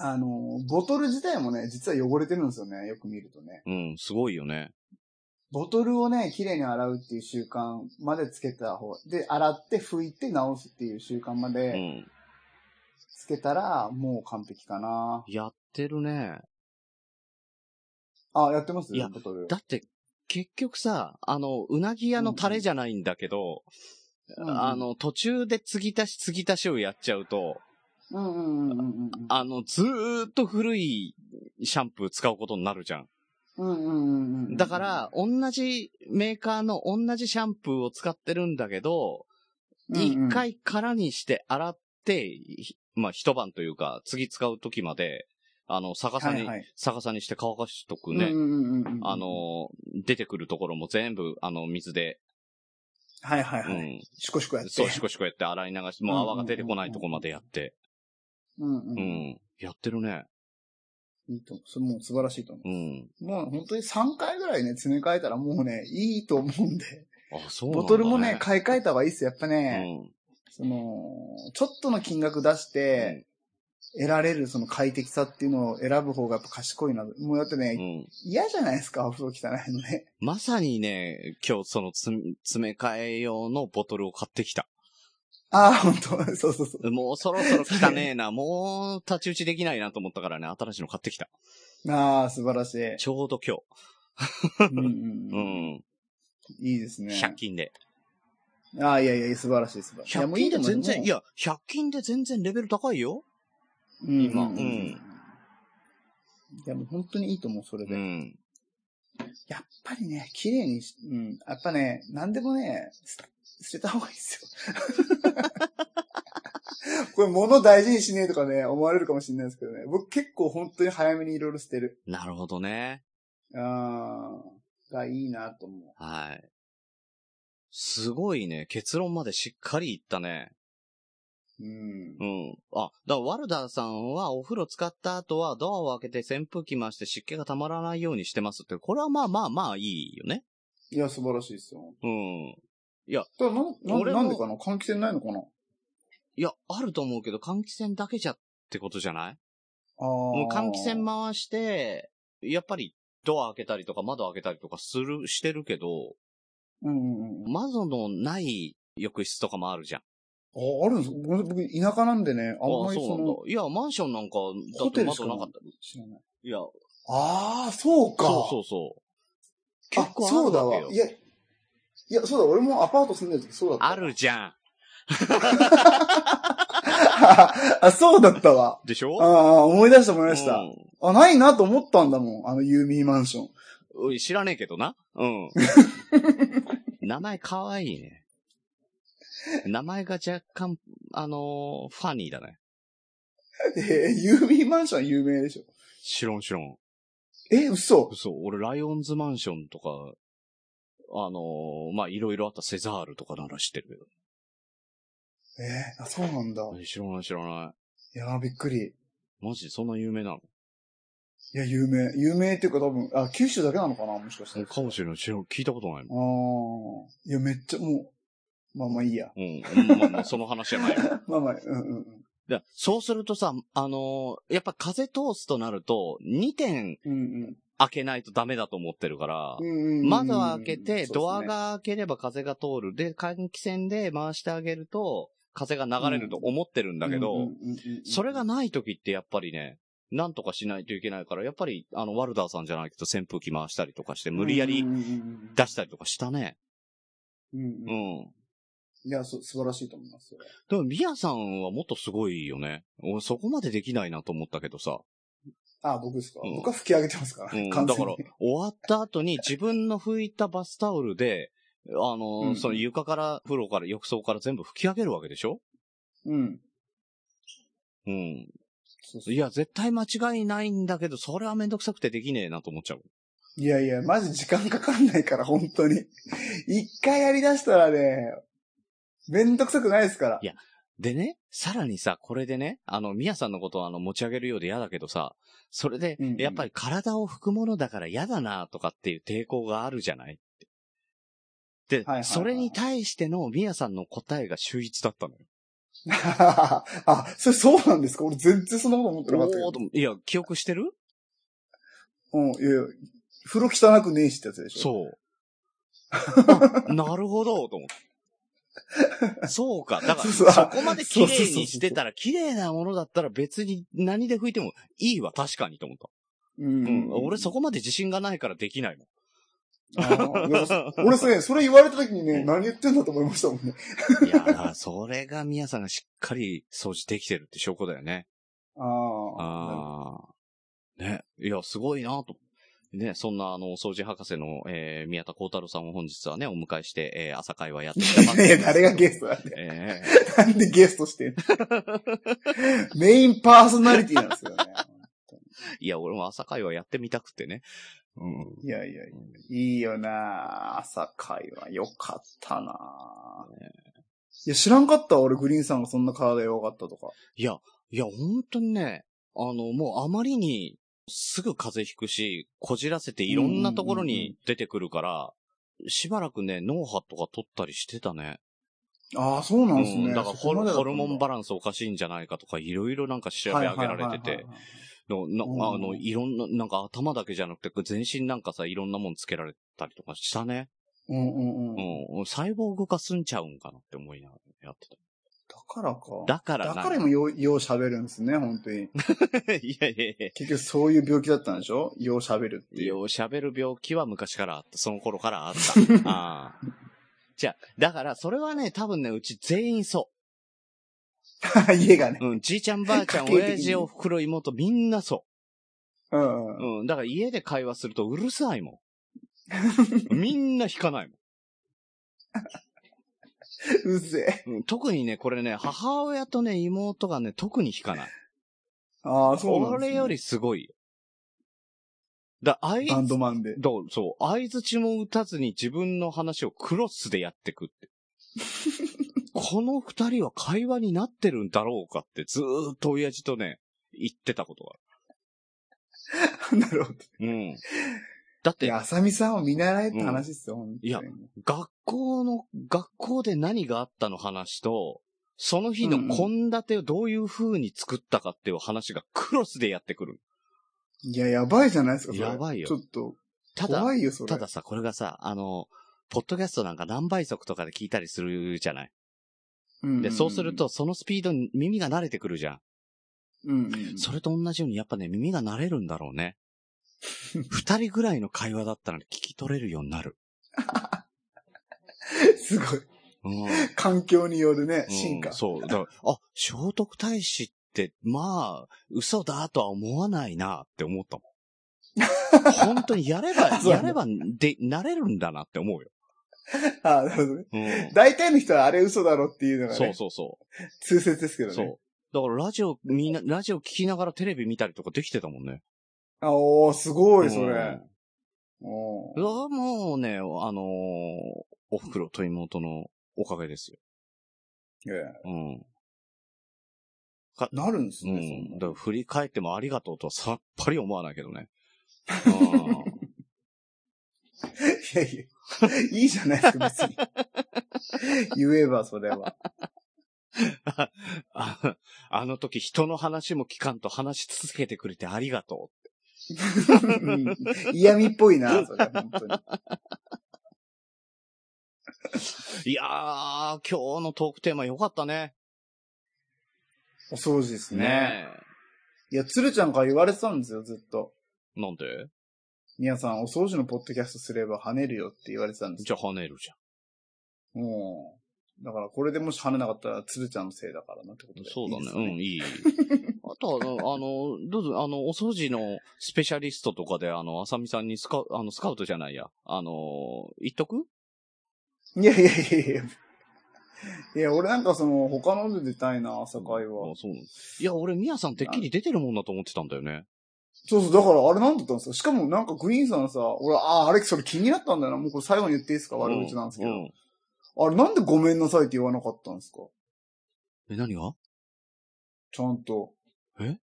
Speaker 1: あの、ボトル自体もね、実は汚れてるんですよね。よく見るとね。
Speaker 3: うん、すごいよね。
Speaker 1: ボトルをね、綺麗に洗うっていう習慣までつけた方が、で、洗って拭いて直すっていう習慣ま
Speaker 3: う
Speaker 1: で
Speaker 3: ん。
Speaker 1: つけたら、もう完璧かな。
Speaker 3: やってるね。
Speaker 1: あ、やってます
Speaker 3: いや
Speaker 1: ボトル。
Speaker 3: だって、結局さ、あの、うなぎ屋のタレじゃないんだけど、
Speaker 1: うん
Speaker 3: あ、の、途中で継ぎ足し継ぎ足しをやっちゃうと、
Speaker 1: うんうんうんうんうん。
Speaker 3: あの、ずーっと古いシャンプー使うことになるじゃん。
Speaker 1: うんうんうんうん。
Speaker 3: だから、、同じメーカーの同じシャンプーを使ってるんだけど、一、
Speaker 1: うんうん
Speaker 3: 回空にして洗って、ひまあ一晩というか、次使う時まで、あの、逆さに、
Speaker 1: はいはい
Speaker 3: 逆さにして乾かしとくね。
Speaker 1: うんうんうんうんうん
Speaker 3: あ、の、出てくるところも全部、あの、水で、
Speaker 1: はいはいうはい。
Speaker 3: ん。
Speaker 1: シコシコやって。
Speaker 3: そう、シコシコやって洗い流し、もう泡が出てこないとこまでやって。
Speaker 1: うんう。
Speaker 3: うんん。やってるね。
Speaker 1: いいと思う。それもう素晴らしいと思
Speaker 3: うん。
Speaker 1: う。もう本当に3回ぐらいね、詰め替えたらもうね、いいと思うんで。
Speaker 3: あ、そうなんだ、ね。
Speaker 1: ボトルもね、買い替えた方がいいっすよ。やっぱ
Speaker 3: う
Speaker 1: ね、
Speaker 3: ん。
Speaker 1: その、ちょっとの金額出して、得られるその快適さっていうのを選ぶ方がやっぱ賢いな。もうだって
Speaker 3: う
Speaker 1: ね、
Speaker 3: ん。
Speaker 1: 嫌じゃないですか、お風呂汚いのね。
Speaker 3: まさにね、今日そのつ詰め替え用のボトルを買ってきた。
Speaker 1: ああ、本当そうそうそう。
Speaker 3: もうそろそろ汚ねえ な、もう立ち打ちできないなと思ったからね、新しいの買ってきた。
Speaker 1: ああ、素晴らし い。
Speaker 3: ちょうど今
Speaker 1: うん
Speaker 3: 日。う
Speaker 1: う
Speaker 3: ん
Speaker 1: うん。
Speaker 3: ん。
Speaker 1: いいですね。
Speaker 3: 100均で。
Speaker 1: ああ、いやいや、素晴らしい、素晴らしい。いや
Speaker 3: 100
Speaker 1: もう
Speaker 3: 均
Speaker 1: いいと
Speaker 3: で
Speaker 1: 思う
Speaker 3: 全然、い
Speaker 1: も
Speaker 3: や、100均で全然レベル高いよ。
Speaker 1: ううん
Speaker 3: 今
Speaker 1: うん
Speaker 3: うん
Speaker 1: いや、もう本当にいいと思う、それ
Speaker 3: う
Speaker 1: で。
Speaker 3: ん。
Speaker 1: やっぱりね、綺麗にし、うん。やっぱね、なんでもね、捨て捨てた方がいいです よ。これ物大事にしねえとかね、思われるかもしれないですけどね。僕結構本当に早めにいろいろ捨てる。
Speaker 3: なるほどね。
Speaker 1: あーがいいなと思
Speaker 3: はい。すごいね、結論までしっかり言ったね。
Speaker 1: う。うん
Speaker 3: う。ん。あ、だからワルダーさんはお風呂使った後はドアを開けて扇風機回して湿気がたまらないようにしてますって、これはまあまあまあいいよね。
Speaker 1: いや、素晴らしいですよ。
Speaker 3: うん。
Speaker 1: ただ、なん、なん
Speaker 3: 俺も
Speaker 1: なんでかな換気扇ないのかない
Speaker 3: や、あると思うけど、換気扇だけじゃってことじゃない
Speaker 1: あ
Speaker 3: もう
Speaker 1: も
Speaker 3: 換気扇回して、やっぱりドア開けたりとか窓開けたりとかする、してるけど、
Speaker 1: うんうんうん。
Speaker 3: 窓のない浴室とかもあるじゃん。
Speaker 1: あ、あるんですごめんなさい僕、田舎なんでね、あんま
Speaker 3: そ
Speaker 1: り
Speaker 3: う
Speaker 1: そ
Speaker 3: なん
Speaker 1: の、
Speaker 3: だ。いや、マンションなんか、だ
Speaker 1: ホ
Speaker 3: って
Speaker 1: テルし
Speaker 3: 窓
Speaker 1: か
Speaker 3: なかった。
Speaker 1: 知らない。
Speaker 3: いや、
Speaker 1: ああ、そうか。
Speaker 3: そうそうそう。
Speaker 1: あ、
Speaker 3: 結構あるわけよ
Speaker 1: そうだわ。い。や、いや、そうだ、俺もアパート住んでる時そうだったわ。
Speaker 3: あるじゃ
Speaker 1: あ、そうだったわ。
Speaker 3: ん。でしょ
Speaker 1: ああ、思い出した思い出した。
Speaker 3: うん
Speaker 1: あ、ないなと思ったんだもん。あの、ユーミーマンション。
Speaker 3: おい知らねえけどな。うん。名前かわいいね。名前が若干、あのーファニーだね。
Speaker 1: えユーミーマンション有名でしょ。
Speaker 3: 知らん知らん。
Speaker 1: え、嘘。
Speaker 3: 嘘、俺ライオンズマンションとか、あのーまあ、いろいろあったセザールとかなら知ってるけど。
Speaker 1: えーあ、そうなんだ。
Speaker 3: え知らない知らない
Speaker 1: やー、びっくり。
Speaker 3: い。マジでそんな有名なの
Speaker 1: いや、有名。有名っていうか多分、あ、九州だけなのかなもしかしたら。
Speaker 3: かもしれない。知らん。聞いたことないもん
Speaker 1: あーいや、めっちゃもう、まあまあいいや。
Speaker 3: うん。まあまあ、その話じゃないよ。
Speaker 1: まあまあ、うんうんうん。
Speaker 3: だそうするとさ、あのーやっぱ風通すとなると、2点
Speaker 1: うんうん
Speaker 3: 開けないとダメだと思ってるから
Speaker 1: う、んうんうん。
Speaker 3: 窓開けて、
Speaker 1: そうっすね
Speaker 3: ドア。が開ければ風が通る。で、換気扇で回してあげると、風が流れると思ってるんだけど、
Speaker 1: うんうんうんうんうん
Speaker 3: それがない時ってやっぱりね、なんとかしないといけないから、やっぱり、あの、ワルダーさんじゃないけど、扇風機回したりとかして、無理やり
Speaker 1: うんうんうん
Speaker 3: 出したりとかしたね。
Speaker 1: うんうん
Speaker 3: う
Speaker 1: う
Speaker 3: ん。
Speaker 1: んいや、そ素晴らしいと思いますよ。
Speaker 3: でも、ビアさんはもっとすごいよね。俺、そこまでできないなと思ったけどさ。
Speaker 1: あ、僕ですか、
Speaker 3: うん
Speaker 1: 僕は吹き上げてますから、
Speaker 3: うん、だか
Speaker 1: 完
Speaker 3: ら、
Speaker 1: 全
Speaker 3: 終
Speaker 1: に。
Speaker 3: わった後に自分の拭いたバスタオルで、あのー
Speaker 1: うん
Speaker 3: その床から、風呂から、浴槽から全部拭き上げるわけでしょ
Speaker 1: うん。
Speaker 3: うん。
Speaker 1: そうそう
Speaker 3: いや、絶対間違いないんだけど、それはめんどくさくてできねえなと思っちゃう。
Speaker 1: いやいや、マジ時間かかんないから、本当に。一回やり出したらね、めんどくさくないですから。
Speaker 3: いやでね、さらにさ、これでね、あの、ミヤさんのことをあの、持ち上げるようで嫌だけどさ、それで
Speaker 1: うんう、ん
Speaker 3: やっぱり体を拭くものだから嫌だなとかっていう抵抗があるじゃないで
Speaker 1: はいはいは、い
Speaker 3: それに対してのミヤさんの答えが秀逸だったのよ。
Speaker 1: あ、それそうなんですか俺全然そんなこと思ってなかったけ
Speaker 3: お
Speaker 1: ど
Speaker 3: ーと。いや、記憶してる
Speaker 1: うん、いやいや、風呂汚くねえしってやつでしょ
Speaker 3: そう。あなるほど、と思って。そうか。だから、
Speaker 1: そうそう
Speaker 3: そこまで綺麗にしてたら、綺麗なものだったら別に何で拭いてもいいわ、 確かにと思った。
Speaker 1: う。うん
Speaker 3: う。ん。俺そ
Speaker 1: こ。
Speaker 3: こまで自信がないからできないもん。
Speaker 1: あーいや俺それ、それ言われた時にね、何言ってんだと思いましたもんね。
Speaker 3: いやー、それがミヤさんがしっかり掃除できてるって証拠だよね。
Speaker 1: ああ。
Speaker 3: ああ。ね。いや、すごいなと。ね、そんな、あの、お掃除博士の、えー、宮田幸太郎さんを本日はね、お迎えして、えー、朝会はやってきたばっかり
Speaker 1: い
Speaker 3: で
Speaker 1: や、
Speaker 3: す
Speaker 1: 誰がゲストなんだよ。
Speaker 3: ええ
Speaker 1: なんでゲストして んのメインパーソナリティなんですよね。
Speaker 3: いや、俺も朝会はやってみたくてね。うん。
Speaker 1: いやいやいや、いいよなぁ朝会はよかったなぁいや、知らんかったわ俺、グリーンさんがそんな体弱かったとか。
Speaker 3: いや、いや、本当にね、あの、もうあまりに、すぐ風邪ひくし、こじらせていろんなところ
Speaker 1: うんうんうん
Speaker 3: に出てくるから、しばらくね、脳波とか取ったりしてたね。
Speaker 1: ああ、そうなんですね。
Speaker 3: うんだからホルホルモンバ
Speaker 1: ラ
Speaker 3: ランスおかしいんじゃないかとか、いろいろなんか調べ上げられてて、のな
Speaker 1: うん
Speaker 3: あの、いろんな、なんか頭だけじゃなくて、全身なんかさ、いろんなもんつけられたりとかしたね。
Speaker 1: うんうんうん。
Speaker 3: う
Speaker 1: だ
Speaker 3: ん、細胞具化すんちゃうんかなって思いながらやってた。
Speaker 1: からか。
Speaker 3: だからな
Speaker 1: だから今よう、よう喋るんですね、本当に。
Speaker 3: いやいやいや
Speaker 1: 結局そういう病気だったんでしょよう喋るって
Speaker 3: い
Speaker 1: い
Speaker 3: や、
Speaker 1: う。
Speaker 3: 喋る病気は昔からあった。その頃からあった。 ああ。じゃあ、だから、それはね、多分ね、うち全員そ
Speaker 1: 家がね
Speaker 3: う。。うん、じいちゃんばあちゃん、
Speaker 1: 家計的に
Speaker 3: 親父、お袋、妹、みんなそ
Speaker 1: うんうん
Speaker 3: う。。うん、だから家で会話するとうるさいもん。 みんな引かないも
Speaker 1: うぜえ。
Speaker 3: ん。うん、特にね、これね、母親とね、妹がね、特に引かない。
Speaker 1: ああ、そうなんです、
Speaker 3: 俺
Speaker 1: ね。
Speaker 3: よりすごいよ。だ、あい
Speaker 1: バンドマンで。
Speaker 3: だからそう、相づちも打たずに自分の話をクロスでやってく って。この二人は会話になってるんだろうかってずーっと親父とね、言ってたことが
Speaker 1: なるほど。
Speaker 3: ある。うん。だっ
Speaker 1: い
Speaker 3: て
Speaker 1: や、、あさみさんを見習えって話っすよ、本当に
Speaker 3: いや学校の、学校で何があったの話と、その日の献立をどういう風に作ったかっていう話がクロスでやってくる。
Speaker 1: いや、やばいじゃないですか、それ
Speaker 3: やばいよ
Speaker 1: ちょっと、
Speaker 3: ただ、
Speaker 1: 怖いよ、それ。
Speaker 3: たださ、これがさ、あの、ポッドキャストなんか何倍速とかで聞いたりするじゃない
Speaker 1: うんんん
Speaker 3: で、そうする、と、そのスピードに耳が慣れてくるじゃん。
Speaker 1: うんうん、
Speaker 3: それと同じように、やっぱね、耳が慣れるんだろう ね。二人ぐらいの会話だったら聞き取れるようになる。
Speaker 1: すごい。
Speaker 3: うん。
Speaker 1: 環境によるね、 進化。
Speaker 3: うんそう。だから、あ、聖徳太子って、まあ、嘘だとは思わないなって思 ったもん。本当にやれば、
Speaker 1: そう
Speaker 3: やれば、で、慣れるんだなって思うよ。
Speaker 1: ああ、なるほどね。
Speaker 3: うん。
Speaker 1: 大体の人はあれ嘘だろっていうのがね、
Speaker 3: そうそうそ
Speaker 1: 通説ですけ
Speaker 3: う。
Speaker 1: どね。
Speaker 3: そう。だから、ラジオ、みんな、ラジオ聞きながらテレビ見たりとかできてたもんね。
Speaker 1: あおー、すごい、そ
Speaker 3: うん
Speaker 1: れ。お
Speaker 3: う
Speaker 1: ー
Speaker 3: わもうね、あのーお袋と妹のおかげですよ。
Speaker 1: いや
Speaker 3: うん。
Speaker 1: なるんです
Speaker 3: う
Speaker 1: ね、
Speaker 3: ん。だか
Speaker 1: そ
Speaker 3: ら
Speaker 1: んな。
Speaker 3: 振り返ってもありがとうとはさっぱり思わないけどね。 うん
Speaker 1: いやいや、いいじゃないですか、別に。言えば、それは。
Speaker 3: ああの時人の話も聞かんと話し続けてくれてありがと
Speaker 1: うん嫌味っぽいな、それ、本当に。
Speaker 3: う。いやー、今日のトークテーマ良かったね。
Speaker 1: お掃除ですね。
Speaker 3: え
Speaker 1: いや、鶴ちゃんから言われてたんですよ、ずっと。
Speaker 3: なんで
Speaker 1: 皆さん、お掃除のポッドキャストすれば跳ねるよって言われてたんです
Speaker 3: じゃ
Speaker 1: よ。
Speaker 3: あ跳ねるじゃ
Speaker 1: もうん。だから、これでもし跳ねなかったら、鶴ちゃんのせいだからなってこと
Speaker 3: ん。
Speaker 1: で。
Speaker 3: そうだね。
Speaker 1: いいです
Speaker 3: うん、いい。と、あの、あのどうぞ、あの、お掃除のスペシャリストとかで、あの、あさみさんにスカウ、あの、スカウトじゃないや。あの、言っとく
Speaker 1: いやいやいやいや。いや、俺なんかその、他ので出たいな、朝会は
Speaker 3: あ。そうなんですいや、俺、ミヤさんてっきり出てるもんだと思ってたんだよね。
Speaker 1: そうそう、だからあれなんだったんですかしかもなんかグリーンさんさ、俺、ああ、あれそれ気になったんだよな。もうこれ最後に言っていいですか悪口なんですけど。
Speaker 3: ううん
Speaker 1: あれなんでごめんなさいって言わなかったんですか
Speaker 3: え、何が
Speaker 1: ちゃんと。
Speaker 3: え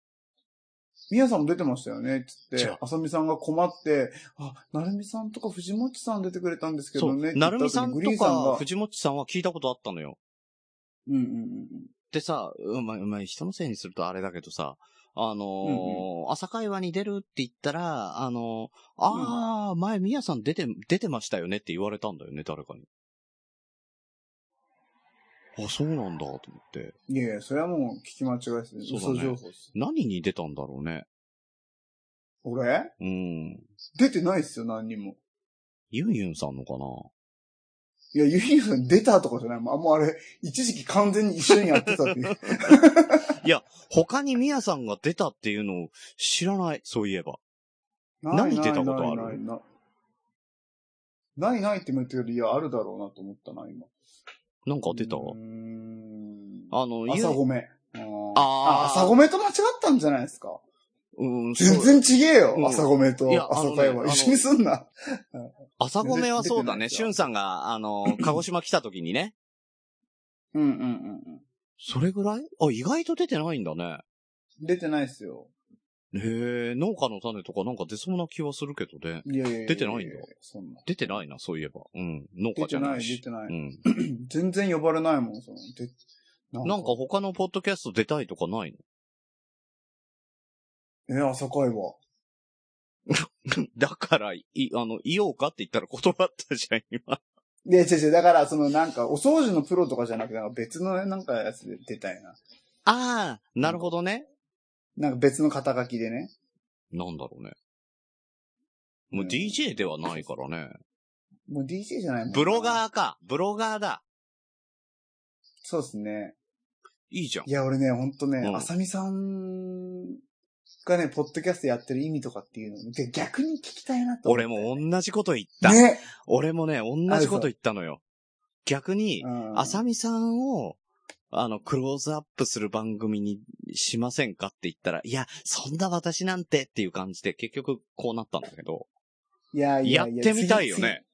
Speaker 1: みやさんも出てましたよね、つっ
Speaker 3: 違
Speaker 1: て
Speaker 3: う。
Speaker 1: あさみさんが困って、あ、なるみさんとか藤本さん出てくれたんですけ
Speaker 3: そ
Speaker 1: どね。
Speaker 3: う、なるみさん
Speaker 1: って言
Speaker 3: とか、
Speaker 1: った後にグリーンさんが
Speaker 3: 藤本さんは聞いたことあったのよ。
Speaker 1: うんうんうんうん。
Speaker 3: でさ、うまい、うまい、人のせいにするとあれだけどさ、あのー朝会話に出るって言ったら、あのーああ、前、みやさん出て、出てましたよねって言われたんだよね、誰かに。あ、そうなんだ、と思って。
Speaker 1: いやいや、それはもう聞き間違いですね。
Speaker 3: そう
Speaker 1: 嘘
Speaker 3: だね
Speaker 1: 情報です。
Speaker 3: 何に出たんだろうね。
Speaker 1: 俺
Speaker 3: うん。
Speaker 1: 出てないっすよ、何にも。
Speaker 3: ユンユンさんのか
Speaker 1: いや、ゆひゆさん出たとかじゃない。もうあもうあれ、一時期完全に一緒にやってたっていう。
Speaker 3: な。いや、他にみやさんが出たっていうのを知らない、そういえば。 何出たことある
Speaker 1: ないないないないないって言ってるより、いや、あるだろうなと思ったな、今。
Speaker 3: なんか出た
Speaker 1: うーん
Speaker 3: あの、ユン
Speaker 1: 朝ごめ。あー
Speaker 3: あー
Speaker 1: あ、朝ごめと間違ったんじゃないですか
Speaker 3: うん、そう
Speaker 1: 全然ちげえよ、
Speaker 3: うん
Speaker 1: 朝ごめと
Speaker 3: いやあの
Speaker 1: 朝
Speaker 3: ね
Speaker 1: 会は。
Speaker 3: あの
Speaker 1: 一緒にすんな。
Speaker 3: 朝ごめはそうだね。
Speaker 1: 出て
Speaker 3: しゅ
Speaker 1: ない
Speaker 3: んさんが、あの、鹿児島来た時にね。
Speaker 1: うんうんうんうん。
Speaker 3: それぐらいあ、意外と出てないんだね。
Speaker 1: 出てないっすよ。
Speaker 3: へえ、農家の種とかなんか出そうな気はするけどね。
Speaker 1: いやいややや
Speaker 3: 出てないんだ
Speaker 1: そんな。
Speaker 3: 出てないな、そういえば。うん。農
Speaker 1: 出
Speaker 3: 家じ
Speaker 1: て
Speaker 3: ゃ
Speaker 1: な、
Speaker 3: ないい
Speaker 1: 出
Speaker 3: し。
Speaker 1: てない。
Speaker 3: うん。
Speaker 1: 全然呼ばれないもん、その。でな
Speaker 3: なんか他のポッドキャスト出たいとかない
Speaker 1: え、朝会は。
Speaker 3: の だから、い、あの、言おうかって言ったら断ったじゃん、今。
Speaker 1: いや、違う違う。だから、その、なんか、お掃除のプロとかじゃなくて、なんか別の、なんかやつで出たいな。
Speaker 3: ああ、なるほどね。
Speaker 1: なんか別の肩書きでね。
Speaker 3: なんだろうね。もううん DJ ではないからね。
Speaker 1: もう DJ じゃないもん。
Speaker 3: ブロ
Speaker 1: ー。
Speaker 3: ガーか。ブロガーだ。
Speaker 1: そうですね。
Speaker 3: いいじゃん
Speaker 1: い。や、俺ね、ほんとね
Speaker 3: う、ん
Speaker 1: あさみさんがね、ポッドキャストやってる意味とかっていうの、で逆に聞きたいなと思って。
Speaker 3: 俺も同じこと言った。
Speaker 1: ね。
Speaker 3: 俺もね、同じこと言ったのよ。逆に、
Speaker 1: うん
Speaker 3: あさみさんを、あの、クローズアップする番組にしませんかって言ったら、いや、そんな私なんてっていう感じで結局こうなったんだけど、
Speaker 1: いやい
Speaker 3: や
Speaker 1: や
Speaker 3: っ
Speaker 1: いや。
Speaker 3: てみたいよね。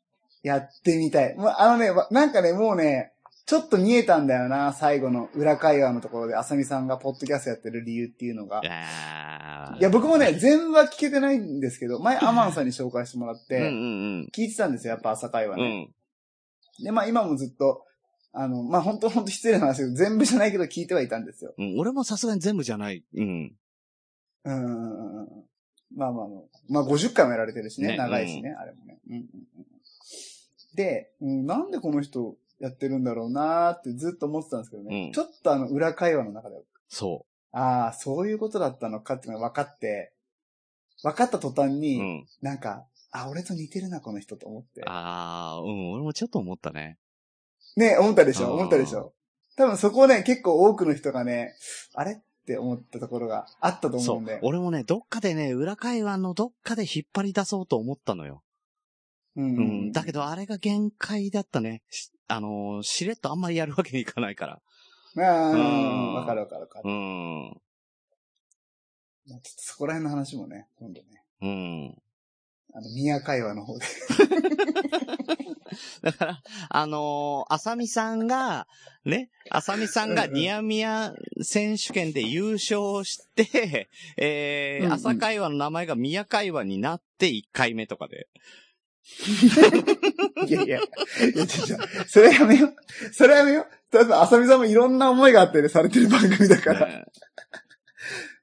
Speaker 1: 次。次やってみたい。もう、あのね、わなんかね、もうね、ちょっと見えたんだよな、最後の裏会話のところで、あさみさんがポッドキャストやってる理由っていうのが。
Speaker 3: あー
Speaker 1: いや、僕もね、、全話聞けてないんですけど、前、アマンさんに紹介してもらっ
Speaker 3: うんう
Speaker 1: て、
Speaker 3: ん
Speaker 1: 聞いてたんですよ、やっぱ朝会話
Speaker 3: うん。う
Speaker 1: ね。
Speaker 3: ん。
Speaker 1: で、まあ今もずっと、あの、まあ本当本当失礼な話だけど、全部じゃないけど聞いてはいたんですよ。
Speaker 3: うん俺もさすがに全部じゃない。うん。
Speaker 1: うんうんうんうん。まあまあまあ。まあ50回もやられてるしね、
Speaker 3: ね
Speaker 1: 長いしね、あれもね。うんうんうん、で、うん、なんでこの人やってるんだろうなーってずっと思ってたんですけどね、
Speaker 3: うん
Speaker 1: ちょっとあの裏会話の中で、
Speaker 3: そ
Speaker 1: ああ、そういうことだったのかっていうのが分かって、分かった途端
Speaker 3: う。
Speaker 1: に、
Speaker 3: うん。
Speaker 1: なんか、あ、俺と似てるな、この人と思って。
Speaker 3: ああ、うん、俺もちょっと思ったね。
Speaker 1: ね、思ったでし
Speaker 3: あー
Speaker 1: ょ思ったでしょ多分そこをね、結構多くの人がね、あれって思ったところがあったと思
Speaker 3: そううん
Speaker 1: で。。
Speaker 3: 俺もね、どっかでね、裏会話のどっかで引っ張り出そうと思ったのよ。
Speaker 1: うん
Speaker 3: う。
Speaker 1: うんん
Speaker 3: だけど、あれが限界だったね。しあのー、しれっとあんまりやるわけにいかないから。
Speaker 1: うんうん
Speaker 3: う
Speaker 1: う
Speaker 3: ん
Speaker 1: ん。わかるわかるわかる。
Speaker 3: うん。
Speaker 1: ちょっとそこら辺の話もね、今度ね。
Speaker 3: うん。
Speaker 1: あの、宮会話の方で。
Speaker 3: だから、あのー、あさみさんが、ね、あさみさんが
Speaker 1: うんうん
Speaker 3: ニヤミヤ選手権で優勝して、え
Speaker 1: う
Speaker 3: ー、
Speaker 1: んうん
Speaker 3: 朝会話の名前が宮会話になって1回目とかで。
Speaker 1: いやいや。いや、ちょちょ、それやめよう。それやめよう。例えば、あさみさんもいろんな思いがあってね、されてる番組だから。
Speaker 3: ね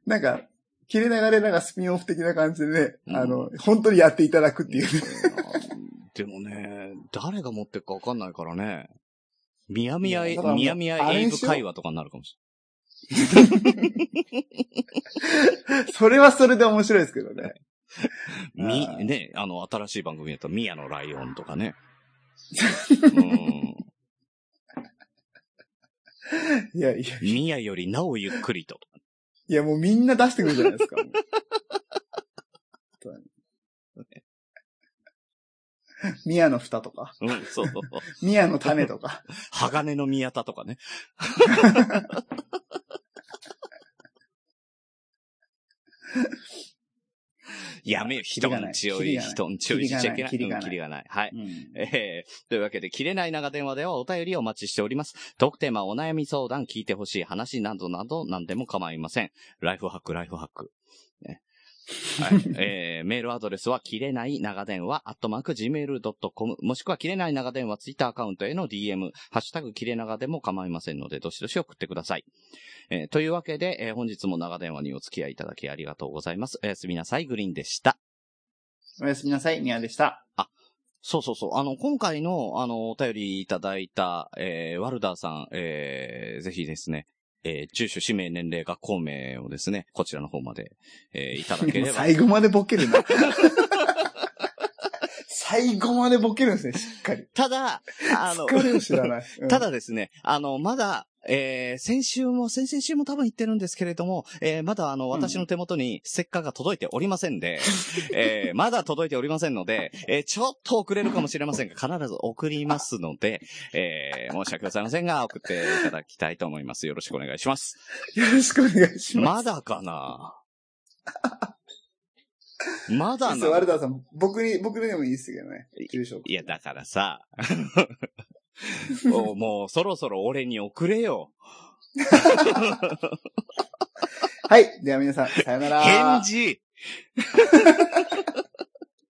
Speaker 1: なんか、切れ流れなんかスピンオフ的な感じでね、
Speaker 3: うん
Speaker 1: あの、本当にやっていただくっていうね。
Speaker 3: でもね、誰が持ってるかわかんないからね。ミヤミヤ、
Speaker 1: いやだからもう
Speaker 3: ミヤミヤ
Speaker 1: あ
Speaker 3: エ
Speaker 1: れ
Speaker 3: イ
Speaker 1: に
Speaker 3: ブ
Speaker 1: しよう
Speaker 3: 会話とかになるかもし
Speaker 1: それはそれで面白いですけどね。
Speaker 3: れない。
Speaker 1: あー
Speaker 3: み、ね、あの、新しい番組だったらミヤのライオンとか ね。うん
Speaker 1: いやいや。
Speaker 3: ミヤよりなおゆっくりと。
Speaker 1: いいや、もうみんな出してくるじゃないです か。もう本当に宮の蓋とか、
Speaker 3: うん、そう。
Speaker 1: 宮の種とか。
Speaker 3: 鋼の宮田と かね。やめよ、人んちをいい、
Speaker 1: キリがない
Speaker 3: 人んちをいじっちゃいけない。
Speaker 1: キリがない
Speaker 3: うんキリがない。はい。
Speaker 1: うん
Speaker 3: えー、というわけで、切れない長電話ではお便りをお待ちしております。特テーマ、お悩み相談、聞いてほしい話などなど、何でも構いません。ライフハック、ライフハック。ねはい。えー、メールアドレスは、切れない長電話、アットマーク、gmail.com、もしくは、切れない長電話、ツイッターアカウントへの DM、ハッシュタグ、切れ長でも構いませんので、どしどし送ってください。えー、というわけで、えー本日も長電話にお付き合いいただきありがとうございます。おやすみなさい、グリーンでした。
Speaker 1: おやすみなさい、宮でした。
Speaker 3: そうそうそう。あの、今回の、あの、お便りいただいた、えー、ワルダーさん、えー、ぜひですね、えー、住所、氏名、年齢、学校名をですね、こちらの方まで、えー、いただけ
Speaker 1: もう
Speaker 3: れば。
Speaker 1: 最後までボケるな。最後までボケるんですね、しっかり。
Speaker 3: ただ、あの、
Speaker 1: 疲れを知らない。うん
Speaker 3: た、だですね、あの、まだ、えー、先週も、先々週も多分言ってるんですけれども、えー、まだあの、私の手元にステッカーが届いておりませんで、 えー、まだ届いておりませんので、えー、ちょっと遅れるかもしれませんが、必ず送りますので、えー、申し訳ございませんが、送っていただきたいと思います。よろしくお願いします。
Speaker 1: よろしくお願いしま
Speaker 3: ま
Speaker 1: す。
Speaker 3: だかなまだ
Speaker 1: そう、ワル
Speaker 3: な
Speaker 1: ダーさん、僕に、僕でもいいですけどね。住所。
Speaker 3: いや、だからさ、 おもうそろそろ俺に送れよ。
Speaker 1: はい。では皆さん、さよなら。
Speaker 3: 返事